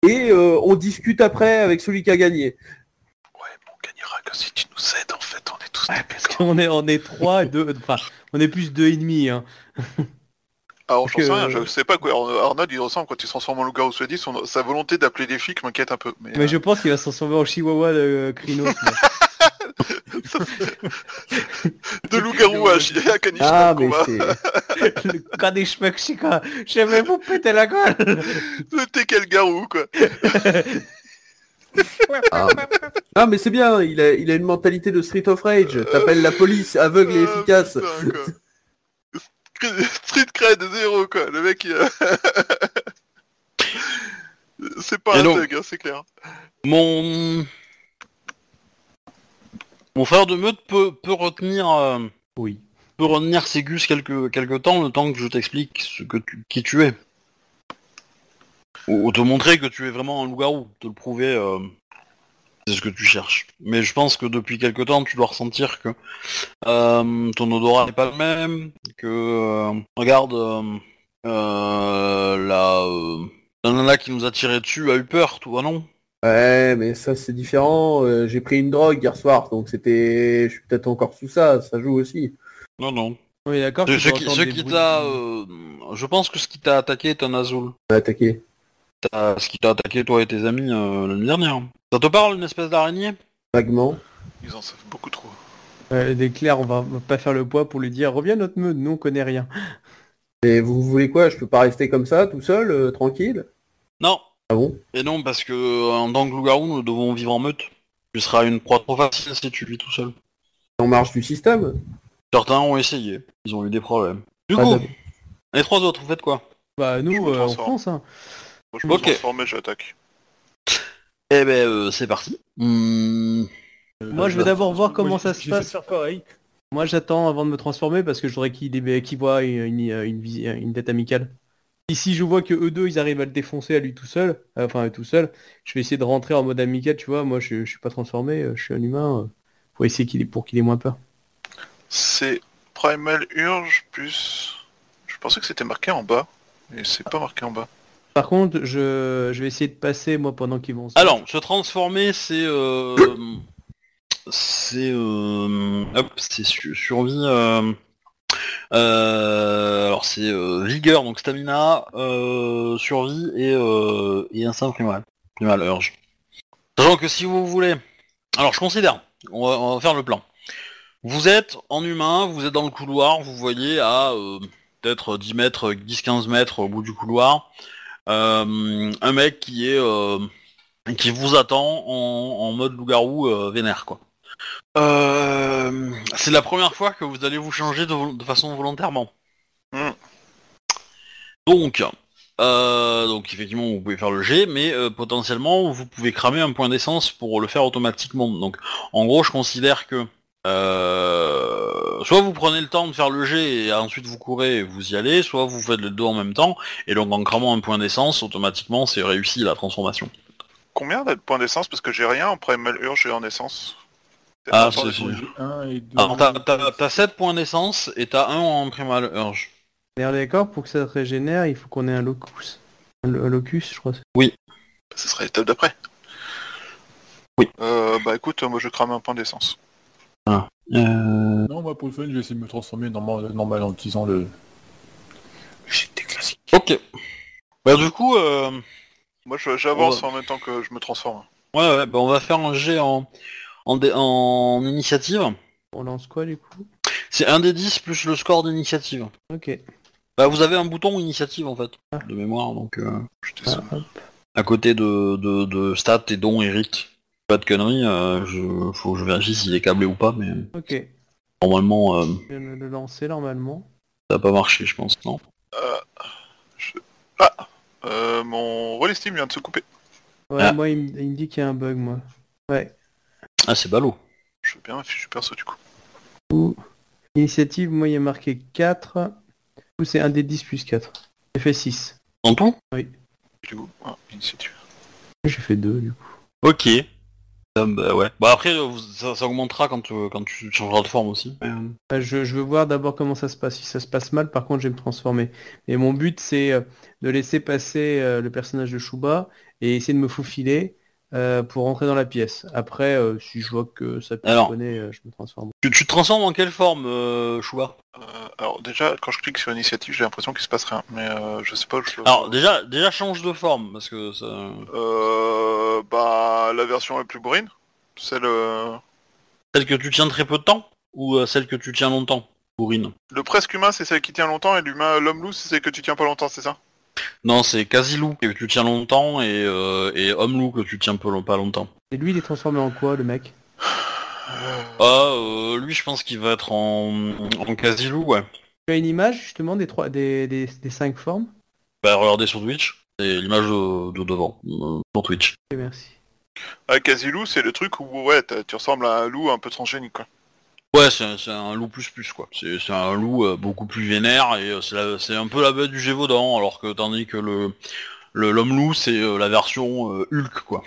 Et euh, on discute après avec celui qui a gagné. Ouais, mais on gagnera que si tu nous aides. En fait, on est tous. Parce qu'on est on est <laughs> trois deux enfin on est plus deux et demi hein. Alors, j'en que- sais rien. Je sais pas quoi. Arno- Arnold, il ressemble quand il se transforme en loup-garou suédois. son- Sa volonté d'appeler les flics m'inquiète un peu. Mais, Mais euh, je pense qu'il va se transformer en chihuahua de euh, Crinos. moi. <laughs> euh, de loup-garou à, chi- à caniche Ah, dans le mais combat. c'est... Le cas des quoi. Je vais vous péter la gueule. Le t'es quel garou quoi. Ah mais c'est bien, il a, il a une mentalité de Street of Rage. T'appelles la police aveugle et Ah, efficace. putain, quoi. <laughs> Street cred zéro quoi. Le mec il. a- <laughs> c'est pas Et un donc- thug, hein, c'est clair. Mon... Mon frère de meute peut, peut retenir... euh, Oui. peut retenir Ségus quelques, quelques temps, le temps que je t'explique ce que tu- qui tu es. Ou, ou te montrer que tu es vraiment un loup-garou, te le prouver, euh, c'est ce que tu cherches. Mais je pense que depuis quelque temps, tu dois ressentir que euh, ton odorat n'est pas le même, que... euh, regarde, euh, euh, la, euh, la nana qui nous a tiré dessus a eu peur, toi non Ouais mais ça c'est différent. Euh, J'ai pris une drogue hier soir, donc c'était. Je suis peut-être encore sous ça, ça joue aussi. Non, non. On est d'accord. Ce, que ce tu qui, entends ce des qui bruits. t'a... euh, je pense que ce qui t'a attaqué est un azul. On a attaqué. T'as- ce qui t'a attaqué toi et tes amis euh, l'année dernière. Ça te parle une espèce d'araignée Vaguement. Ils en savent beaucoup trop. Ouais, des clairs, on va on va pas faire le poids pour lui dire reviens notre meute, nous on connaît rien. Mais vous voulez quoi Je peux pas rester comme ça, tout seul, euh, tranquille Non. Ah bon Et non parce que euh, en tant que loup-garou nous devons vivre en meute. Tu seras une proie trop facile si tu vis tout seul. En marge du système Certains ont essayé, ils ont eu des problèmes. Du Pas coup, d'app- les trois autres, vous faites quoi Bah Je nous me euh, on transforme. pense hein. Moi je me Ok. transforme et j'attaque. Eh ben euh, c'est parti. Hmm, Moi, je veux d'abord voir comment Euh, Moi, ça se j'ai- j'ai fait passe. faire pareil. Moi j'attends avant de me transformer parce que je voudrais qu'il dé- qu'il voit une, une, une visi- une dette amicale. Et si je vois que eux deux ils arrivent à le défoncer à lui tout seul, euh, enfin tout seul, je vais essayer de rentrer en mode amical, tu vois, moi je, je suis pas transformé, euh, je suis un humain, euh, faut essayer qu'il ait, pour qu'il ait moins peur. C'est Primal Urge plus. Je pensais que c'était marqué en bas. Mais c'est pas marqué en bas. Par contre, je, je vais essayer de passer, moi, pendant qu'ils vont... se- Alors, se transformer, c'est... euh, c'est... euh, hop, c'est su- survie... euh, euh, alors, c'est euh, vigueur, donc stamina, euh, survie et, euh, et instinct primal. Primal, urge. Sachant que si vous voulez... Alors, je considère, on va, on va faire le plan. Vous êtes en humain, vous êtes dans le couloir, vous voyez à euh, peut-être 10 mètres, 10-15 mètres au bout du couloir, euh, un mec qui est... euh, et qui vous attend en, en mode loup-garou euh, vénère quoi. Euh, c'est la première fois que vous allez vous changer de, vol- de façon volontairement. Hmm. Donc, euh, donc effectivement vous pouvez faire le G, mais euh, potentiellement vous pouvez cramer un point d'essence pour le faire automatiquement. Donc en gros je considère que euh, soit vous prenez le temps de faire le G et ensuite vous courez et vous y allez, soit vous faites le deux en même temps, et donc en cramant un point d'essence, automatiquement c'est réussi la transformation. Combien là, de points d'essence Parce que j'ai rien en primal urge et en essence. Ah, Attends, c'est- j'ai- c'est- Un et deux. Alors, t'as- t'as t'as 7 points d'essence et t'as 1 en primal urge. On est d'accord, pour que ça se régénère, il faut qu'on ait un locus. Un lo- un locus, je crois. Ce serait l'étape d'après. Oui. Euh, bah écoute, moi je crame un point d'essence. Non, moi pour le fun, je vais essayer de me transformer normal, normal en utilisant le. J'étais classique. Ok. Bah, du coup, euh, Moi je- j'avance Ouais. en même temps que je me transforme. ouais, ouais, bah, on va faire un jet en, en, dé- en initiative. On lance quoi, du coup C'est un des 10 plus le score d'initiative. Ok. Bah, vous avez un bouton initiative en fait, de mémoire, donc euh, J'étais Ah, seul. hop. à côté de, de, de stats et dons et rites. Pas de conneries, euh, je, faut que je vérifie s'il est câblé ou pas, mais Ok. normalement euh, Je viens de le lancer, normalement. Euh, ça a pas marché, je pense, non Ah. Euh, mon relais steam vient de se couper. Ouais, Ah. moi, il me, il me dit qu'il y a un bug, moi. Ouais. Ah, c'est ballot. Je veux bien un fichu perso du coup. Ou... Initiative, moi, il est marqué 4. Du coup, c'est un des 10 plus 4. J'ai fait 6. En tout Il est où Ah, initiative. J'ai fait 2, du coup. Ok. Euh, bah ouais. Bah après, euh, vous- ça, ça augmentera quand, tu- quand tu changeras de forme aussi. Bah, je, je veux voir d'abord comment ça se passe. Si ça se passe mal, par contre, je vais me transformer. Et mon but, c'est euh, de laisser passer euh, le personnage de Shuba et essayer de me faufiler euh, pour rentrer dans la pièce. Après, euh, si je vois que ça Alors. connaît, je me transforme. Tu, tu te transformes en quelle forme, euh, Chouba Euh, alors déjà, quand je clique sur initiative, j'ai l'impression qu'il se passe rien. Mais euh, je sais pas où je... Alors déjà, déjà change de forme parce que ça... Euh, bah la version la plus bourrine. Celle... euh, celle que tu tiens très peu de temps ou euh, celle que tu tiens longtemps, bourrine. Le presque humain c'est celle qui tient longtemps et l'humain l'homme loup c'est celle que tu tiens pas longtemps, c'est ça Non, c'est quasi loup que tu tiens longtemps et, euh, et homme loup que tu tiens peu, pas longtemps. Et lui, il est transformé en quoi, le mec Ah, euh, lui, je pense qu'il va être en, en quasi loup, ouais. Tu as une image, justement, des, trois, des, des, des cinq formes Bah regardez sur Twitch, c'est l'image de, de devant euh, sur Twitch. Ok, merci. Ah, quasi loup c'est le truc où ouais, t'as- tu ressembles à un loup un peu transgénique quoi. Ouais, c'est un, c'est un loup plus plus quoi. C'est c'est un loup euh, beaucoup plus vénère et euh, c'est la- c'est un peu la bête du Gévaudan, alors que tandis que le le- l'homme loup c'est euh, la version euh, Hulk quoi.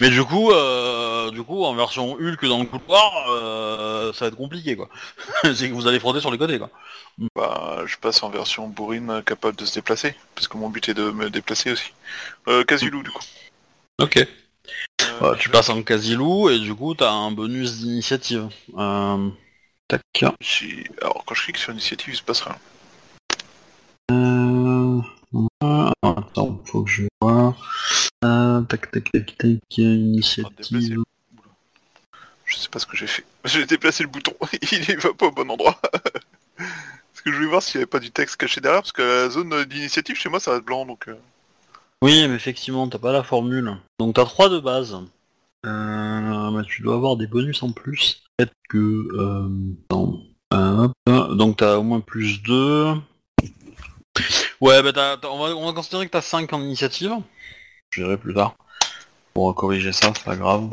Mais du coup, euh, du coup, en version Hulk dans le couloir, euh, ça va être compliqué quoi. <laughs> c'est que vous allez frotter sur les côtés quoi. Bah, je passe en version bourrine euh, capable de se déplacer, parce que mon but est de me déplacer aussi. Euh, Casilou, du coup. Ok. Euh, Bah, tu passes en quasi loup et du coup t'as un bonus d'initiative. Euh, tac. j'ai- Alors, quand je clique sur initiative, il se passe rien. Euh... ah, Attends, faut que je vois. Euh, tac, tac, tac, tac, euh, Déplacer. initiative. Oula. Je sais pas ce que j'ai fait. <laughs> J'ai déplacé le bouton, <laughs> il y va pas au bon endroit. <laughs> parce que je voulais voir s'il n'y avait pas du texte caché derrière, parce que la zone d'initiative chez moi, ça reste blanc, donc... euh, Oui, mais effectivement, t'as pas la formule. Donc t'as 3 de base. Euh, bah, tu dois avoir des bonus en plus. Peut-être que... Euh, attends. Euh, hop. donc t'as au moins plus 2. Ouais, bah t'as- t'as- on, va, on va considérer que t'as 5 en initiative. Je verrai plus tard. Pour corriger ça, c'est pas grave.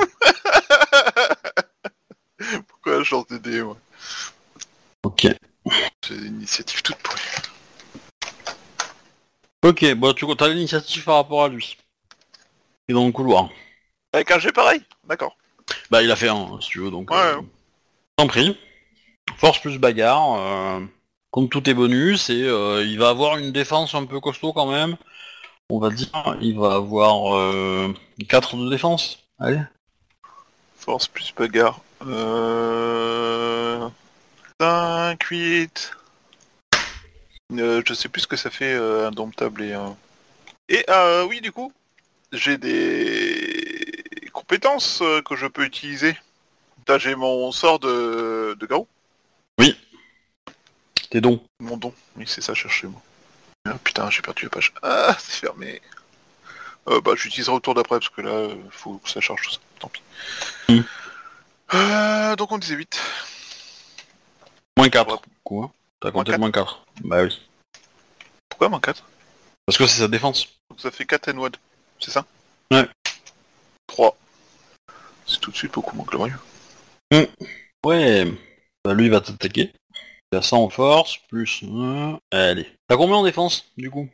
<laughs> Pourquoi je lance des dés, moi ok. C'est une initiative toute pourrie. Ok, bon, tu as l'initiative par rapport à lui. Et dans le couloir. Avec un G pareil D'accord. Bah, il a fait un, hein, si tu veux, donc. Ouais. euh, T'en prie. Force plus bagarre. Euh, compte tous tes bonus et euh, il va avoir une défense un peu costaud quand même. on va dire, il va avoir euh, 4 de défense. Allez. Force plus bagarre. Euh... 5, 8. Euh, je sais plus ce que ça fait euh, indomptable et... euh, Et euh, oui, du coup, j'ai des compétences euh, que je peux utiliser. Là, j'ai mon sort de, de garou. Tes dons. Mon don, oui c'est ça, cherchez-moi. Ah, putain, j'ai perdu la page. Ah, c'est fermé. Euh, bah, j'utiliserai au tour d'après parce que là, euh, faut que ça charge tout ça. Tant pis. Mm. Euh, donc on disait 8. Moins 4. Quoi hein. T'as compté quatre. moins 4. Bah oui. Pourquoi moins 4 Parce que c'est sa défense. Donc ça fait 4 and 1, c'est ça Ouais. 3. C'est tout de suite beaucoup moins glorieux. Ouais. Bah lui il va t'attaquer. Il a 100 en force, plus... un. Allez. T'as combien en défense, du coup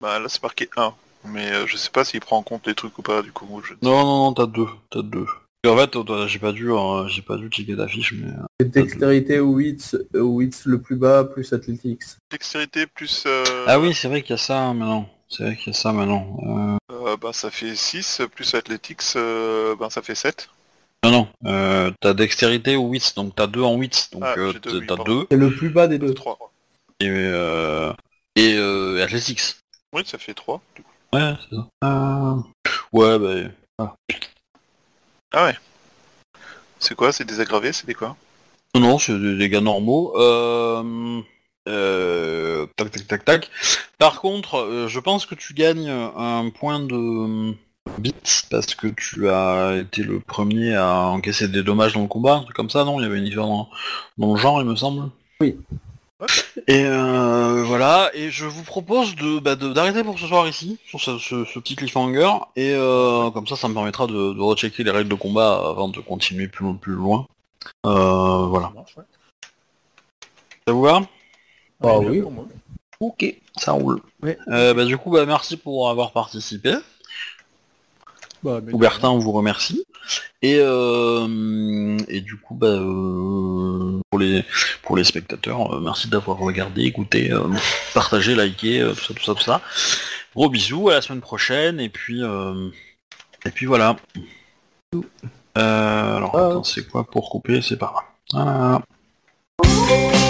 Bah là c'est marqué 1. Mais euh, je sais pas s'il prend en compte les trucs ou pas, du coup. Je... Non, non, non, t'as 2. T'as 2. En fait, toi, toi, j'ai pas dû, hein, j'ai pas dû checker ta fiche, mais... euh, Et Dextérité ou hits, ou hits le plus bas plus Athletics. Dextérité plus... euh, Ah oui, c'est vrai qu'il y a ça maintenant. C'est vrai qu'il y a ça maintenant. Euh, euh, bah, ça fait 6, plus Athletics, euh, bah, ça fait 7. Non, non. Euh, t'as dextérité ou 8, donc t'as 2 en 8, donc Ah, euh, j'ai deux, oui, t'as pardon. 2. C'est le plus bas des deux. 3. Et, euh, et euh, Athletics. Oui, ça fait 3. Ouais, c'est ça. Euh, Ouais, bah... Ah ouais. C'est quoi C'est des aggravés C'est des quoi Non, non, c'est des des gars normaux. Euh, euh, Tac, tac, tac, tac. Par contre, euh, je pense que tu gagnes un point de bits parce que tu as été le premier à encaisser des dommages dans le combat, un truc comme ça, non Il y avait une histoire dans, dans le genre, il me semble. Oui. Et euh, voilà, et je vous propose de bah, de- d'arrêter pour ce soir ici, sur ce, ce- ce petit cliffhanger, et euh, comme ça, ça me permettra de, de rechecker les règles de combat avant de continuer plus, lo- plus loin. Euh, voilà. Ça marche, ouais. Ça vous va Ah Ouais, oui. pour moi. Ok, ça roule. Ouais. Euh, bah, du coup, bah, merci pour avoir participé. Bah, mais- Coubertin, on vous remercie. Et, euh, et du coup, bah, euh, pour, les, pour les spectateurs, euh, merci d'avoir regardé, écouté, euh, partagé, liké, euh, tout ça, tout ça, tout ça. Gros bisous, à la semaine prochaine, et puis, euh, et puis voilà. Euh, alors, Ah. attends, c'est quoi pour couper C'est pas là. Voilà. Thank